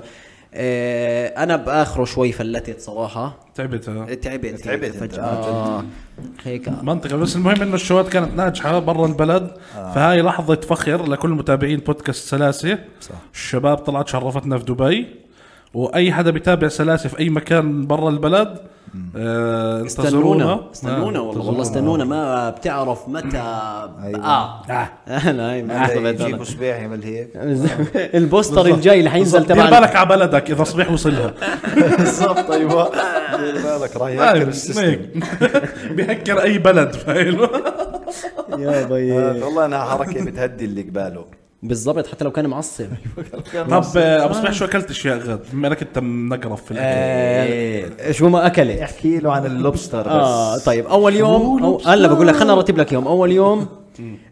[SPEAKER 2] آه، انا باخره شوي فلتت صراحه
[SPEAKER 1] تعبت آه.
[SPEAKER 2] تعبت
[SPEAKER 3] تعبت
[SPEAKER 2] هيك
[SPEAKER 3] أنت،
[SPEAKER 2] فجاه
[SPEAKER 3] آه،
[SPEAKER 2] آه، هيك
[SPEAKER 1] منطقة بس المهم انه الشوات كانت ناجحة برا البلد فهاي لحظة فخر لكل متابعين بودكاست سلاسة صح. الشباب طلعت شرفتنا في دبي واي حدا بيتابع سلاسة في اي مكان برا البلد آه
[SPEAKER 2] استنونا
[SPEAKER 1] انتظرونا
[SPEAKER 2] استنونا
[SPEAKER 1] آه،
[SPEAKER 2] والله والله استنونا ما بتعرف متى اه انا هاي ما عرفت <laughs> أنا.
[SPEAKER 3] أيوة.
[SPEAKER 2] أيوة.
[SPEAKER 3] يعني يجيب صباح يعمل هيك
[SPEAKER 2] <laughs> يعني البوستر الجاي اللي حينزل
[SPEAKER 1] دير
[SPEAKER 2] تبع
[SPEAKER 1] بالك على بلدك اذا صبح
[SPEAKER 2] <laughs>
[SPEAKER 1] وصلها آه،
[SPEAKER 3] بالضبط <laughs> ايوه دير بالك راح
[SPEAKER 1] طيب،
[SPEAKER 3] يهكر السيستم
[SPEAKER 1] <laughs> بيهكر اي بلد فاهم
[SPEAKER 2] يا
[SPEAKER 3] آه،
[SPEAKER 2] بي
[SPEAKER 3] والله انها حركه بتهدي اللي قباله
[SPEAKER 2] بالضبط حتى لو كان معصب
[SPEAKER 1] أيوة. طب آه، ابو صبح شو اكلت اشياء غد بما انك انت منقرف في الاكل إيه.
[SPEAKER 2] آه، شو ما اكلت
[SPEAKER 3] احكي له عن اللوبستر بس
[SPEAKER 2] اه طيب اول يوم أو هلا بقول لك خلينا نرتب لك يوم اول يوم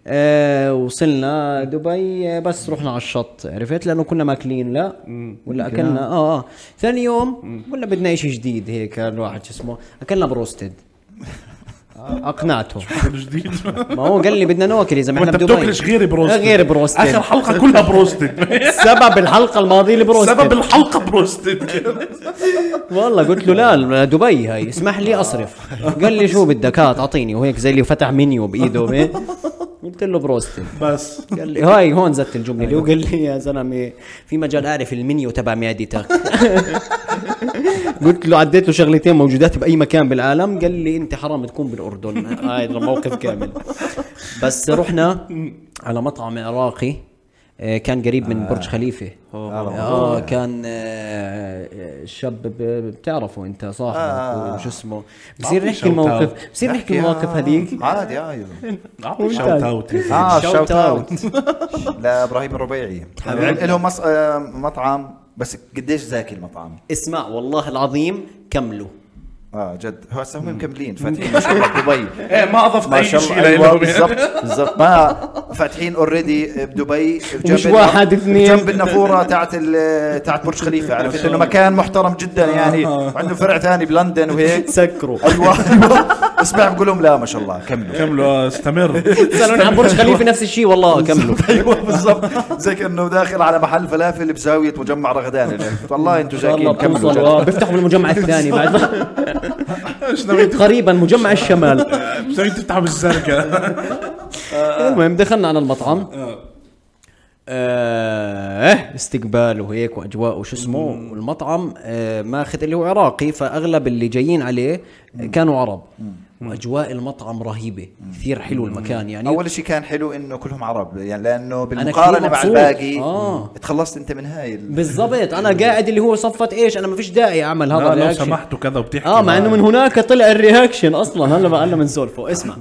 [SPEAKER 2] آه وصلنا دبي آه، بس رحنا على الشط عرفت لانه كنا ماكلين لا ولا اكلنا
[SPEAKER 1] آه.
[SPEAKER 2] اه اه ثاني يوم ولا بدنا شيء جديد هيك الواحد شو اسمه اكلنا
[SPEAKER 1] <laughs>
[SPEAKER 2] بروستد آه، اقنعته
[SPEAKER 1] <laughs> جديد
[SPEAKER 2] ما هو قال لي بدنا ناكل اذا ما احنا
[SPEAKER 1] وانت
[SPEAKER 2] بدبي
[SPEAKER 1] بتاكلش غير بروستد
[SPEAKER 2] غير بروستد
[SPEAKER 1] اخر حلقه كلها بروستد
[SPEAKER 2] سبب الحلقه الماضيه اللي <laughs> بروستد
[SPEAKER 1] سبب الحلقه بروستد
[SPEAKER 2] والله قلت له لا دبي هاي اسمح لي اصرف قال لي شو بدك هات اعطيني وهيك زي اللي فتح منيو بايده هيك. قلت له بروستد
[SPEAKER 1] بس
[SPEAKER 2] قال لي هاي هون زدت الجمله اللي هو قال لي يا زلمه في مجال اعرف المنيو تبع معدتك <laughs> قلت له عديت له شغلتين موجودات باي مكان بالعالم قال لي انت حرام تكون بالاردن هاي موقف كامل بس رحنا على مطعم عراقي آه، كان قريب من برج خليفه اه كان آه، آه، شاب ب- بتعرفه انت صاحبك وشو آه. اسمه بصير
[SPEAKER 1] بعطيه
[SPEAKER 2] نحكي الموقف بصير نحكي آه. المواقف هذيك
[SPEAKER 3] عادي عادي
[SPEAKER 1] أعطيك شوت اوت
[SPEAKER 2] آه.
[SPEAKER 1] يا زلمة.
[SPEAKER 3] <laughs> اه
[SPEAKER 2] Shout
[SPEAKER 3] شوت اوت <laughs> لابراهيم الربيعي لهم مص... آه، مطعم بس قديش زاكي المطعم
[SPEAKER 2] اسمع والله العظيم كملوا
[SPEAKER 3] اه جد هو هسه هم مكملين فاتحين ما شاء
[SPEAKER 2] <laughs>
[SPEAKER 3] الله بدبي
[SPEAKER 1] ايه ما أيوة، اضفت
[SPEAKER 3] ما
[SPEAKER 1] اي
[SPEAKER 3] شاء
[SPEAKER 1] شيء
[SPEAKER 3] الله ايوه
[SPEAKER 1] لهم
[SPEAKER 3] بالضبط بالضبط ما فاتحين اوريدي بدبي جنب
[SPEAKER 2] ومش
[SPEAKER 3] الن-
[SPEAKER 2] واحد، اثنين. آه.
[SPEAKER 3] جنب النافوره تاعت ال- تاعت برج خليفه عرفت انه مكان محترم جدا يعني وعنده فرع ثاني بلندن
[SPEAKER 2] <laughs>
[SPEAKER 3] وهيك
[SPEAKER 2] سكروا
[SPEAKER 3] ايوه ايوه اسمع بقول لهم لا ما شاء الله كملوا
[SPEAKER 1] كملوا آه، استمر
[SPEAKER 2] سالوني عن برج
[SPEAKER 1] <laughs>
[SPEAKER 2] خليفه نفس الشيء والله كملوا
[SPEAKER 3] ايوه بالضبط زي كانه داخل على محل فلافل بزاويه مجمع رغدان والله انتم
[SPEAKER 2] إن شاء الله
[SPEAKER 3] زاكين كملوا
[SPEAKER 2] بوصل
[SPEAKER 3] جد.
[SPEAKER 2] آه، بيفتحوا بالمجمع
[SPEAKER 1] <laughs>
[SPEAKER 2] الثاني بعد
[SPEAKER 1] ايش ناويين
[SPEAKER 2] قريبا
[SPEAKER 1] <laughs>
[SPEAKER 2] مجمع الشمال
[SPEAKER 1] ناويين تفتحوا بالزرقاء آه.
[SPEAKER 2] المهم دخلنا على المطعم آه استقبال وهيك واجواء وشو اسمه والمطعم آه ماخذ اللي هو عراقي فاغلب اللي جايين عليه كانوا عرب واجواء المطعم رهيبه كثير حلو المكان يعني
[SPEAKER 3] اول شيء كان حلو انه كلهم عرب يعني لانه
[SPEAKER 2] كثير
[SPEAKER 3] بالمقارنه مع
[SPEAKER 2] مبسوط.
[SPEAKER 3] الباقي
[SPEAKER 2] آه.
[SPEAKER 3] تخلصت انت من هاي ال-
[SPEAKER 2] بالضبط انا قاعد اللي هو صفت ايش انا ما فيش داعي اعمل <laughs> هذا
[SPEAKER 1] لا لو
[SPEAKER 2] الرياكشن.
[SPEAKER 1] سمحتوا كذا وبتحكي
[SPEAKER 2] اه مع انه من هناك طلع الرياكشن اصلا هلا هلا بنسولفه اسمع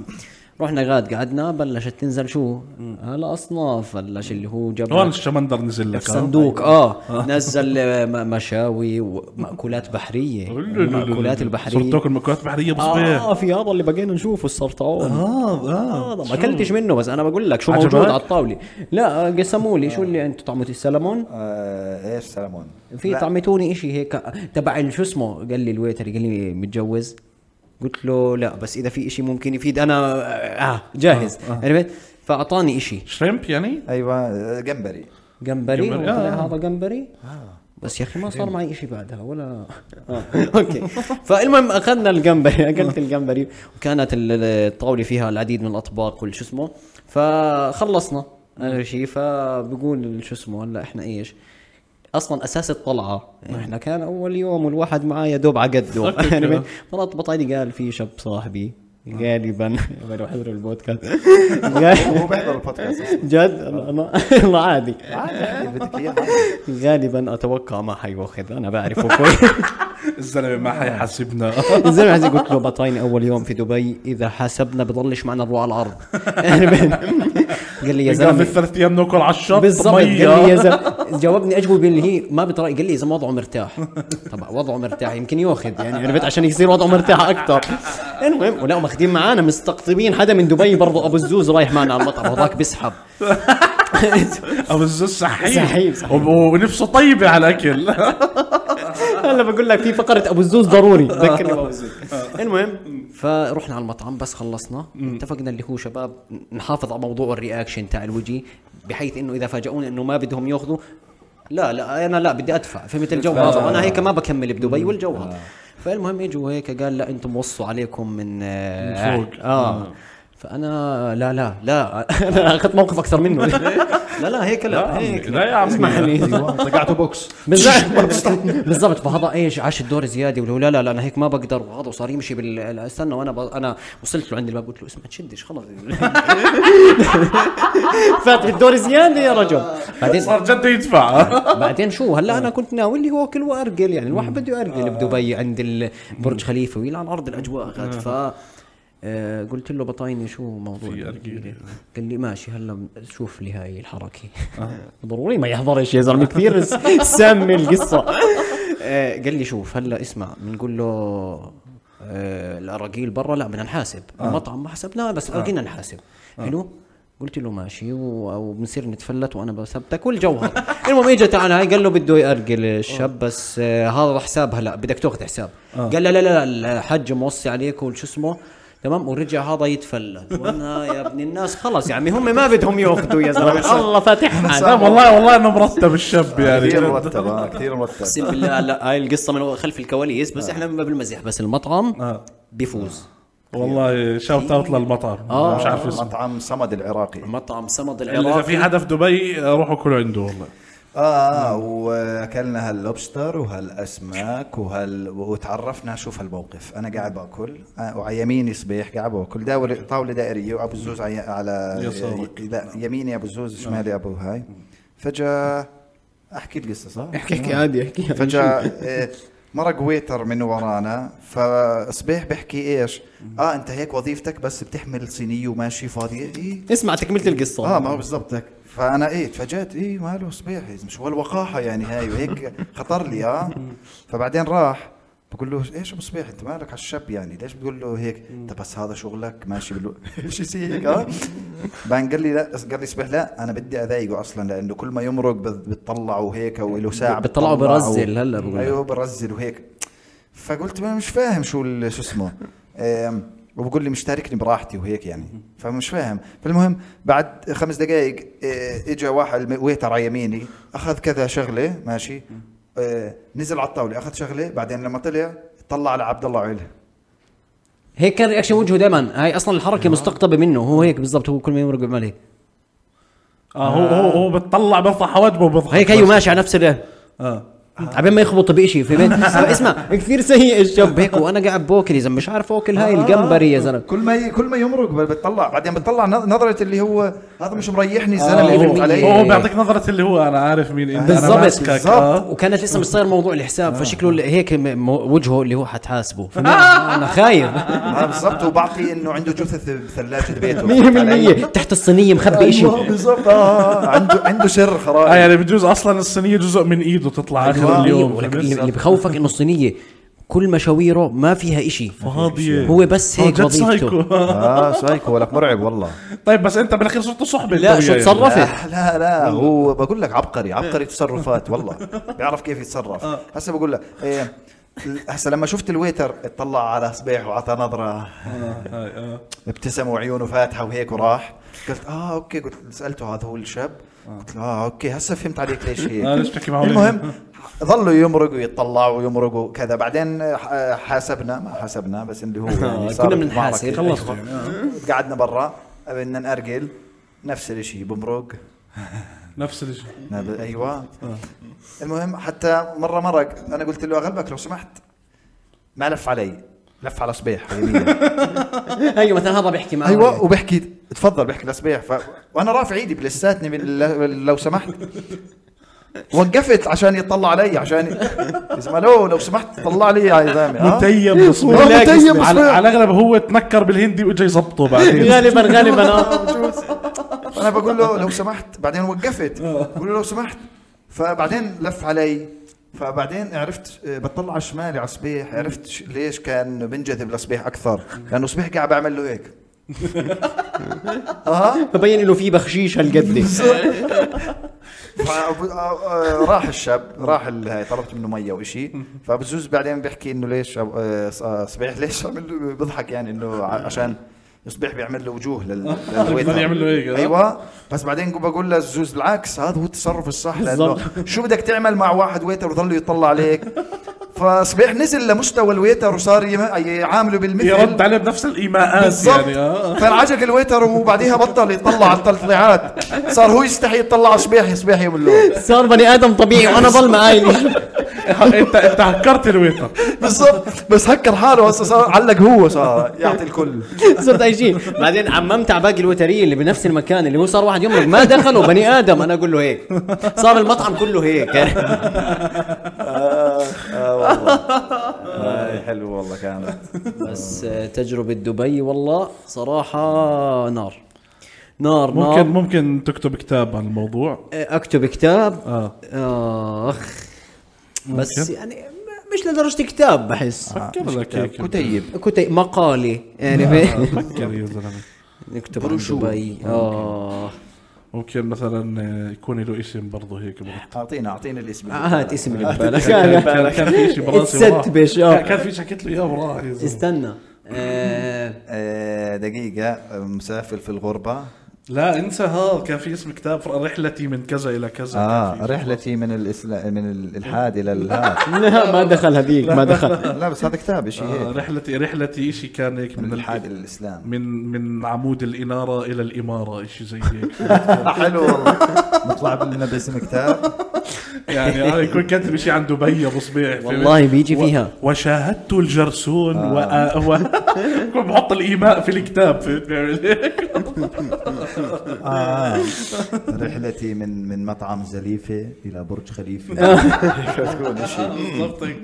[SPEAKER 2] رحنا غاد قعدنا بلشت تنزل شو هلا اصناف بلش اللي هو جاب
[SPEAKER 1] هون
[SPEAKER 2] لك
[SPEAKER 1] الشمندر نزل لك آه. <laughs>
[SPEAKER 2] صندوق اه نزل آه، م- مشاوي ومأكولات
[SPEAKER 1] <laughs>
[SPEAKER 2] بحريه
[SPEAKER 1] أيوة.
[SPEAKER 2] المأكولات البحريه
[SPEAKER 1] صرت تاكل مأكولات بحرية بصبيح
[SPEAKER 2] اه في هذا اللي بقينا نشوفه السرطان
[SPEAKER 1] اه
[SPEAKER 2] هذا
[SPEAKER 1] اه
[SPEAKER 2] ما اكلتش منه بس انا بقول لك شو
[SPEAKER 1] عجبك؟
[SPEAKER 2] موجود على الطاوله لا آه، قسموا لي شو اللي انتم طعمه السلمون
[SPEAKER 3] آه، ايش سلمون
[SPEAKER 2] في
[SPEAKER 3] لا،
[SPEAKER 2] طعمتوني اشي هيك تبع ال- شو اسمه قال لي الويتر قال لي متجوز قلت له لا بس اذا في اشي ممكن يفيد انا آه جاهز عرفت فاعطاني اشي
[SPEAKER 1] شريمب يعني
[SPEAKER 3] ايوه آه، جمبري
[SPEAKER 2] جمبري
[SPEAKER 1] جمبري،
[SPEAKER 2] وطلع
[SPEAKER 1] آه.
[SPEAKER 2] هذا جمبري بس يا اخي ما صار معي شيء بعدها ولا آه. <laughs> اوكي فالمهم اخذنا الجمبري <laughs> اكلت الجمبري وكانت ال- ال- الطاوله فيها العديد من الاطباق والشو اسمه فخلصنا اخر شيء فبقول شو اسمه هلا احنا ايش اصلا اساس الطلعه احنا كان اول يوم والواحد معاه يا دوب على قده
[SPEAKER 1] أكيد
[SPEAKER 2] <laughs> يعني
[SPEAKER 1] كده.
[SPEAKER 2] مرات بطلي قال في شاب صاحبي
[SPEAKER 1] آه. <laughs>
[SPEAKER 2] غالبا <laughs> بروح احضر البودكاست <laughs>
[SPEAKER 3] هو بحضر البودكاست أصلاً.
[SPEAKER 2] جد <laughs> الله الله عادي
[SPEAKER 1] آه.
[SPEAKER 3] عادي، عادي، بدك اياه عادي.
[SPEAKER 2] غالبا اتوقع ما حيوخذ انا بعرفه كويس
[SPEAKER 1] الزلمة ما حيحاسبنا
[SPEAKER 2] زي ما عزيز قلت له بطايني اول يوم في دبي اذا حاسبنا بضلش معنا الروح على الارض <laughs>
[SPEAKER 1] <laughs>
[SPEAKER 2] قال لي يا
[SPEAKER 1] قبل
[SPEAKER 2] زلمه
[SPEAKER 1] الثلاث ايام ناكل على الشط
[SPEAKER 2] بالضبط قال
[SPEAKER 1] مية.
[SPEAKER 2] لي يا زلمه جاوبني اجوبه اللي هي ما بتراي قال لي يا زلمه وضعه مرتاح طبعا وضعه مرتاح يمكن ياخذ يعني عرفت عشان يصير وضعه مرتاح اكثر المهم ولا ماخذين معانا مستقطبين حدا من دبي برضه ابو الزوز رايح معنا على المطعم هذاك بيسحب
[SPEAKER 1] <laughs> او الزوز صحيح
[SPEAKER 2] صحيح، صحيح.
[SPEAKER 1] وب- ونفسه طيبة على <laughs> الاكل
[SPEAKER 2] <laughs> هلا بقول لك في فقره ابو الزوز ضروري ذكرني بابو الزوز آه. المهم فرحنا آه. على المطعم بس خلصنا اتفقنا اللي هو شباب نحافظ على موضوع الرياكشن تاع الوجه بحيث انه اذا فاجئونا انه ما بدهم ياخذوا لا لا انا لا بدي ادفع فهمت الجو هذا وانا هيك ما بكمل بدبي والجو
[SPEAKER 1] آه.
[SPEAKER 2] هذا فالمهم اجوا هيك قال لا انتم وصوا عليكم من آه،
[SPEAKER 1] من فوق.
[SPEAKER 2] اه فانا لا لا لا <laughs> انا اخذت موقف اكثر منه <laughs> لا لا هيك لا هيك
[SPEAKER 1] لا يا عمي.
[SPEAKER 2] اسمعني
[SPEAKER 1] <laughs>
[SPEAKER 3] أيوة، طقعته بوكس
[SPEAKER 2] بالضبط بالضبط فهذا ايش عاش الدور زياده ولو لا لا لا انا هيك ما بقدر وهذا وصار يمشي بال لا، استنى وانا ب... انا وصلت له عند الباب قلت له اسمع تشدش خلص <laughs> فاتح الدور زياده يا رجل بعدين
[SPEAKER 1] صار جد
[SPEAKER 3] <laughs>
[SPEAKER 1] يدفع
[SPEAKER 2] <laughs> بعدين شو هلا انا كنت ناوي اللي هو كل وارجل يعني الواحد بده يارجل بدبي عند ال- برج خليفه ويلعن عرض الاجواء غاد ف آه، قلت له بطايني شو موضوع
[SPEAKER 1] في
[SPEAKER 2] الأرجيلة؟
[SPEAKER 1] أرجيلة.
[SPEAKER 2] قال لي ماشي هلا شوف لي هاي الحركه <laughs> ضروري ما يحضرش يا زلمه كثير س- سامه القصه آه، قال لي شوف هلا اسمع بنقول له آه، الاراجيل برا لا بدنا نحاسب
[SPEAKER 1] آه.
[SPEAKER 2] المطعم ما حسبناه بس الاراجيل نحاسب حلو قلت له ماشي و- وبنصير نتفلت وانا بثبتك والجوهر <laughs> المهم اجت على هاي قال له بده يارجل الشاب بس آه، هذا حساب هلا بدك تاخذ حساب
[SPEAKER 1] آه.
[SPEAKER 2] قال لا لا لا الحج موصي عليك وشو اسمه تمام ورجع هذا يتفلت <laughs> وانا يا ابن الناس خلص يعني هم ما بدهم ياخذوا
[SPEAKER 1] <laughs>
[SPEAKER 2] يا زلمه الله
[SPEAKER 1] لا
[SPEAKER 2] فاتحنا
[SPEAKER 1] والله والله انه مرتب
[SPEAKER 3] <laughs>
[SPEAKER 1] الشاب يعني
[SPEAKER 3] كثير مرتب آه، كثير مرتب
[SPEAKER 2] اقسم بالله لا هاي القصه من خلف الكواليس بس احنا ما بالمزح بس المطعم
[SPEAKER 1] آه.
[SPEAKER 2] بيفوز
[SPEAKER 1] والله شاوت اوت للمطعم
[SPEAKER 3] آه،
[SPEAKER 1] مش عارف اسمه
[SPEAKER 3] مطعم صمد العراقي
[SPEAKER 2] مطعم صمد
[SPEAKER 1] اذا في
[SPEAKER 2] العراقي
[SPEAKER 1] حدا في دبي روحوا كلوا عنده والله
[SPEAKER 3] اه واكلنا هاللوبستر وهالاسماك وهال وتعرفنا شوف هالموقف انا قاعد باكل آه، وعلى يميني صبيح قاعد باكل داور طاوله دائريه وابو الزوز على, على
[SPEAKER 1] يسارك.
[SPEAKER 3] لا، يميني ابو الزوز شمالي ابو هاي فجاه احكي القصه صح؟
[SPEAKER 5] احكي احكي إيه، عادي احكي يعني
[SPEAKER 3] فجاه إيه، مرق ويتر من ورانا فصبيح بيحكي ايش؟ اه انت هيك وظيفتك بس بتحمل صينيه وماشي فاضيه إيه
[SPEAKER 5] اسمع تكمله القصه
[SPEAKER 3] اه ما هو بالضبط هيك فانا ايه تفاجات ايه ماله صبيح يا زلمة، شو هالوقاحه يعني هاي وهيك خطر لي اه فبعدين راح بقول له ايش ابو صبيح انت مالك على الشاب يعني ليش بتقول له هيك انت بس هذا شغلك ماشي بالو <laughs> ايش يصير هيك اه بعدين قال لي لا قال لي صبيح لا انا بدي اضايقه اصلا لانه كل ما يمرق بت- بتطلعه هيك وله ساعه
[SPEAKER 2] بتطلعه
[SPEAKER 3] بتطلعه.
[SPEAKER 2] برزل هلا بقول لك.
[SPEAKER 3] ايوه برزل وهيك فقلت ما أنا مش فاهم شو ال- شو اسمه أم، وبقول لي مش تاركني براحتي وهيك يعني فمش فاهم فالمهم بعد خمس دقائق اجى واحد الم- ويتر على يميني اخذ كذا شغله ماشي أه، نزل على الطاوله اخذ شغله بعدين لما طلع طلع على عبد الله عيله
[SPEAKER 2] هيك كان رياكشن وجهه دائما هاي اصلا
[SPEAKER 3] آه.
[SPEAKER 2] الحركه مستقطبه منه هو هيك بالضبط هو كل ما يمرق بيعمل هيك
[SPEAKER 1] اه هو
[SPEAKER 3] آه.
[SPEAKER 1] هو هو بتطلع برفع حواجبه وبضحك
[SPEAKER 2] هيك هيو ماشي على نفس الرياكشن
[SPEAKER 1] اه
[SPEAKER 2] عبين ما يخبط بشيء في
[SPEAKER 3] <laughs>
[SPEAKER 2] بيت اسمع كثير سيء الشاب هيك وانا قاعد باكل يا زلمه مش عارف اكل
[SPEAKER 3] آه.
[SPEAKER 2] هاي الجمبري يا زلمه
[SPEAKER 3] كل ما ي- كل ما يمرق ب- بتطلع بعدين بتطلع نظ- نظره اللي هو هذا مش مريحني الزلمه
[SPEAKER 2] آه،
[SPEAKER 3] يفرق علي
[SPEAKER 1] هو هو بيعطيك نظرة اللي هو انا عارف مين انت أنا
[SPEAKER 2] بالضبط،
[SPEAKER 1] ماسكك،
[SPEAKER 3] بالضبط.
[SPEAKER 1] آه.
[SPEAKER 2] وكانت لسه مش صاير موضوع الحساب
[SPEAKER 3] آه.
[SPEAKER 2] فشكله اللي هيك م- مو- وجهه اللي هو
[SPEAKER 3] <laughs>
[SPEAKER 2] حتحاسبه فما- انا خايف <laughs>
[SPEAKER 3] آه، بالضبط وبعطي انه عنده جثث بثلاجه بيته
[SPEAKER 2] 100% تحت الصينيه مخبي
[SPEAKER 3] ايوه
[SPEAKER 2] شيء
[SPEAKER 3] بالضبط آه، عنده عنده سر خرائي
[SPEAKER 1] اه يعني بجوز اصلا الصينية جزء من ايده تطلع اخر
[SPEAKER 3] آه.
[SPEAKER 1] اليوم
[SPEAKER 2] ولك-
[SPEAKER 1] فبس-
[SPEAKER 2] أيوة. اللي اللي بخوفك انه الصينيه كل مشاويره ما فيها إشي
[SPEAKER 1] فاضية
[SPEAKER 2] هو بس هيك
[SPEAKER 1] آه، جد
[SPEAKER 2] <laughs> وظيفته
[SPEAKER 1] سايكو.
[SPEAKER 3] اه سايكو ولك مرعب والله
[SPEAKER 1] طيب بس انت بالاخير صرتوا صحبة
[SPEAKER 2] لا،
[SPEAKER 1] أنت
[SPEAKER 2] شو
[SPEAKER 1] وياه
[SPEAKER 2] تصرف؟
[SPEAKER 1] يعني.
[SPEAKER 2] رفع.
[SPEAKER 3] لا لا لا هو بقول لك عبقري عبقري تصرفات والله بيعرف كيف يتصرف هسه بقول لك إيه، هسه لما شفت الويتر اطلع على صبيح وعطى نظره
[SPEAKER 1] هاي، آه.
[SPEAKER 3] ابتسم وعيونه فاتحه وهيك وراح قلت اه اوكي قلت سالته هذا هو الشاب قلت له اه اوكي هسه فهمت عليك ليش هيك
[SPEAKER 1] آه، ليش بتحكي معه
[SPEAKER 3] المهم ظلوا يمرقوا يتطلعوا ويمرقوا كذا بعدين آه، حاسبنا ما حاسبنا بس اللي
[SPEAKER 1] <laughs>
[SPEAKER 3] هو
[SPEAKER 1] آه،
[SPEAKER 3] يعني صار
[SPEAKER 2] كنا بنحاسب.
[SPEAKER 3] معركة.
[SPEAKER 2] خلصت.
[SPEAKER 1] يعني،
[SPEAKER 3] قعدنا برا بدنا نأرجل نفس الشيء بمرق
[SPEAKER 1] نفس الشيء
[SPEAKER 3] نب- ايوه
[SPEAKER 1] آه.
[SPEAKER 3] المهم حتى مره مرق انا قلت له اغلبك لو سمحت ما لف علي لف على صبيح على يمينه.
[SPEAKER 2] ايوه مثلا هذا بيحكي معه
[SPEAKER 3] ايوه وبحكي تفضل بحكي لصبيح ف... وانا رافع ايدي بلساتني بال... لو سمحت وقفت عشان يطلع علي عشان يا زلمه لو لو سمحت طلع لي يا زلمه ها؟
[SPEAKER 1] متيم بصبيح
[SPEAKER 3] والله متيم
[SPEAKER 1] على-
[SPEAKER 3] بصبيح.
[SPEAKER 1] على الاغلب هو تنكر بالهندي واجا يظبطه
[SPEAKER 2] <laughs>
[SPEAKER 1] بعدين
[SPEAKER 2] غالبا غالبا اه
[SPEAKER 3] انا بقول له لو سمحت بعدين وقفت بقول له لو سمحت فبعدين لف علي فبعدين عرفت آه، بطلع على شمالي على صبيح عرفت ش- ليش كان بنجذب لصبيح اكثر لانه صبيح قاعد بعمل له هيك <laughs> اه
[SPEAKER 2] فبين انه في بخشيش هالقد
[SPEAKER 3] فأبو- آه، آه، راح الشاب راح ال- هاي طلبت منه ميه وإشي فبزوز بعدين بيحكي انه ليش أب- آه، ص- آه، صبيح <laughs> ليش عمل له بضحك يعني انه ع- عشان صبيح بيعمل له وجوه
[SPEAKER 1] <laughs>
[SPEAKER 3] لل للويتر.
[SPEAKER 1] يعمل له هيك، آه.
[SPEAKER 3] ايوه بس بعدين بقول للزوز بالعكس هذا هو التصرف الصح لانه <laughs> شو بدك تعمل مع واحد ويتر وظل يطلع عليك فصبيح نزل لمستوى الويتر وصار يم- يعامله بالمثل
[SPEAKER 1] يرد عليه بنفس الايماءات
[SPEAKER 3] بالضبط
[SPEAKER 1] يعني اه
[SPEAKER 3] فانعجق الويتر وبعديها بطل يطلع على التطليعات صار هو يستحي يطلع على صبيح صبيح يعمل له
[SPEAKER 2] صار بني ادم طبيعي وانا ظلمه عايل
[SPEAKER 1] انت انت هكرت الويتر
[SPEAKER 3] بالضبط بس هكر حاله هسه صار علق هو صار يعطي الكل
[SPEAKER 2] <laughs> صرت اي شيء بعدين عممت على باقي الوتريه اللي بنفس المكان اللي هو صار واحد يمرق ما دخلوا بني ادم انا اقول له هيك صار المطعم كله هيك <laughs>
[SPEAKER 3] اه والله هاي حلو والله كانت
[SPEAKER 2] بس آه، تجربه دبي والله صراحه نار نار
[SPEAKER 1] ممكن
[SPEAKER 2] نار
[SPEAKER 1] ممكن تكتب كتاب عن الموضوع
[SPEAKER 2] آه، اكتب كتاب
[SPEAKER 1] اه
[SPEAKER 2] اخ بس يعني م- مش لدرجه كتاب بحس
[SPEAKER 1] فكر لك هيك
[SPEAKER 3] كتيب
[SPEAKER 2] كتب مقالي
[SPEAKER 1] آه،
[SPEAKER 2] يعني ب- <laughs>
[SPEAKER 1] فكر يا زلمه
[SPEAKER 2] نكتب عن دبي اه
[SPEAKER 1] ممكن مثلا يكون له اسم برضه هيك مرتب.
[SPEAKER 3] اعطينا اعطينا الاسم
[SPEAKER 2] آه، هات اسم <laughs> اللي ببالك
[SPEAKER 1] <laughs> كان كان- كان في شيء
[SPEAKER 2] <laughs>
[SPEAKER 1] براسي وراه.
[SPEAKER 2] اتستبش، آه.
[SPEAKER 1] كان- كان في شيء حكيت له اياه وراه يا زلمة. <laughs>
[SPEAKER 2] استنى آه،
[SPEAKER 3] آه، دقيقة مسافر في الغربة
[SPEAKER 1] لا انسى هذا كان في اسم كتاب رحلتي من كذا الى كذا كان في
[SPEAKER 3] اه
[SPEAKER 1] اسم.
[SPEAKER 3] رحلتي من الإسلا... من الالحاد الى الهاد <laughs>
[SPEAKER 5] لا ما دخل هذيك ما
[SPEAKER 1] <laughs>
[SPEAKER 5] دخل
[SPEAKER 3] لا بس هذا كتاب شيء
[SPEAKER 2] إيه.
[SPEAKER 1] آه
[SPEAKER 3] هيك
[SPEAKER 1] رحلتي رحلتي شيء كان هيك
[SPEAKER 3] من
[SPEAKER 1] من
[SPEAKER 3] الالحاد
[SPEAKER 1] الحادث
[SPEAKER 3] الى الاسلام
[SPEAKER 1] من من عمود الاناره الى الاماره شيء زي هيك
[SPEAKER 3] <laughs>
[SPEAKER 1] <laughs>
[SPEAKER 3] حلو والله نطلع لنا باسم كتاب
[SPEAKER 1] يعني انا يكون كاتب شيء عن دبي ابو صبيح في-
[SPEAKER 2] والله بيجي فيها.
[SPEAKER 1] و... وشاهدت الجرسون آه. و... و... <laughs> بحط الايماء في الكتاب فهمت؟ يعني بعمل هيك.
[SPEAKER 3] آه. رحلتي من من مطعم زليفه الى برج خليفه <laughs> تكون شيء
[SPEAKER 1] <laughs> بالضبط هيك.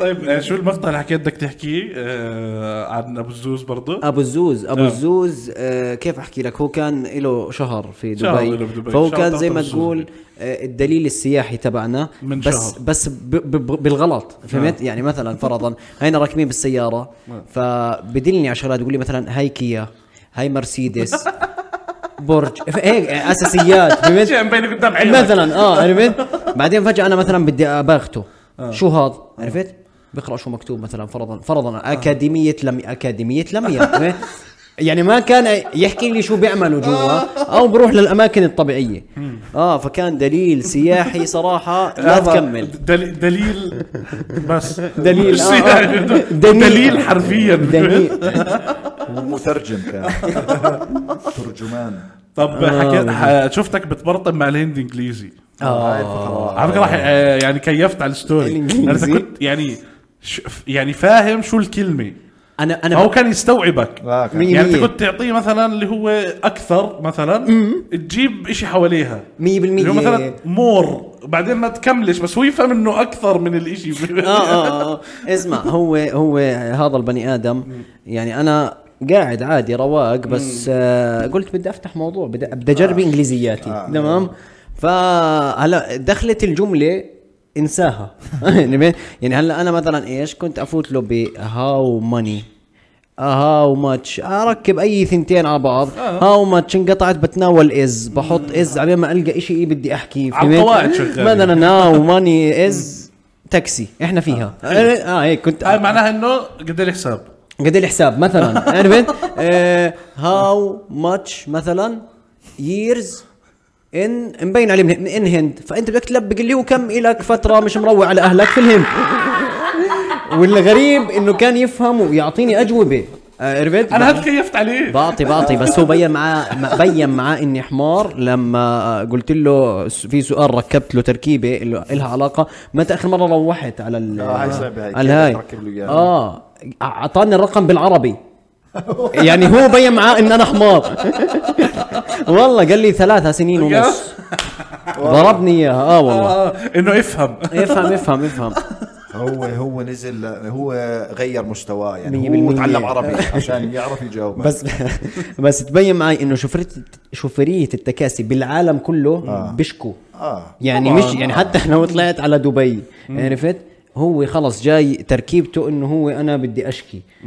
[SPEAKER 1] طيب آه، شو المقطع اللي حكيت بدك تحكيه آه، عن ابو الزوز برضه
[SPEAKER 2] ابو الزوز ابو
[SPEAKER 1] آه.
[SPEAKER 2] الزوز آه كيف احكي لك هو كان له شهر في
[SPEAKER 1] شهر
[SPEAKER 2] دبي
[SPEAKER 1] له بدبي.
[SPEAKER 2] فهو
[SPEAKER 1] شهر
[SPEAKER 2] كان
[SPEAKER 1] تحت
[SPEAKER 2] زي ما
[SPEAKER 1] أبو الزوز
[SPEAKER 2] تقول
[SPEAKER 1] هيك.
[SPEAKER 2] آه الدليل السياحي تبعنا
[SPEAKER 1] من
[SPEAKER 2] بس
[SPEAKER 1] شهر. نعم.
[SPEAKER 2] بس ب ب ب بالغلط فهمت يعني مثلا فرضا هينا راكبين بالسياره فبدلني على شغلات بيقول لي مثلا هاي كيا هاي
[SPEAKER 1] <laughs>
[SPEAKER 2] مرسيدس برج ف- هيك اساسيات فهمت
[SPEAKER 1] شيء يعني مبين قدام عينك
[SPEAKER 2] مثلا اه عرفت <laughs> بعدين فجاه انا مثلا بدي اباغته شو هذا عرفت بقرا شو مكتوب مثلا فرضا فرضا اكاديميه لم اكاديميه لمية عرفت؟ يعني ما كان يحكي لي شو بيعملوا جوا او بروح للاماكن الطبيعيه اه فكان دليل سياحي صراحه <laughs> لا
[SPEAKER 1] هذا
[SPEAKER 2] تكمل
[SPEAKER 1] دل... دليل بس <laughs>
[SPEAKER 2] دليل، آه، آه.
[SPEAKER 1] دليل,
[SPEAKER 2] <laughs> دليل.
[SPEAKER 1] دليل حرفيا
[SPEAKER 2] دليل
[SPEAKER 3] مترجم كان <laughs> ترجمان
[SPEAKER 1] طب حكيت ح- شفتك بتبرطم مع الهند انجليزي
[SPEAKER 3] هاي الفقرة.
[SPEAKER 1] على فكره راح- آه، يعني كيفت على الستوري انا
[SPEAKER 5] الإنجليزي.
[SPEAKER 1] كنت يعني ش... يعني فاهم شو الكلمه
[SPEAKER 2] انا انا
[SPEAKER 1] هو كان يستوعبك
[SPEAKER 3] آه، كان.
[SPEAKER 1] يعني انت
[SPEAKER 2] مية.
[SPEAKER 1] كنت تعطيه مثلا اللي هو اكثر مثلا تجيب شيء حواليها
[SPEAKER 2] 100%
[SPEAKER 1] اللي هو مثلا مور بعدين ما تكملش بس هو يفهم انه اكثر من الاشي
[SPEAKER 2] <laughs>
[SPEAKER 1] <laughs>
[SPEAKER 2] آه, آه, اه اسمع هو هو هذا البني ادم يعني انا قاعد عادي رواق بس آه قلت بدي افتح موضوع بدي بدي
[SPEAKER 1] آه.
[SPEAKER 2] اجرب انجليزياتي تمام فهلا دخلت الجمله انساها <laughs> يعني هلا انا مثلا ايش كنت افوت له بهاو ماني هاو ماتش اركب اي ثنتين على بعض
[SPEAKER 1] آه.
[SPEAKER 2] هاو ماتش انقطعت بتناول از بحط از على ما القى شيء بدي احكيه
[SPEAKER 1] على
[SPEAKER 2] فهمت؟
[SPEAKER 1] القواعد شغال.
[SPEAKER 2] مثلا ناو ماني از تاكسي احنا فيها اه هيك
[SPEAKER 1] هاي
[SPEAKER 2] كنت
[SPEAKER 1] آه، معناها انه قد الحساب
[SPEAKER 2] قد الحساب مثلا <laughs> عرفت آه، هاو ماتش مثلا ييرز ان مبين عليه من ان هند فانت بدك تلبق اللي هو كم الك فتره مش مروع على اهلك في الهند <laughs> والغريب انه كان يفهم ويعطيني اجوبه آه، عرفت
[SPEAKER 1] انا هاد كيفت عليه
[SPEAKER 2] بعطي بعطي بس هو بين معاه ما- بين معاه اني حمار لما قلت له س- في سؤال ركبت له تركيبه اللي لها علاقه متى اخر مره روحت على ال
[SPEAKER 3] آه، هاي صعبة هاي.
[SPEAKER 2] على الهاي
[SPEAKER 3] كيف تركب له إياها؟
[SPEAKER 2] اه اعطاني الرقم بالعربي يعني هو بين معاه ان انا حمار <laughs> والله قال لي ثلاثة سنين
[SPEAKER 3] <laughs>
[SPEAKER 2] ونص ضربني اياها اه والله
[SPEAKER 1] آه، انه افهم
[SPEAKER 2] افهم افهم افهم
[SPEAKER 3] هو هو نزل هو غير مستواه
[SPEAKER 2] مية
[SPEAKER 3] يعني هو
[SPEAKER 2] بالمية.
[SPEAKER 3] تعلم
[SPEAKER 2] <laughs>
[SPEAKER 3] عربي عشان يعرف يجاوب
[SPEAKER 2] بس بس تبين معي انه شفرت شفريه التكاسي بالعالم كله
[SPEAKER 3] آه.
[SPEAKER 2] بيشكوا
[SPEAKER 3] اه
[SPEAKER 2] يعني مش يعني حتى <laughs> لو طلعت على دبي عرفت هو خلص جاي تركيبته انه هو انا بدي اشكي
[SPEAKER 3] 100%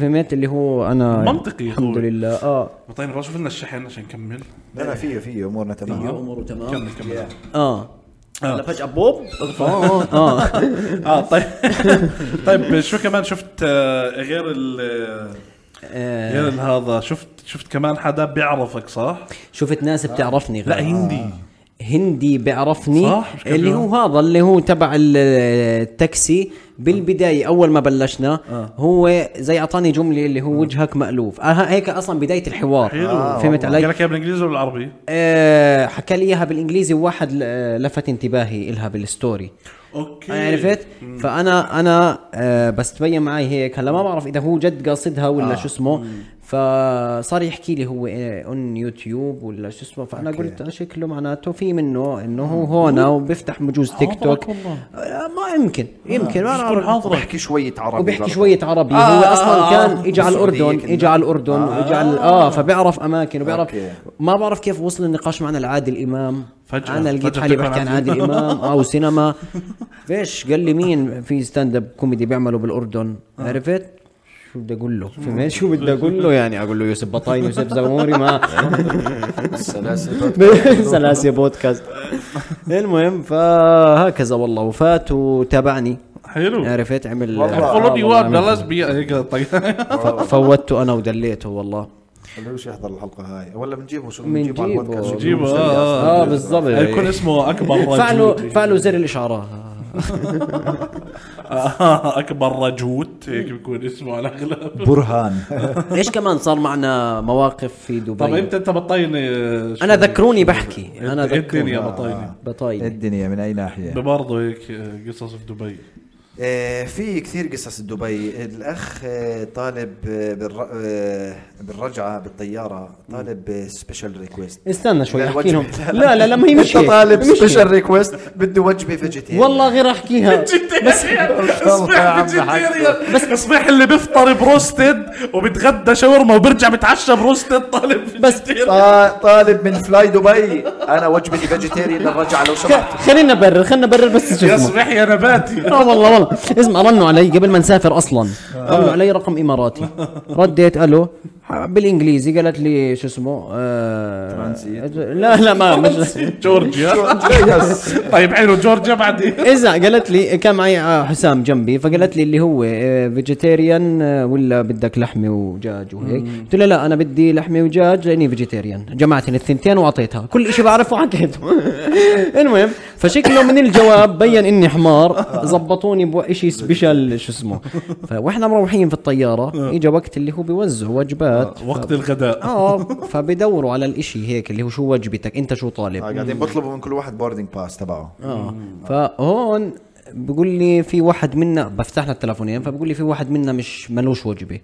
[SPEAKER 2] فهمت اللي هو انا
[SPEAKER 1] منطقي
[SPEAKER 2] الحمد
[SPEAKER 1] هو.
[SPEAKER 2] لله اه
[SPEAKER 1] <laughs> طيب خلاص شوف لنا الشحن عشان نكمل
[SPEAKER 3] لا لا في في امورنا تمام
[SPEAKER 4] اموره
[SPEAKER 2] آه.
[SPEAKER 4] تمام
[SPEAKER 1] كمل كمل
[SPEAKER 2] اه
[SPEAKER 4] هلا فجاه بوب
[SPEAKER 2] اه اه
[SPEAKER 1] اه طيب <laughs> طيب شو كمان شفت آه، غير ال آه، غير ال- هذا شفت شفت كمان حدا بيعرفك صح؟ آه.
[SPEAKER 2] شفت ناس بتعرفني
[SPEAKER 1] لا
[SPEAKER 2] غير
[SPEAKER 1] هندي
[SPEAKER 2] هندي بيعرفني
[SPEAKER 1] صح، مش كان
[SPEAKER 2] اللي
[SPEAKER 1] بيعرف.
[SPEAKER 2] هو هذا اللي هو تبع ال- التاكسي بالبدايه اول ما بلشنا
[SPEAKER 1] آه.
[SPEAKER 2] هو زي اعطاني جمله اللي هو وجهك مالوف آه هيك اصلا بدايه الحوار
[SPEAKER 1] حلو.
[SPEAKER 2] فهمت علي
[SPEAKER 1] قال لك اياها بالانجليزي ولا بالعربي؟
[SPEAKER 2] آه، حكى لي اياها بالانجليزي وواحد آه، لفت انتباهي الها بالستوري آه، يعني
[SPEAKER 1] اوكي
[SPEAKER 2] عرفت فانا انا آه، بس تبين معي هيك هلا ما بعرف اذا هو جد قاصدها ولا شو اسمه فصار يحكي لي هو اون يوتيوب ولا شو اسمه فانا قلت آه، شكله معناته في منه انه هو هون وبيفتح بجوز تيك توك آه، ما يمكن يمكن ما
[SPEAKER 1] تكون
[SPEAKER 2] بعرف
[SPEAKER 1] حاضرك
[SPEAKER 3] بحكي شوية عربي
[SPEAKER 2] وبيحكي
[SPEAKER 3] برضه.
[SPEAKER 2] شوية عربي
[SPEAKER 1] آه،
[SPEAKER 2] هو
[SPEAKER 1] آه، آه،
[SPEAKER 2] اصلا
[SPEAKER 1] آه.
[SPEAKER 2] كان اجى على
[SPEAKER 3] بالسعودية
[SPEAKER 2] الاردن
[SPEAKER 3] كنا.
[SPEAKER 2] اجى على الاردن واجى على اه فبيعرف اماكن وبيعرف
[SPEAKER 3] أوكي.
[SPEAKER 2] ما بعرف كيف وصل النقاش معنا لعادل امام
[SPEAKER 1] فجأة-
[SPEAKER 2] انا لقيت
[SPEAKER 1] فجأة
[SPEAKER 2] حالي
[SPEAKER 1] بتكلم
[SPEAKER 2] بحكي عن
[SPEAKER 1] عن عادل
[SPEAKER 2] عادل امام او سينما فيش قال لي مين في ستاند اب كوميدي بيعمله بالاردن عرفت شو بدي اقول له فهمت؟ آه. شو بدي اقول له يعني اقول له يوسف بطاين يوسف زغموري <laughs> ما
[SPEAKER 3] السلاسل
[SPEAKER 2] <laughs> سلاسي بودكاست المهم فهكذا والله وفات وتابعني
[SPEAKER 1] حلو
[SPEAKER 2] عرفت عمل
[SPEAKER 3] والله.
[SPEAKER 2] آه،
[SPEAKER 1] فولو مي
[SPEAKER 2] والله
[SPEAKER 1] وان
[SPEAKER 2] عمل-
[SPEAKER 1] خلاص بي- هيك طيب
[SPEAKER 2] فوتته انا ودليته والله
[SPEAKER 3] خلوش يحضر الحلقه هاي ولا بنجيبه شو
[SPEAKER 2] بنجيبه.
[SPEAKER 3] بنجيبه على البودكاست
[SPEAKER 1] بنجيبه،
[SPEAKER 3] شو بنسوي
[SPEAKER 1] آه.
[SPEAKER 3] أصلاً؟
[SPEAKER 5] اه بالضبط
[SPEAKER 1] يكون اسمه اكبر
[SPEAKER 2] <laughs>
[SPEAKER 1] <laughs>
[SPEAKER 2] فعلوا
[SPEAKER 1] رجوت
[SPEAKER 2] فعلوا زر الاشعارات
[SPEAKER 1] آه، اكبر رجوت هيك بيكون اسمه على الاغلب <laughs>
[SPEAKER 3] برهان <laughs>
[SPEAKER 2] <laughs> ايش كمان صار معنا مواقف في دبي
[SPEAKER 1] طب امتى انت طيب، بطيني آه،
[SPEAKER 2] انا ذكروني بحكي انا
[SPEAKER 1] انا الدنيا
[SPEAKER 2] ذكروني آه،
[SPEAKER 1] بطيني
[SPEAKER 2] بطايني
[SPEAKER 3] الدنيا من اي ناحيه
[SPEAKER 1] برضه هيك آه، قصص في دبي
[SPEAKER 3] آه، في كثير قصص دبي الأخ آه، طالب آه، بالر- آه، بالرجعة بالطيارة طالب آه، سبيشال ريكويست
[SPEAKER 5] استنى شوي احكي لهم لا لا لا ما هي مش هيك.
[SPEAKER 3] طالب
[SPEAKER 5] مش هيك.
[SPEAKER 3] سبيشال ريكويست بده وجبة فيجيتيريان
[SPEAKER 5] والله غير احكيها
[SPEAKER 1] بس اصبح فيجيتيريان بس اصبح اللي بيفطر بروستد وبتغدى شاورما وبرجع بتعشى بروستد طالب بس
[SPEAKER 3] طا- طالب من فلاي دبي أنا وجبتي فيجيتيريان للرجعة لو <laughs> سمحت
[SPEAKER 5] خلينا نبرر خلينا نبرر بس شو
[SPEAKER 1] يا
[SPEAKER 5] اسمه
[SPEAKER 1] صبح يا نباتي
[SPEAKER 5] اه والله والله اسمع رنوا علي قبل ما نسافر اصلا رنوا علي رقم اماراتي رديت الو
[SPEAKER 2] بالانجليزي قالت لي شو اسمه آه
[SPEAKER 3] ترانزيت.
[SPEAKER 5] لا لا ما مش
[SPEAKER 1] جورجيا
[SPEAKER 3] <laughs>
[SPEAKER 1] طيب حلو جورجيا بعدين
[SPEAKER 5] اسمع قالت لي
[SPEAKER 2] لي كان معي آه، حسام جنبي فقالت لي اللي هو فيجيتيريان ولا بدك لحمه ودجاج وهيك قلت لها لا انا بدي لحمه ودجاج لاني فيجيتيريان جمعت الاثنتين واعطيتها كل شيء بعرفه حكيته <laughs> المهم فشكله من الجواب بين اني حمار زبطوني بشيء سبيشال شو اسمه فاحنا مروحين في الطياره اجى وقت اللي هو بيوزع وجبات
[SPEAKER 1] وقت الغداء
[SPEAKER 2] اه فبدوروا على الاشي هيك اللي هو شو وجبتك انت شو طالب
[SPEAKER 3] قاعدين بطلبوا من كل واحد بوردنج باس تبعه
[SPEAKER 2] اه فهون بقول لي في واحد منا بفتح لها التلفونين فبقول لي في واحد منا مش ملوش وجبه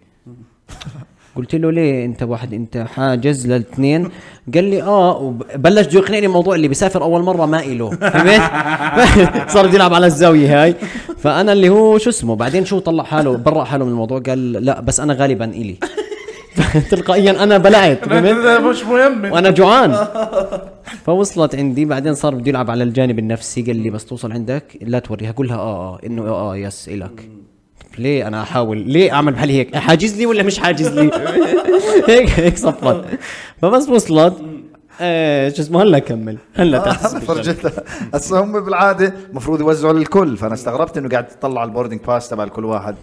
[SPEAKER 2] قلت له ليه انت واحد انت حاجز للاثنين قال لي اه وبلش بده يقنعني موضوع اللي بيسافر اول مره ما إله فهمت <laughs> صار بده يلعب على الزاويه هاي فانا اللي هو شو اسمه بعدين شو طلع حاله برأ حاله من الموضوع قال لا بس انا غالبا <laughs> الي تلقائيا انا بلعت فهمت
[SPEAKER 1] مش مهم
[SPEAKER 2] وانا جوعان فوصلت عندي بعدين صار بده يلعب على الجانب النفسي قال لي بس توصل عندك لا توريها قول لها اه اه انه اه اه يس الك ليه انا احاول ليه اعمل بحالي هيك حاجز لي ولا مش حاجز لي هيك هيك صفت فبس وصلت آه شو اسمه هلا كمل هلا تحت
[SPEAKER 3] أنا فرجتها هسه هم بالعاده المفروض يوزعوا للكل فانا استغربت انه قاعد تطلع على البوردنج باس تبع كل واحد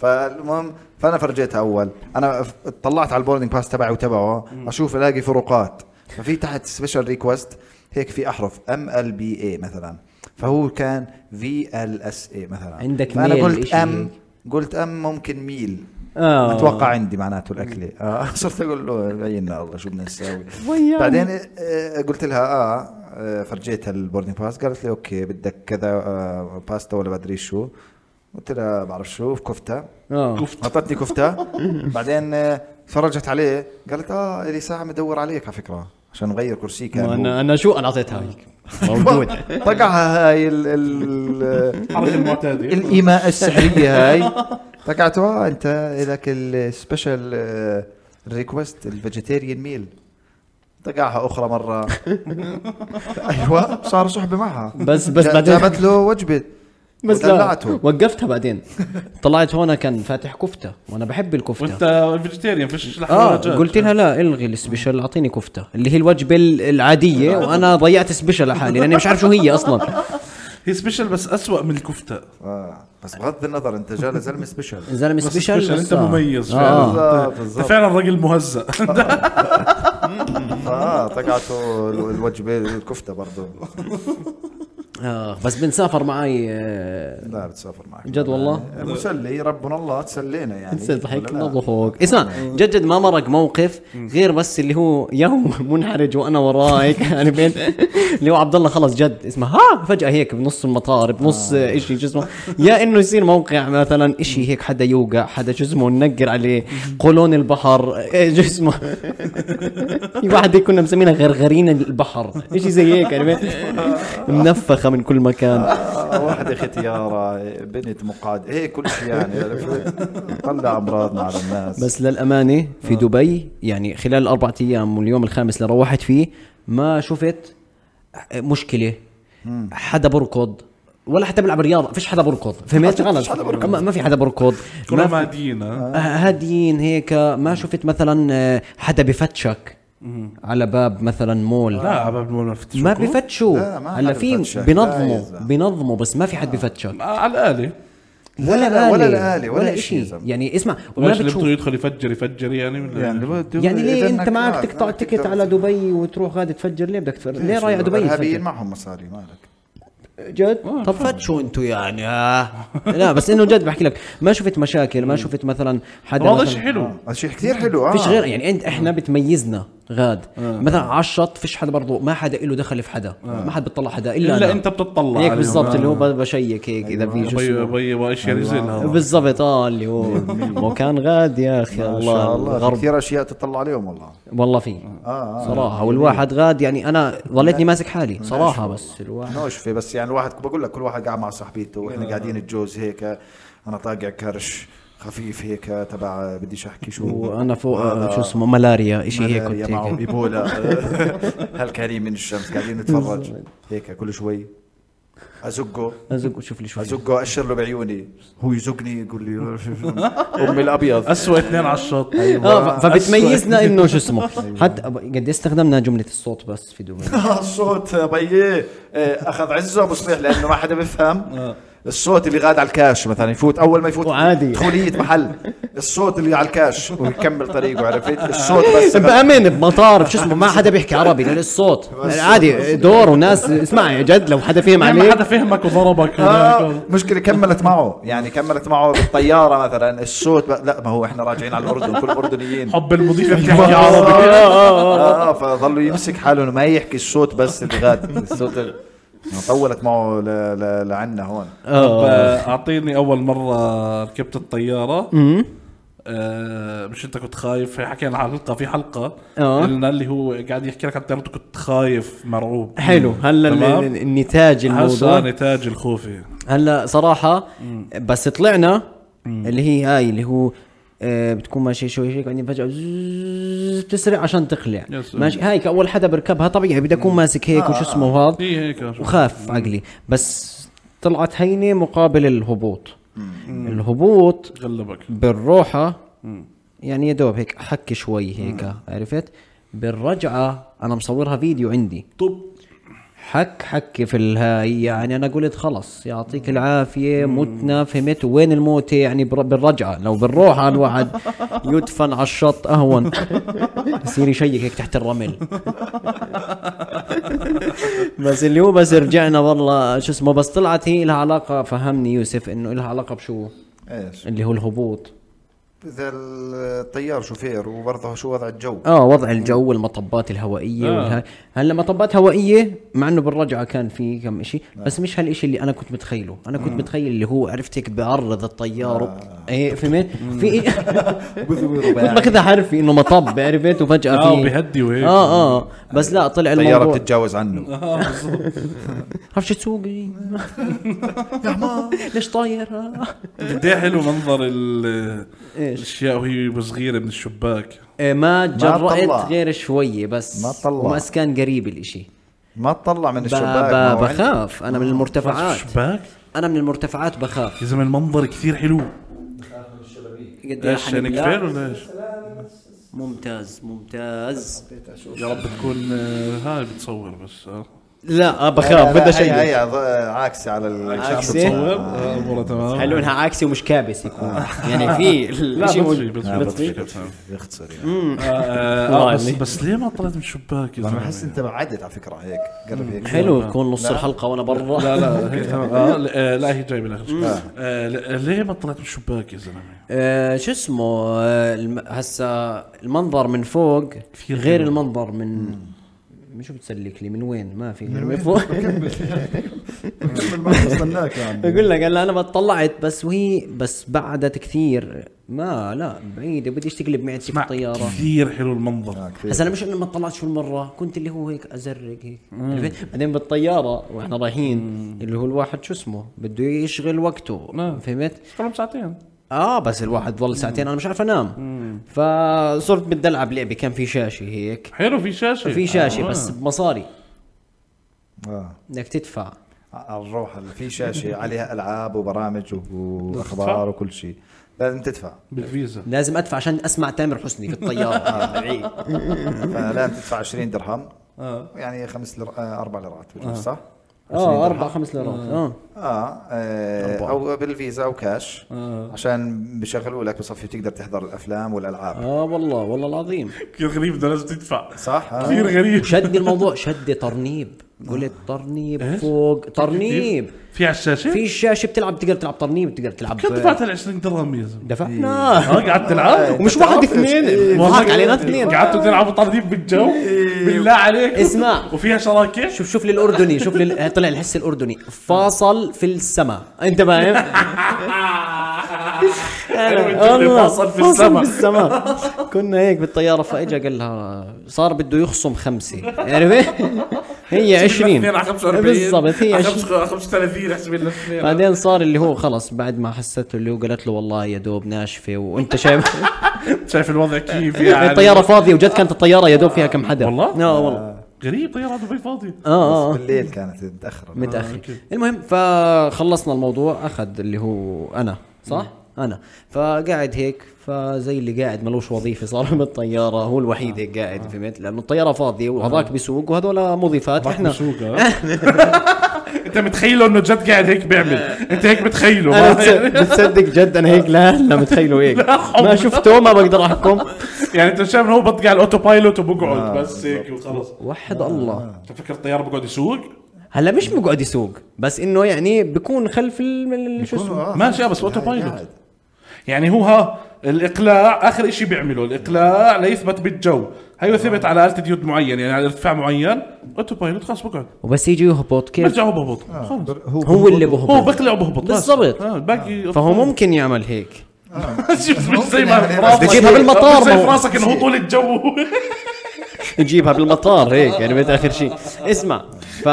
[SPEAKER 3] فالمهم فانا فرجيتها اول انا ف- طلعت على البوردنج باس تبعي وتبعه اشوف الاقي فروقات ففي تحت سبيشال ريكوست هيك في احرف ام ال بي اي مثلا فهو كان في ال اس اي مثلا
[SPEAKER 2] عندك
[SPEAKER 3] فانا
[SPEAKER 2] ميل
[SPEAKER 3] قلت
[SPEAKER 2] إشي
[SPEAKER 3] ام
[SPEAKER 2] هيك.
[SPEAKER 3] قلت ام ممكن ميل
[SPEAKER 2] آه.
[SPEAKER 3] اتوقع عندي معناته الاكله آه <laughs> صرت اقول له بينا الله شو بدنا نساوي
[SPEAKER 2] وياي.
[SPEAKER 3] بعدين آه، قلت لها اه آه، فرجيتها البوردنج باس قالت لي اوكي بدك كذا آه، باستا ولا بدري شو قلت لها بعرف شو كفته
[SPEAKER 2] اه
[SPEAKER 3] اعطتني كفته بعدين آه، فرجت عليه قالت اه لي ساعه مدور عليك على فكره عشان نغير كرسي كان
[SPEAKER 5] ما
[SPEAKER 3] هو.
[SPEAKER 5] انا انا شو انا اعطيتها هيك موجود
[SPEAKER 3] طقعها هاي ال ال
[SPEAKER 1] الحركه المعتاده
[SPEAKER 3] الايماء السحريه هاي طقعت اه انت لك السبيشال ريكوست الفيجيتيريان ميل طقعها اخرى مره ايوه صار صحبه معها
[SPEAKER 5] بس- بس
[SPEAKER 3] جا-
[SPEAKER 5] بعدين-
[SPEAKER 3] جابت له وجبه
[SPEAKER 5] بس لا
[SPEAKER 3] ودلعته.
[SPEAKER 5] وقفتها بعدين
[SPEAKER 2] طلعت هون كان فاتح كفته وانا بحب الكفته
[SPEAKER 1] وانت فيجيتيريان فيش لحم
[SPEAKER 2] اه
[SPEAKER 1] ولا دجاج.
[SPEAKER 2] قلت لها لا الغي السبيشال اعطيني كفته اللي هي الوجبه ال- العاديه وانا ضيعت سبيشال لحالي لاني مش عارف شو هي اصلا
[SPEAKER 1] هي سبيشال بس اسوأ من الكفته
[SPEAKER 3] آه. بس بغض النظر انت جاي زلمه سبيشال
[SPEAKER 5] <laughs>
[SPEAKER 2] زلمه
[SPEAKER 1] بس
[SPEAKER 2] سبيشال
[SPEAKER 1] سبيشال،
[SPEAKER 2] بس
[SPEAKER 1] انت
[SPEAKER 2] آه.
[SPEAKER 1] مميز
[SPEAKER 2] آه.
[SPEAKER 1] فعلا
[SPEAKER 3] بالضبط
[SPEAKER 1] انت
[SPEAKER 3] بالضبط
[SPEAKER 1] فعلا راجل مهزأ
[SPEAKER 3] اه طقعته ال- الوجبه الكفته برضه
[SPEAKER 2] اه بس بنسافر معي آه،
[SPEAKER 3] لا بتسافر معك آه،
[SPEAKER 2] جد والله؟
[SPEAKER 3] مسلي ربنا الله تسلينا يعني
[SPEAKER 2] تضحك
[SPEAKER 3] ولا لا؟
[SPEAKER 2] ضحوك اسمع جد جد ما مرق موقف غير بس اللي هو يوم <laughs> منحرج وانا وراه هيك <laughs> يعني بين اللي هو عبد الله خلص جد اسمه ها فجاه هيك بنص المطار بنص آه. شيء جسمه يا انه يصير موقع مثلا شيء هيك حدا يوقع حدا جسمه ننقر عليه قولون البحر إيه جسمه <laughs> في واحده كنا مسمينها غرغرين البحر شيء زي هيك يعني
[SPEAKER 3] <laughs>
[SPEAKER 2] بين- منفخه من كل مكان
[SPEAKER 3] آه، واحدة ختيارة بنت مقعد ايه كل شيء يعني طلع امراضنا على الناس
[SPEAKER 2] بس للامانه
[SPEAKER 3] آه.
[SPEAKER 2] في دبي يعني خلال الاربع ايام واليوم الخامس اللي روحت فيه ما شفت مشكله حدا بركض ولا حتى بيلعب رياضه فيش حدا بركض فهمت غلط ما ما في حدا بركض ما
[SPEAKER 1] كلهم
[SPEAKER 2] في- آه.
[SPEAKER 1] عاديين ها؟
[SPEAKER 2] هاديين هيك ما شفت مثلا آه، حدا بفتشك على باب مثلا مول
[SPEAKER 1] لا عباب المول ما فتشوكوا.
[SPEAKER 2] ما بفتشوا
[SPEAKER 3] لا، ما
[SPEAKER 2] هلا
[SPEAKER 3] حدا
[SPEAKER 2] في
[SPEAKER 3] بفتشك. لا
[SPEAKER 2] بنظموا
[SPEAKER 3] يزعل.
[SPEAKER 2] بنظموا بس ما في حد بفتشك
[SPEAKER 1] على الاله
[SPEAKER 3] لا، لا، ولا
[SPEAKER 2] آلة،
[SPEAKER 3] الآلة، ولا إشي يا زلمة.
[SPEAKER 2] يعني اسمع وما
[SPEAKER 1] ليش اللي بده
[SPEAKER 2] بتشوف
[SPEAKER 1] يدخل يفجر يفجر يعني من
[SPEAKER 3] يعني,
[SPEAKER 2] يعني ليه انت معك تقطع تكت على دبي وتروح غادي تفجر ليه بدك تفجر ليه رايح دبي
[SPEAKER 3] ارهابيين
[SPEAKER 2] تفجر؟
[SPEAKER 3] معهم مصاري مالك
[SPEAKER 1] آه،
[SPEAKER 2] جد
[SPEAKER 6] طب فتشوا انتوا يعني ها
[SPEAKER 2] آه. لا بس انه جد بحكي لك ما شفت مشاكل ما شفت مثلا حدا
[SPEAKER 1] هذا
[SPEAKER 2] مثلاً-
[SPEAKER 1] شيء حلو
[SPEAKER 3] هذا شيء كثير حلو اه
[SPEAKER 2] فيش غير يعني انت احنا بتميزنا غاد
[SPEAKER 3] آه.
[SPEAKER 2] مثلا على الشط فيش حدا برضه ما حدا له دخل في حدا ما حد بتطلع حدا الا
[SPEAKER 1] الا
[SPEAKER 2] أنا.
[SPEAKER 1] انت بتطلع
[SPEAKER 2] هيك
[SPEAKER 1] عليهم.
[SPEAKER 2] بالضبط
[SPEAKER 1] آه.
[SPEAKER 2] اللي هو ب- بشيك هيك اذا
[SPEAKER 3] أيوة.
[SPEAKER 2] في شو
[SPEAKER 1] بي
[SPEAKER 2] اسمه.
[SPEAKER 1] بي يعني آه. وايش ينزل هذا
[SPEAKER 2] بالضبط اه اللي
[SPEAKER 3] <laughs>
[SPEAKER 2] هو مكان غاد يا اخي
[SPEAKER 3] ما
[SPEAKER 2] الله
[SPEAKER 3] شاء الله في
[SPEAKER 2] إيه؟ الغرب
[SPEAKER 3] كثير اشياء تطلع عليهم والله
[SPEAKER 2] والله في
[SPEAKER 3] آه،
[SPEAKER 2] صراحه والواحد غاد يعني انا ظليتني ماسك حالي صراحه بس الواحد
[SPEAKER 3] نوشفه بس يعني الواحد بقول لك كل واحد قاعد مع صاحبيته واحنا
[SPEAKER 2] آه.
[SPEAKER 3] قاعدين الجوز هيك انا طاقع كرش خفيف هيك تبع بديش احكي شو
[SPEAKER 2] وانا فوق آه، شو اسمه ملاريا اشي هيك
[SPEAKER 3] ملاريا
[SPEAKER 2] كنت
[SPEAKER 3] معهم
[SPEAKER 2] هيك. <laughs>
[SPEAKER 3] ايبولا <laughs> هالكريم من الشمس قاعدين نتفرج هيك كل شوي ازقه
[SPEAKER 2] ازق شوف لي شوي
[SPEAKER 3] ازقه اشر له بعيوني هو يزقني يقول لي امي الابيض
[SPEAKER 1] اسوء اثنين على يعني الشط
[SPEAKER 2] اه ف- فبتميزنا
[SPEAKER 1] أسود.
[SPEAKER 2] انه شو اسمه حتى قد استخدمنا جمله الصوت بس في دبي
[SPEAKER 3] <laughs> الصوت طيب. إيه، بيي اخذ عزه مصلح لانه ما حدا بيفهم الصوت اللي غاد على الكاش مثلا يفوت اول ما يفوت
[SPEAKER 2] وعادي.
[SPEAKER 3] دخولية محل الصوت اللي على الكاش ويكمل طريقه عرفت الصوت بس
[SPEAKER 2] بامن بمطار شو اسمه ما حدا بيحكي عربي للصوت عادي دور وناس اسمع جد لو حدا فهم
[SPEAKER 1] ما
[SPEAKER 2] عليك
[SPEAKER 1] حدا فهمك وضربك
[SPEAKER 3] آه
[SPEAKER 1] هناك.
[SPEAKER 3] مشكلة كملت معه يعني كملت معه بالطيارة مثلا الصوت ب... لا ما هو احنا راجعين على الأردن كل أردنيين <laughs>
[SPEAKER 1] حب
[SPEAKER 2] <laughs>
[SPEAKER 1] المضيف
[SPEAKER 3] آه،
[SPEAKER 1] بتحكي عربي
[SPEAKER 3] آه، آه، فظلوا يمسك حاله انه ما يحكي الصوت بس اللي غاد الصوت ال- طولت معه ل... ل... لعنا هون
[SPEAKER 1] آه،
[SPEAKER 2] آه.
[SPEAKER 1] اعطيني اول مره ركبت الطياره آه، مش انت كنت خايف حكينا عن حلقه في حلقه
[SPEAKER 2] آه.
[SPEAKER 1] قلنا اللي هو قاعد يحكي لك عن طيارته كنت خايف مرعوب
[SPEAKER 2] حلو هلا ال-
[SPEAKER 1] تمام؟
[SPEAKER 2] ال- النتاج
[SPEAKER 1] هسا
[SPEAKER 2] الموضوع
[SPEAKER 1] نتاج الخوفي
[SPEAKER 2] هلا صراحه بس طلعنا اللي هي هاي اللي هو آه، بتكون ماشي شوي هيك بعدين فجاه زzzz بتسرع عشان تخلع
[SPEAKER 1] يس.
[SPEAKER 2] ماشي هاي كاول حدا بركبها طبيعي بدي اكون ماسك هيك وشو اسمه وهذا
[SPEAKER 1] هي إيه، هيك شو.
[SPEAKER 2] وخاف عقلي بس طلعت هينه مقابل الهبوط الهبوط
[SPEAKER 1] غلبك
[SPEAKER 2] بالروحه يعني يا دوب هيك حكي شوي هيك عرفت بالرجعه انا مصورها فيديو عندي
[SPEAKER 1] طب
[SPEAKER 2] حك حكي في الهاي يعني انا قلت خلص يعطيك العافيه متنا فهمت وين الموت يعني بر- بالرجعه لو بالروحه الواحد يدفن على الشط اهون يصير يشيك هيك تحت الرمل بس اللي هو بس رجعنا والله شو اسمه بس طلعت هي لها علاقه فهمني يوسف انه لها علاقه بشو
[SPEAKER 3] ايش
[SPEAKER 2] اللي هو الهبوط
[SPEAKER 3] اذا الطيار شوفير وبرضه شو وضع <laughs> الجو
[SPEAKER 2] اه وضع الجو والمطبات الهوائيه
[SPEAKER 1] آه.
[SPEAKER 2] آه. والها... هلا مطبات هوائيه مع انه بالرجعه كان في كم شيء بس مش هالشيء اللي انا كنت متخيله انا كنت متخيل اللي هو عرفت هيك بعرض الطيار آه. ايه فهمت في <laughs> كنت باخذها حرفي انه مطب عرفت وفجاه في
[SPEAKER 1] آه، وبيهدي وهيك.
[SPEAKER 2] اه اه بس لا طلع
[SPEAKER 3] الطيارة
[SPEAKER 2] الموضوع
[SPEAKER 3] بتتجاوز عنه
[SPEAKER 2] عرفت شو تسوق ليش طاير آه.
[SPEAKER 1] قد ايه حلو منظر ال-
[SPEAKER 2] إيش؟
[SPEAKER 1] الاشياء وهي صغيره من الشباك
[SPEAKER 2] إيه، ما
[SPEAKER 3] طلع.
[SPEAKER 2] جرأت غير شويه بس
[SPEAKER 3] ما طلع.
[SPEAKER 2] ومس كان قريب الاشي
[SPEAKER 3] ما تطلع من
[SPEAKER 2] ب-
[SPEAKER 3] الشباك ما
[SPEAKER 2] ب-
[SPEAKER 3] هو عندك.
[SPEAKER 2] بخاف انا من المرتفعات
[SPEAKER 1] شباك
[SPEAKER 2] انا من المرتفعات بخاف
[SPEAKER 1] يا زلمه المنظر كثير حلو
[SPEAKER 6] قد إيه
[SPEAKER 1] ايش يعني
[SPEAKER 6] حنبلع.
[SPEAKER 1] كفيل ولا ايش؟
[SPEAKER 6] ممتاز ممتاز
[SPEAKER 1] يا رب تكون آه، هاي بتصور بس آه.
[SPEAKER 2] لا آه،
[SPEAKER 3] لا، لا،
[SPEAKER 2] بخاف بدي
[SPEAKER 3] هي-
[SPEAKER 2] اشيك
[SPEAKER 3] هي ض- عاكسة على ال-
[SPEAKER 2] عاكسة.
[SPEAKER 1] بتصور آه، والله تمام
[SPEAKER 2] إيه. حلو انها عاكسي ومش كابس يكون <laughs> يعني في
[SPEAKER 1] لا
[SPEAKER 2] الشيء
[SPEAKER 1] بطفي
[SPEAKER 2] موجود.
[SPEAKER 1] بطفي بطفي كابتن.
[SPEAKER 3] يختصر يعني
[SPEAKER 1] آه،
[SPEAKER 2] <laughs>
[SPEAKER 1] آه، آه، بس
[SPEAKER 2] يعني.
[SPEAKER 1] بس ليه ما طلعت من الشباك يا
[SPEAKER 3] انا
[SPEAKER 1] زلمة؟
[SPEAKER 3] بحس انت بعدت على فكرة هيك قرب هيك
[SPEAKER 2] حلو يكون نص الحلقه وانا برا
[SPEAKER 1] آه. لا
[SPEAKER 2] <laughs>
[SPEAKER 1] لا هيك تمام. آه، لا، آه، لا هي جايبه لها آه، لا، ليه ما طلعت من الشباك يا زلمه؟
[SPEAKER 2] آه، شو اسمه آه، الم- هسا المنظر من فوق غير المنظر من من شو بتسلك لي من وين ما في من فوق <laughs>
[SPEAKER 3] ما وصلناك يا عمي
[SPEAKER 2] بقول لك هلا انا ما طلعت بس وهي بس بعدت كثير ما لا بعيده بديش تقلب معدتي في
[SPEAKER 1] مع
[SPEAKER 2] الطياره
[SPEAKER 1] كثير حلو المنظر
[SPEAKER 2] هسا انا مش انه ما طلعت شو المره كنت اللي هو هيك ازرق هيك عرفت؟ بعدين بالطياره واحنا رايحين اللي هو الواحد شو اسمه بده يشغل وقته فهمت
[SPEAKER 1] طلع ساعتين
[SPEAKER 2] اه بس الواحد ضل ساعتين انا مش عارف انام فصرت بدي العب لعبه كان في شاشه هيك
[SPEAKER 1] حلو في شاشه
[SPEAKER 2] في شاشه
[SPEAKER 1] آه.
[SPEAKER 2] بس بمصاري
[SPEAKER 3] آه.
[SPEAKER 2] بدك تدفع
[SPEAKER 3] على الروح في شاشة عليها ألعاب وبرامج و- وأخبار وكل شيء لازم تدفع
[SPEAKER 1] بالفيزا
[SPEAKER 2] لازم ادفع عشان اسمع تامر حسني في الطياره بعيد.
[SPEAKER 3] فلازم تدفع 20 درهم يعني خمس لر... آه، أربع آه، ليرات بجوز، صح؟
[SPEAKER 2] اه اربع خمس ليرات اه
[SPEAKER 3] اه, آه او بالفيزا او كاش آه. عشان بشغلوا لك بصفي تقدر تحضر الافلام والالعاب
[SPEAKER 2] اه والله والله العظيم
[SPEAKER 1] كثير غريب انه لازم تدفع
[SPEAKER 3] صح آه.
[SPEAKER 1] كثير غريب
[SPEAKER 2] شدني الموضوع شدي ترنيب قلت ترنيب
[SPEAKER 1] إيه؟
[SPEAKER 2] فوق ترنيب
[SPEAKER 1] في على الشاشه
[SPEAKER 2] في شاشه بتلعب تقدر تلعب ترنيب تقدر تلعب
[SPEAKER 1] كم دفعت ال 20 درهم يا زلمه
[SPEAKER 2] دفعنا
[SPEAKER 1] ها قعدت تلعب إيه،
[SPEAKER 2] ومش واحد اثنين ضحك علينا اثنين
[SPEAKER 1] قعدتوا تلعبوا طرنيب بالجو بالله عليك
[SPEAKER 2] اسمع.
[SPEAKER 1] وفيها شراكه
[SPEAKER 2] شوف شوف للاردني شوف لل... آه، طلع الحس الاردني فاصل في السماء انت
[SPEAKER 1] <laughs>
[SPEAKER 2] فاهم
[SPEAKER 1] آه. والله فاصل في السما
[SPEAKER 2] السماء كنا هيك بالطياره فاجا قال لها صار بده يخصم خمسه عرفت <laughs> هي
[SPEAKER 1] <laughs>
[SPEAKER 2] 20
[SPEAKER 1] اثنين على 45
[SPEAKER 2] بالضبط هي
[SPEAKER 1] على
[SPEAKER 2] 20
[SPEAKER 1] خمسة- 35 احسب لنا اثنين
[SPEAKER 2] بعدين صار اللي هو خلص بعد ما حسته اللي هو قالت له والله يا دوب ناشفه وانت شايف <laughs> طيب.
[SPEAKER 1] شايف الوضع كيف <laughs> يعني
[SPEAKER 2] الطياره فاضيه وجد كانت الطياره يا دوب فيها كم حدا
[SPEAKER 1] والله؟ آه.
[SPEAKER 2] اه والله
[SPEAKER 1] غريب طياره دبي فاضيه
[SPEAKER 2] اه
[SPEAKER 3] بس
[SPEAKER 2] اه
[SPEAKER 3] بالليل كانت متاخره
[SPEAKER 1] آه،
[SPEAKER 2] متاخر المهم فخلصنا الموضوع اخذ اللي هو انا صح انا فقاعد هيك فزي اللي قاعد ملوش وظيفه صار <laughs> بالطياره هو الوحيد هيك
[SPEAKER 1] آه.
[SPEAKER 2] قاعد فهمت لانه الطياره فاضيه وهذاك بيسوق وهذول مضيفات احنا <laughs>
[SPEAKER 1] بسوق، آه. انت متخيله انه جد قاعد هيك
[SPEAKER 2] <laughs>
[SPEAKER 1] بيعمل انت هيك متخيله <laughs>
[SPEAKER 2] انا
[SPEAKER 1] ما-
[SPEAKER 2] بتص- بتصدق جد انا هيك لا لا متخيله هيك ما شفته ما بقدر
[SPEAKER 1] <laughs>
[SPEAKER 2] احكم
[SPEAKER 1] يعني انت شايف انه هو بطقع الاوتو بايلوت وبقعد بس هيك وخلص
[SPEAKER 2] وحد الله
[SPEAKER 1] انت فكر الطياره بقعد يسوق
[SPEAKER 2] هلا مش بقعد يسوق بس انه يعني بكون خلف ال- ال- شو اسمه
[SPEAKER 1] ماشي آه، بس اوتو بايلوت يعني هو ها الاقلاع اخر شيء بيعمله الاقلاع ليثبت بالجو
[SPEAKER 3] آه.
[SPEAKER 1] هيو ثبت على التيود معين يعني على ارتفاع معين اوتو بايلوت خلاص بقعد
[SPEAKER 2] وبس يجي يهبط كيف
[SPEAKER 1] برجع هو بهبط
[SPEAKER 3] آه.
[SPEAKER 1] خلص
[SPEAKER 2] هو اللي
[SPEAKER 1] هو
[SPEAKER 2] بهبط
[SPEAKER 1] بقلع وبهبط بس.
[SPEAKER 2] بالضبط.
[SPEAKER 1] آه، الباقي <laughs>
[SPEAKER 2] فهو ممكن يعمل هيك
[SPEAKER 1] شفت مش زي ما في
[SPEAKER 3] بدك
[SPEAKER 1] راسك
[SPEAKER 2] يجيبها بالمطار
[SPEAKER 1] مش زي في
[SPEAKER 2] ما هو-
[SPEAKER 1] راسك انه هو طول
[SPEAKER 3] <laughs>
[SPEAKER 1] الجو
[SPEAKER 2] يجيبها بالمطار هيك يعني بيت اخر شيء اسمع ف...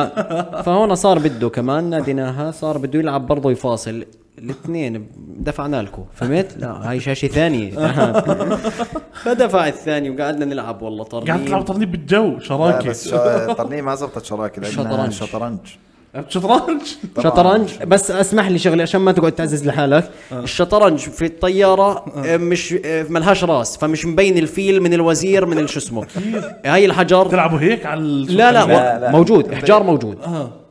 [SPEAKER 2] فهون صار بده كمان ناديناها صار بده يلعب برضه يفاصل الاثنين دفعنا لكم فهمت؟ لا هاي شاشه ثانيه <laughs> فدفع الثاني وقعدنا نلعب والله
[SPEAKER 1] قاعد تلعب
[SPEAKER 2] طرنيب
[SPEAKER 1] ترنيب بالجو آه،
[SPEAKER 3] لا،
[SPEAKER 1] شراكه
[SPEAKER 3] بس شا- طرنيه ما زبطت شراكه لانها
[SPEAKER 2] شطرنج.
[SPEAKER 3] شطرنج
[SPEAKER 1] شطرنج
[SPEAKER 2] شطرنج بس اسمح لي شغله عشان ما تقعد تعزز لحالك
[SPEAKER 3] آه.
[SPEAKER 2] الشطرنج في الطياره آه، مش آه، ملهاش راس فمش مبين الفيل من الوزير من شو
[SPEAKER 3] <laughs>
[SPEAKER 2] اسمه هاي الحجر
[SPEAKER 1] تلعبوا هيك على ال-
[SPEAKER 2] لا لا,
[SPEAKER 3] لا،
[SPEAKER 2] لا,
[SPEAKER 3] لا.
[SPEAKER 2] موجود احجار موجود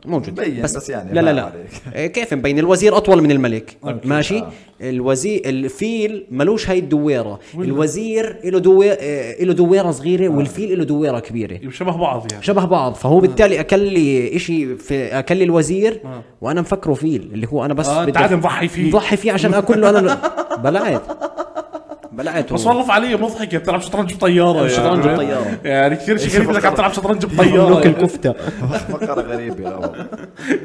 [SPEAKER 2] موجود
[SPEAKER 3] آه. مبين، بس يعني
[SPEAKER 2] لا
[SPEAKER 3] ما
[SPEAKER 2] لا لا
[SPEAKER 3] عليك. آه.
[SPEAKER 2] إيه، كيف مبين الوزير اطول من الملك ماشي الوزير الفيل ملوش هاي الدويره الوزير له دويره له دويره صغيره
[SPEAKER 3] آه.
[SPEAKER 2] والفيل له دويره كبيره
[SPEAKER 1] شبه بعض يعني
[SPEAKER 2] شبه بعض فهو بالتالي اكل لي شيء في اكل لي الوزير وانا مفكره فيل اللي هو انا بس
[SPEAKER 1] آه، أنت
[SPEAKER 2] بدي-
[SPEAKER 1] عاد مضحي فيه.
[SPEAKER 2] مضحي فيه عشان اكل له انا <laughs> بلعت بلعت
[SPEAKER 1] بس
[SPEAKER 2] هو.
[SPEAKER 1] والله فعلية مضحكة بتلعب شطرنج بطيارة يعني.
[SPEAKER 2] شطرنج بطيارة.
[SPEAKER 1] يعني كثير شيء
[SPEAKER 3] إيه،
[SPEAKER 1] غريب انك عم تلعب شطرنج
[SPEAKER 2] مملوك
[SPEAKER 1] بطيارة يعني.
[SPEAKER 2] الكفته
[SPEAKER 3] فقره غريبه يا والله.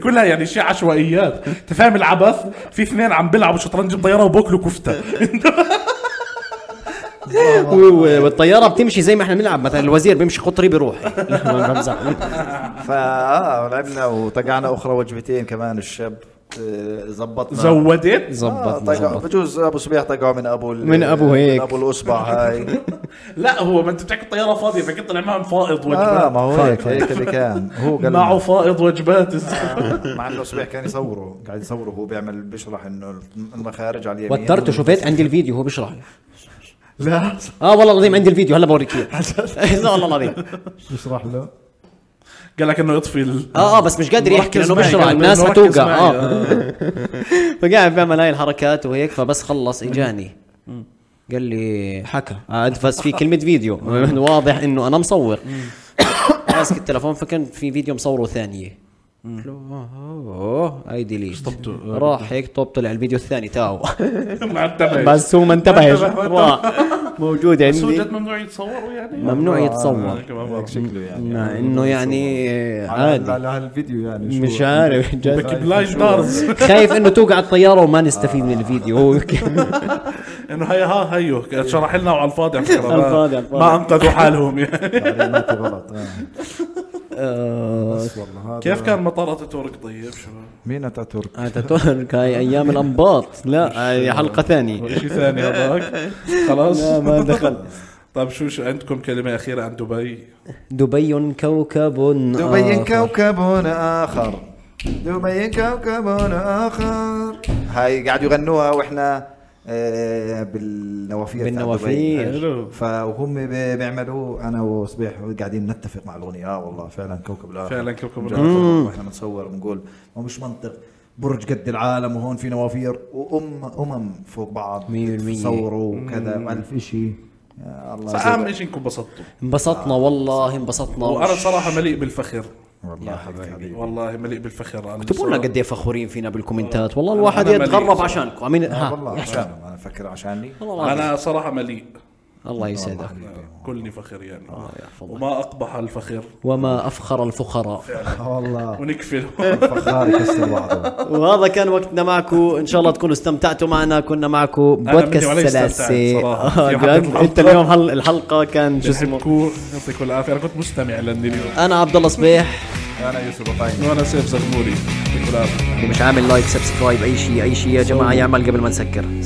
[SPEAKER 1] كلها يعني شيء عشوائيات انت فاهم العبث في اثنين عم بيلعبوا شطرنج بطيارة وباكلوا كفتة
[SPEAKER 2] <laughs>
[SPEAKER 3] نعم.
[SPEAKER 2] و- والطياره بتمشي زي ما احنا بنلعب مثلا الوزير بيمشي قطري <laughs> بيروح آه، لا ما بمزح <laughs>
[SPEAKER 3] فاه آه، لعبنا وطقعنا اخرى وجبتين كمان الشاب آه، زبطنا
[SPEAKER 1] زودت
[SPEAKER 3] آه،
[SPEAKER 2] زبطنا
[SPEAKER 3] طقعوا-
[SPEAKER 2] زبط
[SPEAKER 3] بجوز ابو صبيح طقعوا من ابو ال-
[SPEAKER 2] من أبو هيك.
[SPEAKER 3] من ابو الاصبع
[SPEAKER 2] <laughs>
[SPEAKER 3] هاي آه،
[SPEAKER 1] لا هو ما انت بتحكي الطيارة فاضية فكنت طلع معهم فائض
[SPEAKER 3] اه
[SPEAKER 1] وجبات
[SPEAKER 3] ما هو هيك هيك اللي كان هو قال
[SPEAKER 1] معه
[SPEAKER 3] لنا.
[SPEAKER 1] فائض وجبات
[SPEAKER 3] مع انه صبيح كان يصوره قاعد يصوره وهو بيعمل بيشرح انه المخارج على اليمين
[SPEAKER 2] وترته شفت عندي الفيديو هو بيشرح لي.
[SPEAKER 3] <laughs> لا
[SPEAKER 2] اه والله العظيم عندي الفيديو هلا بوريك اياه <laughs> لا والله العظيم
[SPEAKER 3] بيشرح له
[SPEAKER 1] قال لك انه يطفي ال-
[SPEAKER 2] اه اه بس مش قادر يحكي
[SPEAKER 1] مركز
[SPEAKER 2] لانه
[SPEAKER 1] معي،
[SPEAKER 2] بيشرح
[SPEAKER 1] قال
[SPEAKER 2] الناس
[SPEAKER 1] إنه ركز
[SPEAKER 2] هتوقع
[SPEAKER 1] معي.
[SPEAKER 2] اه فقاعد بيعمل هاي الحركات وهيك فبس خلص اجاني قال لي حكى ادفس في كلمه فيديو <laughs> واضح انه انا مصور <coughs> ماسك التلفون فكان في فيديو مصوره ثانيه قلت له آه، اوه هاي ديليت راح هيك طب طلع الفيديو الثاني تاعه
[SPEAKER 1] <laughs> ما انتبه
[SPEAKER 2] بس هو ما انتبهش <laughs>
[SPEAKER 1] انتبه، ما انتبه.
[SPEAKER 2] راح موجود
[SPEAKER 1] بس هو
[SPEAKER 2] عندي
[SPEAKER 1] جد ممنوع يتصوروا يعني
[SPEAKER 2] ممنوع يتصور
[SPEAKER 1] يتصور
[SPEAKER 3] شكله يعني
[SPEAKER 2] مع انه يعني عادي
[SPEAKER 3] على هالفيديو يعني شو
[SPEAKER 2] مش
[SPEAKER 3] <laughs>
[SPEAKER 2] عارف جد
[SPEAKER 1] بكي
[SPEAKER 2] <laughs>
[SPEAKER 1] بلايندرز
[SPEAKER 2] خايف انه توقع الطياره وما نستفيد من الفيديو <laughs> هو
[SPEAKER 1] انه هي ها هيو شرح لنا وعلى الفاضي على فكرة.
[SPEAKER 2] <laughs> على الفاضي، على الفاضي.
[SPEAKER 1] ما انقذوا حالهم يعني <laughs>
[SPEAKER 3] تعليماتي غلط آه.
[SPEAKER 2] آه.
[SPEAKER 3] بس والله هذا
[SPEAKER 1] كيف كان مطار اتاتورك طيب شباب؟
[SPEAKER 3] مين اتاتورك؟
[SPEAKER 2] اتاتورك هاي ايام الانباط لا هاي حلقه ثانيه
[SPEAKER 1] شيء ثاني هذاك خلاص
[SPEAKER 2] لا ما دخل
[SPEAKER 1] <laughs> طيب شو شو عندكم كلمه اخيره عن دبي
[SPEAKER 2] دبي كوكب آه.
[SPEAKER 3] دبي كوكب اخر دبي كوكب اخر هاي قاعد يغنوها واحنا آه، بالنوافير تاع
[SPEAKER 7] بالنوافير.
[SPEAKER 3] دبي.
[SPEAKER 1] حلو.
[SPEAKER 3] فهم بي- بيعملوا انا وصبيح قاعدين نتفق مع الاغنيه اه والله فعلا كوكب الارض
[SPEAKER 1] فعلا كوكب
[SPEAKER 3] الارض واحنا بنصور بنقول هو مش منطق برج قد العالم وهون في نوافير وام امم فوق بعض
[SPEAKER 7] 100%.
[SPEAKER 3] صوروا وكذا والف شيء يا الله
[SPEAKER 1] اهم شيء انكم انبسطتوا
[SPEAKER 2] انبسطنا والله انبسطنا
[SPEAKER 1] وانا صراحه مليء بالفخر
[SPEAKER 3] والله حبيبي
[SPEAKER 1] والله مليء بالفخر انا
[SPEAKER 2] اكتبوا لنا
[SPEAKER 1] بصراحة.
[SPEAKER 2] قد ايه فخورين فينا بالكومنتات والله الواحد
[SPEAKER 1] أنا مليء
[SPEAKER 2] يتغرب
[SPEAKER 1] صراحة.
[SPEAKER 2] عشانكم امين
[SPEAKER 3] آه،
[SPEAKER 2] ها
[SPEAKER 3] والله عشانهم انا افكر عشاني
[SPEAKER 2] والله العظيم.
[SPEAKER 1] انا صراحه مليء
[SPEAKER 2] الله يسعدك
[SPEAKER 1] كلني فخر يعني
[SPEAKER 2] آه،
[SPEAKER 1] وما اقبح الفخر
[SPEAKER 2] وما افخر الفخراء
[SPEAKER 3] والله
[SPEAKER 2] آه.
[SPEAKER 3] <laughs>
[SPEAKER 1] ونكفل
[SPEAKER 3] فخار يكسر بعضه
[SPEAKER 2] وهذا كان وقتنا معكم ان شاء الله تكونوا استمتعتوا معنا كنا معكم
[SPEAKER 1] أنا بدي
[SPEAKER 2] بودكاست
[SPEAKER 1] ولا استمتعت
[SPEAKER 2] سلاسه
[SPEAKER 1] صراحة. في
[SPEAKER 2] آه،
[SPEAKER 1] حلقة
[SPEAKER 2] جد؟
[SPEAKER 1] الحلقة.
[SPEAKER 2] انت اليوم حل الحلقه كان شو اسمه
[SPEAKER 1] نحبكم يعطيكم العافيه انا كنت مستمع لاني اليوم
[SPEAKER 2] انا عبد الله صبيح
[SPEAKER 3] انا يوسف بطايني
[SPEAKER 1] وانا سيف زغموري يعطيكم العافيه
[SPEAKER 2] اللي مش عامل لايك سبسكرايب اي شيء اي شيء يا جماعه يعمل قبل ما نسكر سلام